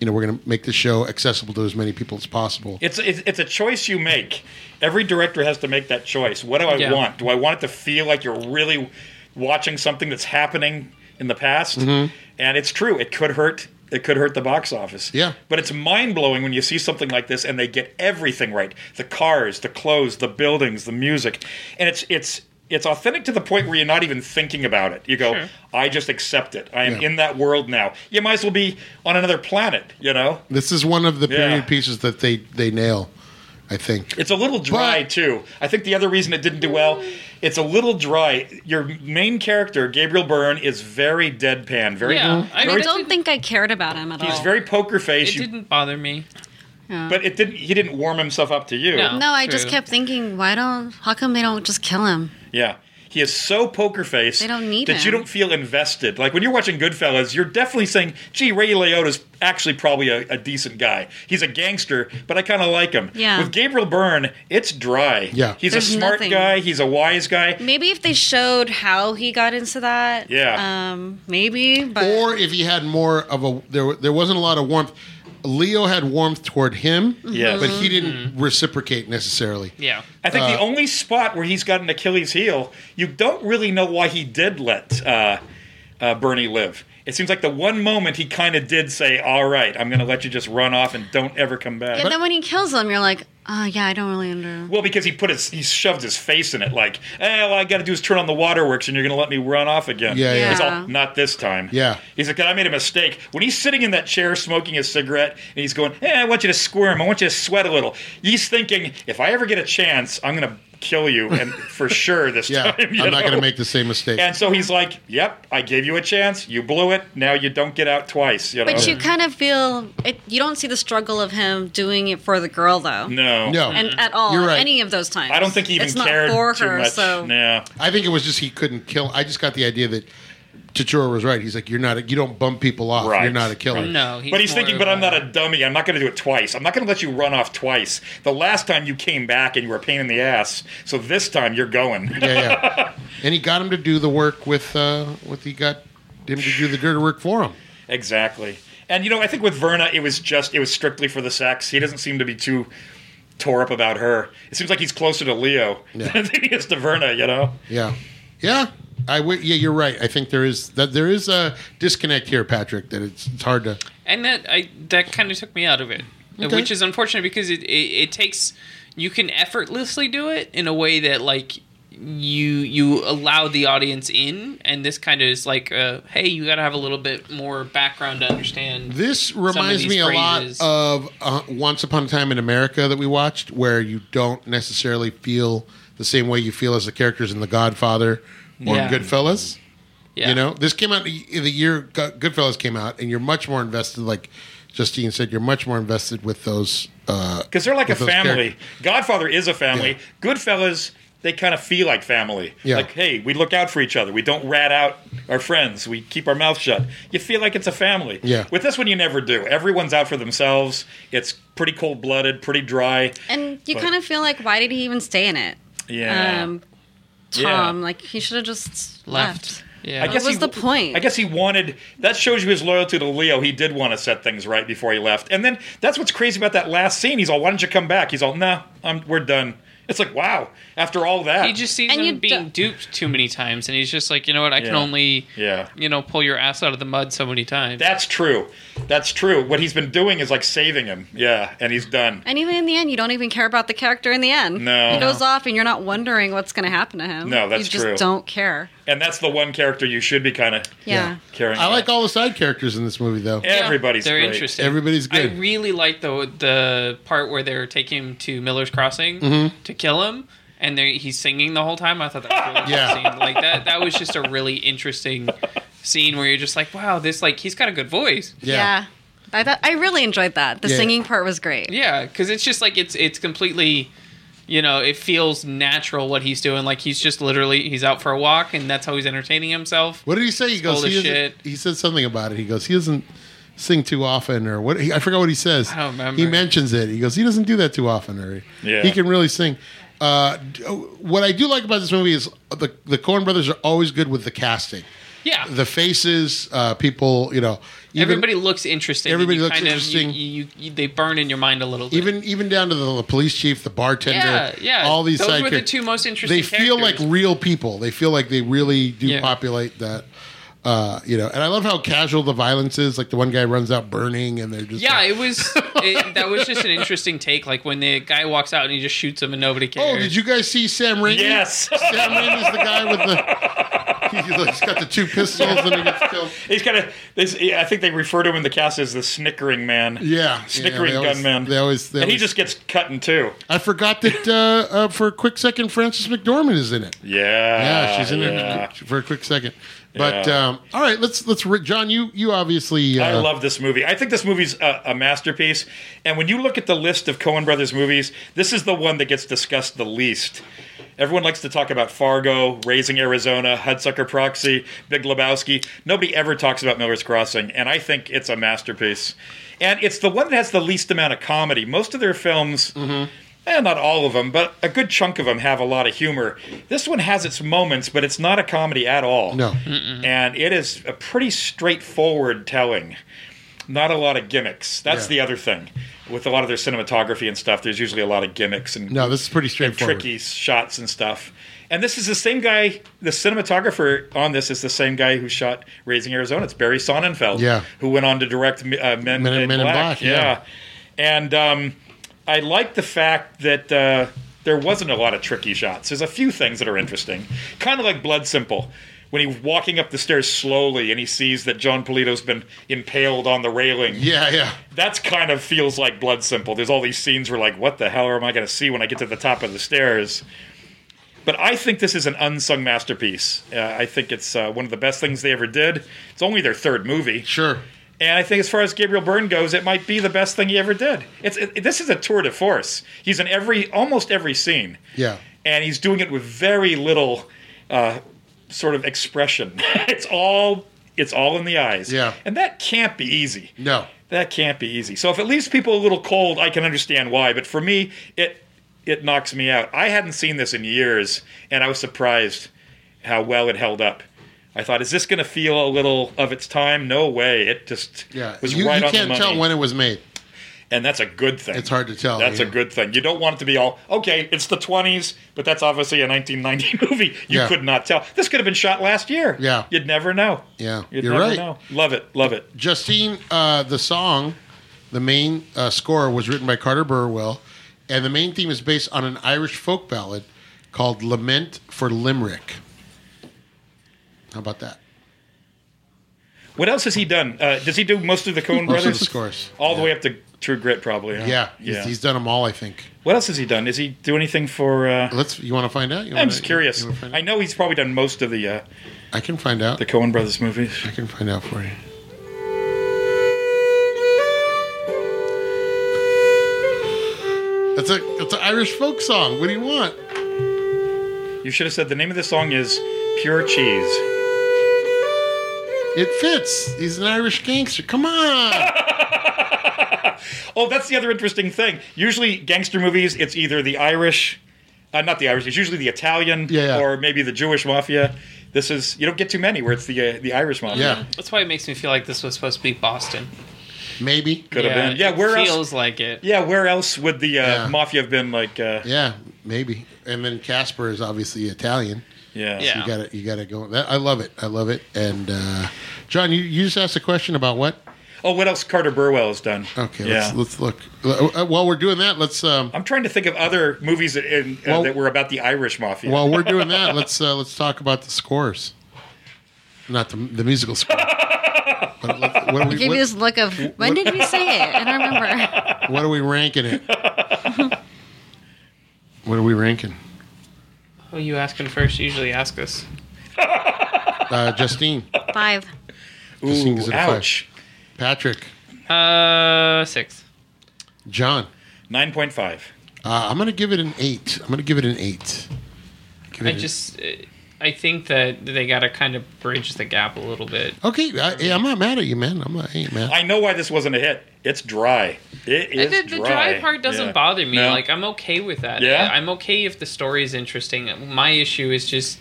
you know, we're gonna make the show accessible to as many people as possible.
It's, it's it's a choice you make. Every director has to make that choice. What do I
Yeah.
want? Do I want it to feel like you're really watching something that's happening in the past?
Mhm.
And it's true. It could hurt. It could hurt the box office.
Yeah.
But it's mind blowing when you see something like this and they get everything right: the cars, the clothes, the buildings, the music, and it's it's it's authentic to the point where you're not even thinking about it. You go,
Sure.
I just accept it. I am
Yeah.
in that world now. You might as well be on another planet. You know.
This is one of the
Yeah.
period pieces that they they nail, I think.
It's a little dry too. I think the other reason it didn't do well, it's a little dry. Your main character, Gabriel Byrne, is very deadpan, very,
yeah, I,
very
don't think I cared about him at all.
he's very poker face.
It
didn't bother me,
Yeah.
but it didn't. He didn't warm himself up to you.
no, I just kept thinking, why don't? How come they don't just kill him?
Yeah. He is so poker face
They don't need
that you
him.
don't feel invested. Like when you're watching Goodfellas, you're definitely saying, gee, Ray Liotta's actually probably a, a decent guy. He's a gangster, but I kind of like him.
Yeah.
With Gabriel Byrne, it's dry.
Yeah.
He's
There's
a smart
nothing.
guy, he's a wise guy.
Maybe if they showed how he got into that,
Yeah.
um, maybe. But
or if he had more of a there there wasn't a lot of warmth. Leo had warmth toward him,
Yes. Mm-hmm.
but he didn't reciprocate necessarily.
Yeah. I think the
Uh,
only spot where he's got an Achilles heel, you don't really know why he did let uh, uh, Bernie live. It seems like the one moment he kind of did say, all right, I'm going to let you just run off and don't ever come back.
and then when he kills him, you're like, oh yeah, I don't really under.
Well, because he put his he shoved his face in it, like, eh, all I got to do is turn on the waterworks, and you're going to let me run off again.
Yeah, yeah.
He's
Yeah.
all, not this time.
Yeah.
He's like, God, I made a mistake. When he's sitting in that chair smoking his cigarette, and he's going, eh, I want you to squirm, I want you to sweat a little. He's thinking, if I ever get a chance, I'm going to kill you, and
*laughs*
for sure this
Yeah,
*laughs* time.
I'm
you
not going
know?
to make the same mistake.
And so he's like, "Yep, I gave you a chance. You blew it. Now you don't get out twice." You know?
But you kind of feel it. You don't see the struggle of him doing it for the girl, though.
no,
and at all,
You're right.
any of those times.
I don't think he even
it's not
cared
for
too
her.
much.
So
yeah,
I think it was just he couldn't kill. I just got the idea that Tachura was right. He's like, you're not, a, you don't bump people off. You're not a killer.
Right. but he's thinking, but I'm not a dummy. I'm not going to do it twice. I'm not going to let you run off twice. The last time you came back and you were a pain in the ass, so this time you're going. *laughs*
Yeah, yeah. and he got him to do the work with, uh, with he got him to do the dirty work for him.
exactly. And you know, I think with Verna, it was just it was strictly for the sex. He doesn't seem to be too tore up about her. It seems like he's closer to Leo *laughs* than he is to Verna. You know.
Yeah, yeah. I w- yeah, you're right. I think there is that there is a disconnect here, Patrick. That it's, it's hard to.
and that I that kind of took me out of it,
Okay.
which is unfortunate because it, it it takes you can effortlessly do it in a way that like you you allow the audience in, and this kind of is like, uh, hey, you got to have a little bit more background to understand.
This
some of
reminds
these
me a lot
phrases.
of uh, Once Upon a Time in America that we watched, where you don't necessarily feel the same way you feel as the characters in The Godfather or
Yeah.
Goodfellas.
Yeah.
You know, this came out in the year Go- Goodfellas came out, and you're much more invested. Like Justine said, you're much more invested with those uh,
because they're like a family. Godfather is a family. Goodfellas, they kind of feel like family.
Yeah.
Like, hey, we look out for each other. We don't rat out our friends. We keep our mouth shut. You feel like it's a family.
Yeah.
With this one, you never do. Everyone's out for themselves. It's pretty cold blooded, pretty dry.
and you
But-
kind of feel like, why did he even stay in it?
Yeah.
Um,
Yeah.
Tom, like he should have just left.
I
What
guess
was
he-
the point?
I guess he wanted that shows you his loyalty to Leo. He did want to set things right before he left. And then that's what's crazy about that last scene. He's all, "Why don't you come back?" He's all, "No, I'm we're done." It's like, wow. After all that,
He just sees him being duped too many times, and he's just like, you know what, I can
Yeah.
only
yeah.
you know pull your ass out of the mud so many times.
That's true. That's true. What he's been doing is like saving him. Yeah, and he's done.
And even in the end, you don't even care about the character in the end.
No.
He goes
No.
off and you're not wondering what's going to happen to him.
No, that's
You just
true.
don't care.
And that's the one character you should be kind of
Yeah.
caring.
I like all the side characters in this movie, though.
Everybody's
they're
great.
interesting.
Everybody's good.
I really like the the part where they're taking him to Miller's Crossing
Mhm.
to kill him, and they he's singing the whall. whole time. I thought that was
*laughs*
really
Yeah.
interesting. Like that that was just a really interesting scene where you're just like, wow, this like he's got a good voice.
I thought I really enjoyed that. The
Yeah.
singing part was great.
Yeah, because it's just like it's it's completely, you know, it feels natural what he's doing. Like he's just literally he's out for a walk, and that's how he's entertaining himself.
What did he say? He
It's full
goes,
of
he, isn't-
shit.
he said something about it. He goes, he doesn't sing too often or what? He, I forgot what he says.
I don't remember.
He mentions it. He goes, he doesn't do that too often, or he,
Yeah.
he can really sing. Uh, d- what I do like about this movie is the the Coen Brothers are always good with the casting.
Yeah.
the faces, uh, people, you know, even-
everybody looks interesting. and
everybody
you
looks
kind of-
interesting.
you- you- you- they burn in your mind a little bit.
even even down to the, police chief, the bartender,
yeah, yeah.
all these
Those
side
were the
characters.
two most interesting.
They feel like
characters.
real people. They feel like they really do
Yeah.
populate that. Uh, you know, and I love how casual the violence is. Like the one guy runs out burning, and they're just
Yeah, it was. It, that was just an interesting take. Like when the guy walks out and he just shoots him and nobody cares.
Oh, did you guys see Sam Raimi?
Yes.
*laughs* Sam Raimi is the guy with the. *laughs* He's got the two pistols and he gets killed.
He's got a. This, yeah, I think they refer to him in the cast as the snickering man.
Yeah, yeah,
snickering
they always-
gunman.
They always. They
and he
always-
just gets cut in two.
I forgot that uh, uh, for a quick second, Frances McDormand is in it.
Yeah,
yeah, she's in
Ah, yeah.
it for a quick second. But
Yeah.
um, all right, let's let's re- John. You you obviously. Uh,
I love this movie. I think this movie's a, a masterpiece. And when you look at the list of Coen Brothers movies, this is the one that gets discussed the least. Everyone likes to talk about Fargo, Raising Arizona, Hudsucker Proxy, Big Lebowski. Nobody ever talks about Miller's Crossing, and I think it's a masterpiece. And it's the one that has the least amount of comedy. Most of their films,
Mm-hmm.
eh, not all of them, but a good chunk of them have a lot of humor. This one has its moments, but it's not a comedy at all.
No.
And it is a pretty straightforward telling. Not a lot of gimmicks. That's
Yeah.
the other thing. With a lot of their cinematography and stuff, there's usually a lot of gimmicks and
No, this is pretty
and
straightforward.
tricky shots and stuff. And this is the same guy. The cinematographer on this is the same guy who shot Raising Arizona. It's Barry Sonnenfeld,
Yeah.
who went on to direct uh, Men, Men, in,
Men in
Black.
Black, yeah.
and um, I like the fact that uh, there wasn't a lot of tricky shots. There's a few things that are interesting, kind of like Blood Simple. When he's walking up the stairs slowly and he sees that John Polito's been impaled on the railing.
Yeah, yeah.
That's kind of feels like Blood Simple. There's all these scenes where, like, what the hell am I going to see when I get to the top of the stairs? But I think this is an unsung masterpiece. Uh, I think it's uh, one of the best things they ever did. It's only their third movie.
Sure.
And I think, as far as Gabriel Byrne goes, it might be the best thing he ever did. It's it, this is a tour de force. He's in every almost every scene,
Yeah.
and he's doing it with very little uh, sort of expression. *laughs* it's all it's all in the eyes. Yeah, and that can't be easy.
No,
that can't be easy. So if it leaves people a little cold, I can understand why. But for me, it it knocks me out. I hadn't seen this in years, and I was surprised how well it held up. I thought, is this going to feel a little of its time? No way. It just
Yeah,
was
you,
right
you
on
can't
the money.
tell when it was made.
and that's a good thing.
It's hard to tell.
That's a
yeah.
good thing. You don't want it to be all okay. It's the twenties, but that's obviously a 1990 *laughs* movie. You
Yeah.
could not tell. This could have been shot last year.
Yeah.
you'd never know.
Yeah,
You'd
you're
never
right.
know. Love it. Love it.
Justine, uh, the song, the main uh, score was written by Carter Burwell, and the main theme is based on an Irish folk ballad called "Lament for Limerick." How about that?
What else has he done? Uh, does he do most of the
Most of the
Coen Brothers?
scores.
All the way up to True Grit, probably. Huh?
Yeah, he's, he's done them all, I think.
What else has he done? Does he do anything for? Uh,
Let's. You want to find out? You
I'm
wanna-
just curious.
you wanna find
I know he's probably done most of the. Uh,
I can find out
the Coen Brothers movies.
I can find out for you. That's a that's an Irish folk song. What do you want?
you should have said the name of the song is Pure Cheese.
It fits. He's an Irish gangster. Come
*laughs*
on.
Oh, that's the other interesting thing. Usually, gangster movies, it's either the Irish, uh, not the Irish. It's usually the Italian,
Yeah, yeah.
or maybe the Jewish mafia. This is you don't get too many where it's the uh, the Irish mafia.
That's why it makes me feel like this was supposed to be Boston.
Maybe
Could have
Yeah,
been. Yeah,
it
where else?
feels like it.
Yeah, where else would the uh, mafia have been? Like, uh,
Yeah, maybe. And then Casper is obviously Italian.
Yeah.
So
Yeah.
you got to you got to go. That, I love it. I love it. And uh, John, you, you just asked a question about what?
Oh, what else Carter Burwell has done?
Okay,
yeah.
let's, let's look. Uh, uh, While we're doing that, let's. Um,
I'm trying to think of other movies that in, uh,
Well-
that were about the Irish mafia.
While we're doing that, let's uh, let's talk about the scores. Not the, the musical score. But let's- what, are
You
we,
gave me
what,
this look of when did we say it? And
*laughs*
I remember.
what are we ranking it? What are we ranking?
Who are you asking first? You usually ask us.
Uh, Justine.
Five.
Justine gives it a five.
ouch.
Patrick.
Uh, six.
John.
Nine point five.
Uh, I'm going to give it an eight. I'm going to give it an eight. Give
I
it an-
just, uh, I think that they got to kind of bridge the gap a little bit.
Okay, I, yeah, I'm not mad at you, man. I'm not I ain't mad.
I know why this wasn't a hit. It's dry. It
And
is
the, the dry part doesn't
Yeah.
bother me.
No.
Like I'm okay with that.
Yeah?
I'm okay if the story is interesting. My issue is just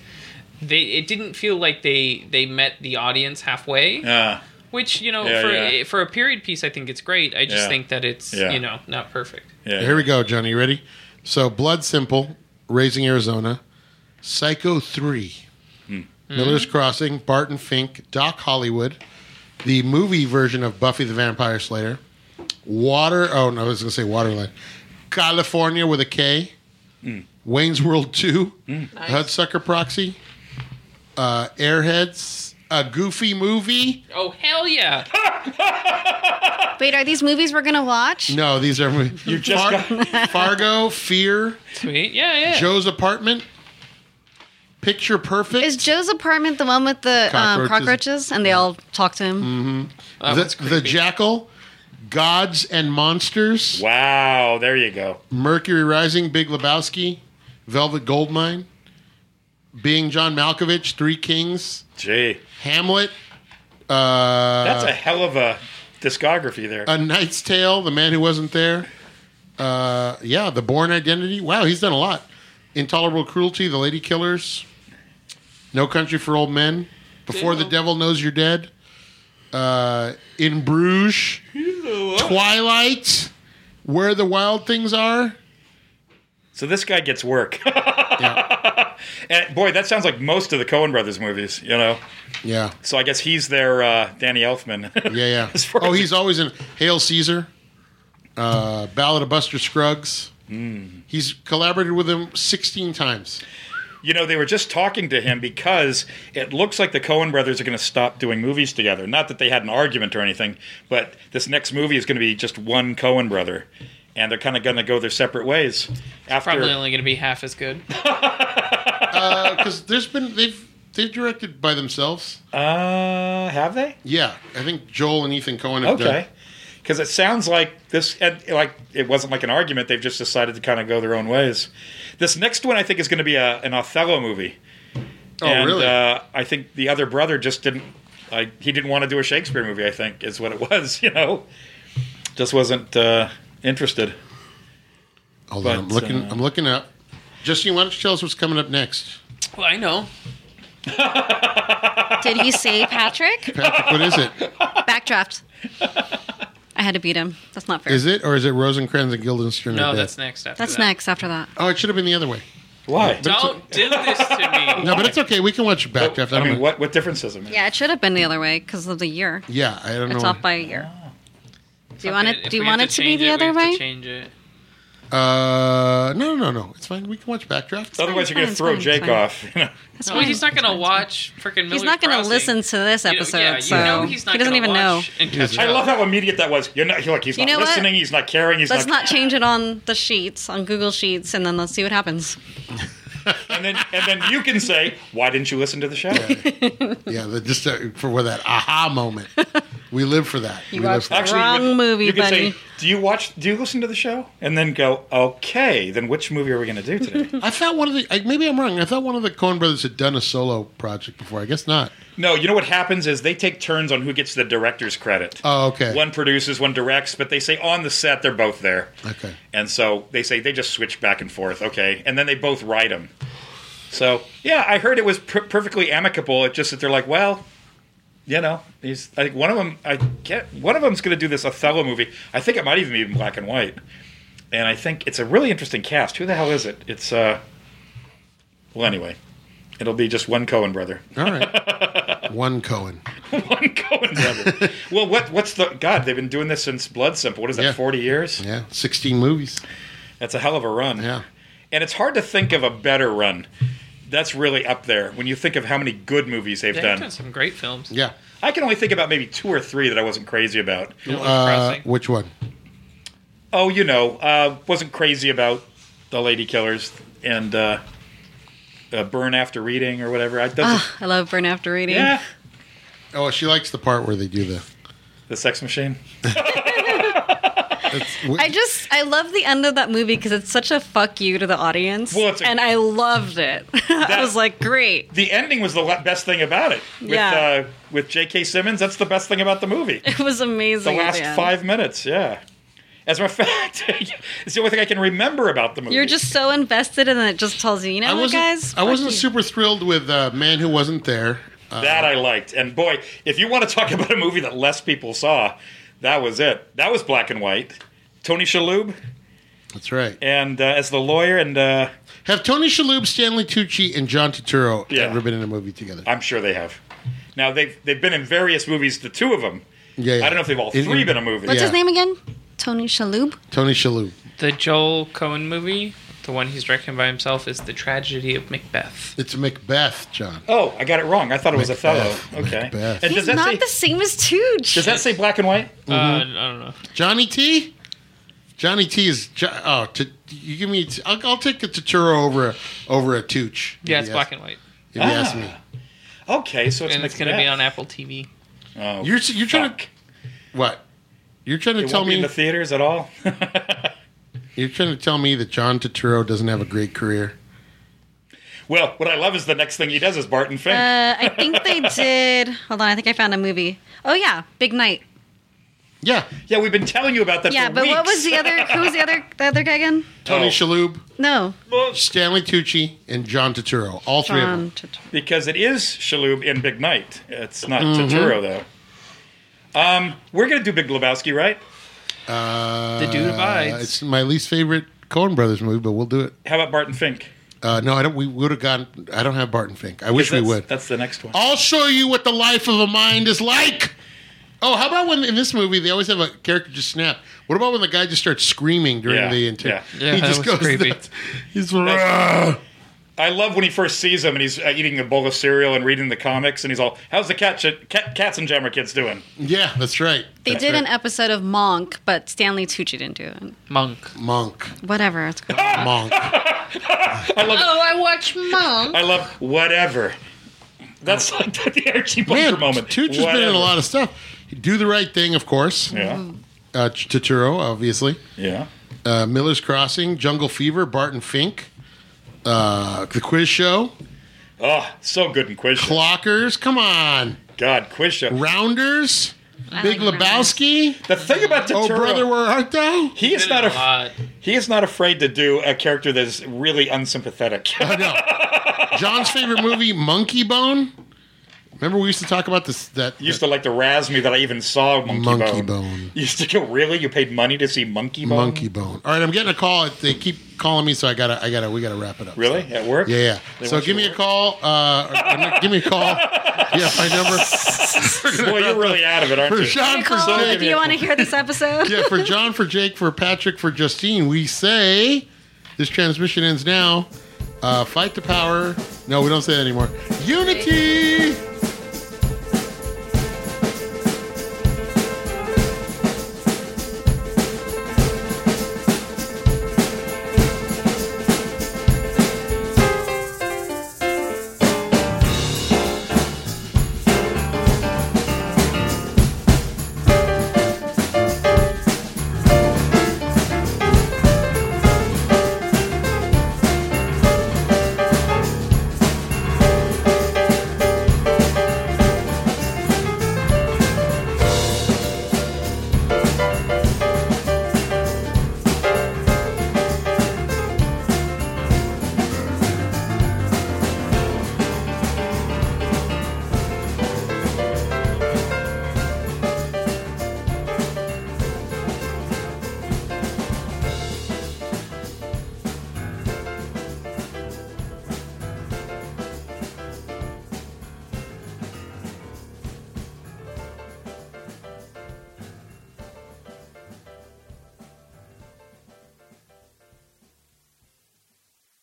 they. It didn't feel like they they met the audience halfway.
Yeah.
Which you know
Yeah,
for
yeah.
for a period piece, I think it's great. I just
Yeah.
think that it's
Yeah.
you know not perfect.
Here we go, Johnny. You ready? So, Blood Simple, Raising Arizona, Psycho 3, Miller's Crossing, Barton Fink, Doc Hollywood, the movie version of Buffy the Vampire Slayer, Water. Oh, no, I was going to say Waterline. California with a K, Wayne's World 2, Hudsucker Proxy, uh, Airheads, a goofy movie.
Oh hell *laughs* yeah!
Wait, are these movies we're gonna watch?
No, these are you
just
Fargo, Fear,
Sweet, yeah, yeah.
Joe's apartment, Picture Perfect.
Is Joe's apartment the one with the cockroaches, um,
Cockroaches.
cockroaches and they all talk to him?
hmm the, the Jackal, Gods and Monsters.
Wow, there you go.
Mercury Rising, Big Lebowski, Velvet Goldmine, Being John Malkovich, Three Kings,
Gee,
Hamlet. Uh,
that's a hell of a discography there.
A Knight's Tale, The Man Who Wasn't There. Uh, yeah, The Born Identity. Wow, he's done a lot. Intolerable Cruelty, The Lady Killers, No Country for Old Men, Before the Devil Knows You're Dead, uh, In Bruges, Twilight, Where the Wild Things Are.
so this guy gets work. *laughs* and boy, that sounds like most of the Coen Brothers movies, you know.
Yeah,
So I guess he's their uh, Danny Elfman. *laughs*
yeah, yeah. oh, he's always in Hail Caesar, uh, Ballad of Buster Scruggs. He's collaborated with him 16 times.
You know, they were just talking to him because it looks like the Coen brothers are going to stop doing movies together. Not that they had an argument or anything, but this next movie is going to be just one Coen brother, and they're kind of going to go their separate ways after.
Probably only going to be half as good.
because there's been they've they've directed by themselves.
Uh, have they?
Yeah, I think Joel and Ethan Cohen have done.
Okay. Because it sounds like this, and like it wasn't like an argument. They've just decided to kind of go their own ways. This next one, I think, is going to be a, an Othello movie.
Oh,
and,
really?
Uh, I think the other brother just didn't. Like he didn't want to do a Shakespeare movie. I think is what it *laughs* was. You know, just wasn't uh, interested.
Hold
But,
on, I'm looking.
uh,
I'm looking up. Justine, why don't you tell us what's coming up next?
Well, I know.
Mm.
Did he say Patrick?
Patrick, what is it?
Backdraft.
*laughs*
I had to beat him. That's not fair.
Is it or is it Rosencrantz and Guildenstern? are
No,
dead?
that's next. After
That's
that.
next after that.
Oh, it should have been the other way.
Why?
But it's-
Don't do this to *laughs* me.
no, but it's okay. We can watch Backdraft. I,
I
don't
mean,
know.
what what difference does it make?
Yeah, it should have been the other way because of the year.
Yeah, I don't
It's
know.
off by a year. Do you want it?
Oh. If
Do you
we
want
have
it to be
change
the
we
other
have to
way?
change it.
Uh, no, no, no. It's fine. We can watch Backdraft.
Otherwise,
fine,
you're going to
it's
throw
fine,
Jake
it's fine.
off. you know?
no, he's not going to watch freaking.
He's not going to listen to this
You know-
episode,
yeah, you
so
know he's not
he doesn't
gonna
even know.
watch and catch
I
up.
love how immediate that was. You're not. You're like he's
You
not
know what?
listening. He's not caring. He's
Let's
not.
not change it on the sheets on Google Sheets, and then let's see what happens.
*laughs* And then and then you can say, why didn't you listen to the show?
Yeah, the, just uh, for where that aha
*laughs*
moment. we live for that.
You
we live
watched
for
that. Wrong movie,
you can
buddy.
Say, do you watch? Do you listen to the show? And then go, okay. Then which movie are we going to do today?
I thought one of the I, maybe I'm wrong. I thought one of the Coen brothers had done a solo project before. I guess not.
no, you know what happens is they take turns on who gets the director's credit.
Oh, okay.
One produces, one directs, but they say on the set they're both there,
Okay.
and so they say they just switch back and forth. Okay, and then they both write them. So yeah, I heard it was per- perfectly amicable. It's just that they're like, well, you know, these. I think one of them. I get one of them's going to do this Othello movie. I think it might even be in black and white. And I think it's a really interesting cast. Who the hell is it? It's uh. Well, anyway, it'll be just one Cohen brother.
All
*laughs*
right. one Cohen.
one Cohen brother. well, what what's the God? They've been doing this since Blood Simple. What is that? Forty years.
Yeah. Sixteen movies.
That's a hell of a run.
Yeah.
And it's hard to think of a better run. That's really up there when you think of how many good movies they've,
They've
done.
done some great films.
Yeah.
I can only think about maybe two or three that I wasn't crazy about.
Uh, which one?
Oh, you know, uh, wasn't crazy about The Lady Killers and uh, uh, Burn After Reading or whatever. I doesn't,
Ah, I love burn after reading.
Yeah.
Oh, she likes the part where they do the
The Sex Machine.
*laughs* I just I love the end of that movie because it's such a fuck you to the audience,
Well, it's a-
and I loved it. *laughs* I
That-
was like, great. *laughs*
The ending was the le- best thing about it. With,
Yeah.
uh, with J.K. Simmons, that's the best thing about the movie.
It was amazing.
the
at
last
end.
five minutes, yeah. As a matter of fact, *laughs* it's the only thing I can remember about the movie.
You're just so invested, and then it just tells you, you know
I
what,
wasn't-
guys?
I
Fuck
wasn't
you.
super thrilled with uh, Man Who Wasn't There. Uh,
that I liked. And boy, if you want to talk *laughs* about a movie that less people saw, that was it. That was black and white. Tony Shalhoub
That's right.
and uh, as the lawyer and uh,
Have Tony Shalhoub, Stanley Tucci, and John Turturro ever been in a movie together?
I'm sure they have. Now they've they've been in various movies. The two of them.
Yeah, yeah.
I don't know if they've all
In-
three been a movie.
What's his name again? Tony Shalhoub.
Tony Shalhoub.
The Joel Cohen movie, the one he's directing by himself, is The Tragedy of Macbeth.
It's Macbeth, John.
Oh, I got it wrong. I thought it was Othello.
Macbeth.
Okay.
Macbeth.
And
He's
does that
not
say
the same as Tooch.
does that say black and white? Mm-hmm.
Mhm.
Uh, I don't know.
Johnny T? Johnny T is Jo- oh, t- you give me. T- I'll, I'll take a Turturro over a, over a Tooch.
Yeah,
If
it's
you
black
ask-
and white.
If you
Ah.
ask me,
Okay, so it's
and it's going to be on Apple TV.
Oh,
you're s- you're trying to what? You're trying to
It
tell
won't
me
be in the theaters at all.
You're trying to tell me that John Turturro doesn't have a great career?
Well, what I love is the next thing he does is Barton Fink.
Uh, I think they did. *laughs* Hold on, I think I found a movie. Oh yeah, Big Night.
yeah,
yeah, we've been telling you about that.
yeah,
for
but what
weeks.
was the other? Who was the other? The other guy again?
Tony
Oh.
Shalhoub,
No.
Stanley Tucci, and John Turturro. All three of them.
Because it is Shaloub in Big Night. It's not
Mhm.
Totoro though. Um, we're gonna do Big Lebowski, right?
Uh,
The Dude Abides.
It's my least favorite Coen Brothers movie, but we'll do it.
How about Barton Fink?
Uh, no, I don't. We would have gotten. I don't have Barton Fink. I wish we
Because
would.
that's- That's the next one.
I'll show you what the life of a mind is like. Oh, how about when in this movie they always have a character just snap? What about when the guy just starts screaming during
Yeah,
the interview?
yeah. Yeah,
he
that
just
was
goes
creepy.
nuts. He's "Rah."
I love when he first sees him and he's uh, eating a bowl of cereal and reading the comics and he's all, "How's the cat, cat cats and jammer kids doing?"
yeah, that's right.
They
That's
did
right.
an episode of Monk, but Stanley Tucci didn't do it.
Monk.
Monk.
Whatever it's called.
Ah!
Monk.
I love.
oh, I watch Monk.
I love whatever. That's *laughs* like the Archie Bunker moment.
Tucci's been in
Whatever.
a lot of stuff. Do the right thing, of course.
Yeah.
Uh, Ch- Turturro, obviously.
Yeah.
Uh, Miller's Crossing, Jungle Fever, Barton Fink, uh, The Quiz Show,
Oh, so good in quiz show.
Clockers. Come on,
God, quiz show.
Rounders,
I
Big
like Rounders.
Lebowski.
The thing about
Oh,
Totoro,
brother, where art *laughs* thou?
he is not a, he is not afraid to do a character that is really unsympathetic.
John's favorite movie, Monkey Bone. Remember, we used to talk about this. That
used to like to razz me that I even saw Monkey,
Monkey
Bone.
Bone.
You used to go, really? You paid money to see Monkey Bone?
Monkey Bone. All right, I'm getting a call. They keep calling me, so I gotta, I gotta, we gotta wrap it up.
Really? At work?
Yeah, yeah.
They
so
want
give
you
me a call. Uh, or- or give me a
*laughs*
call. Yeah, my number.
Boy, you're really out of it,
*laughs*
aren't
For
you?
Sean, for
Nicole,
Jake.
if you want to hear this episode,
yeah, for John, for Jake, for Patrick, for Justine, we say this transmission ends now. Uh, fight the power. No, we don't say that anymore. Unity.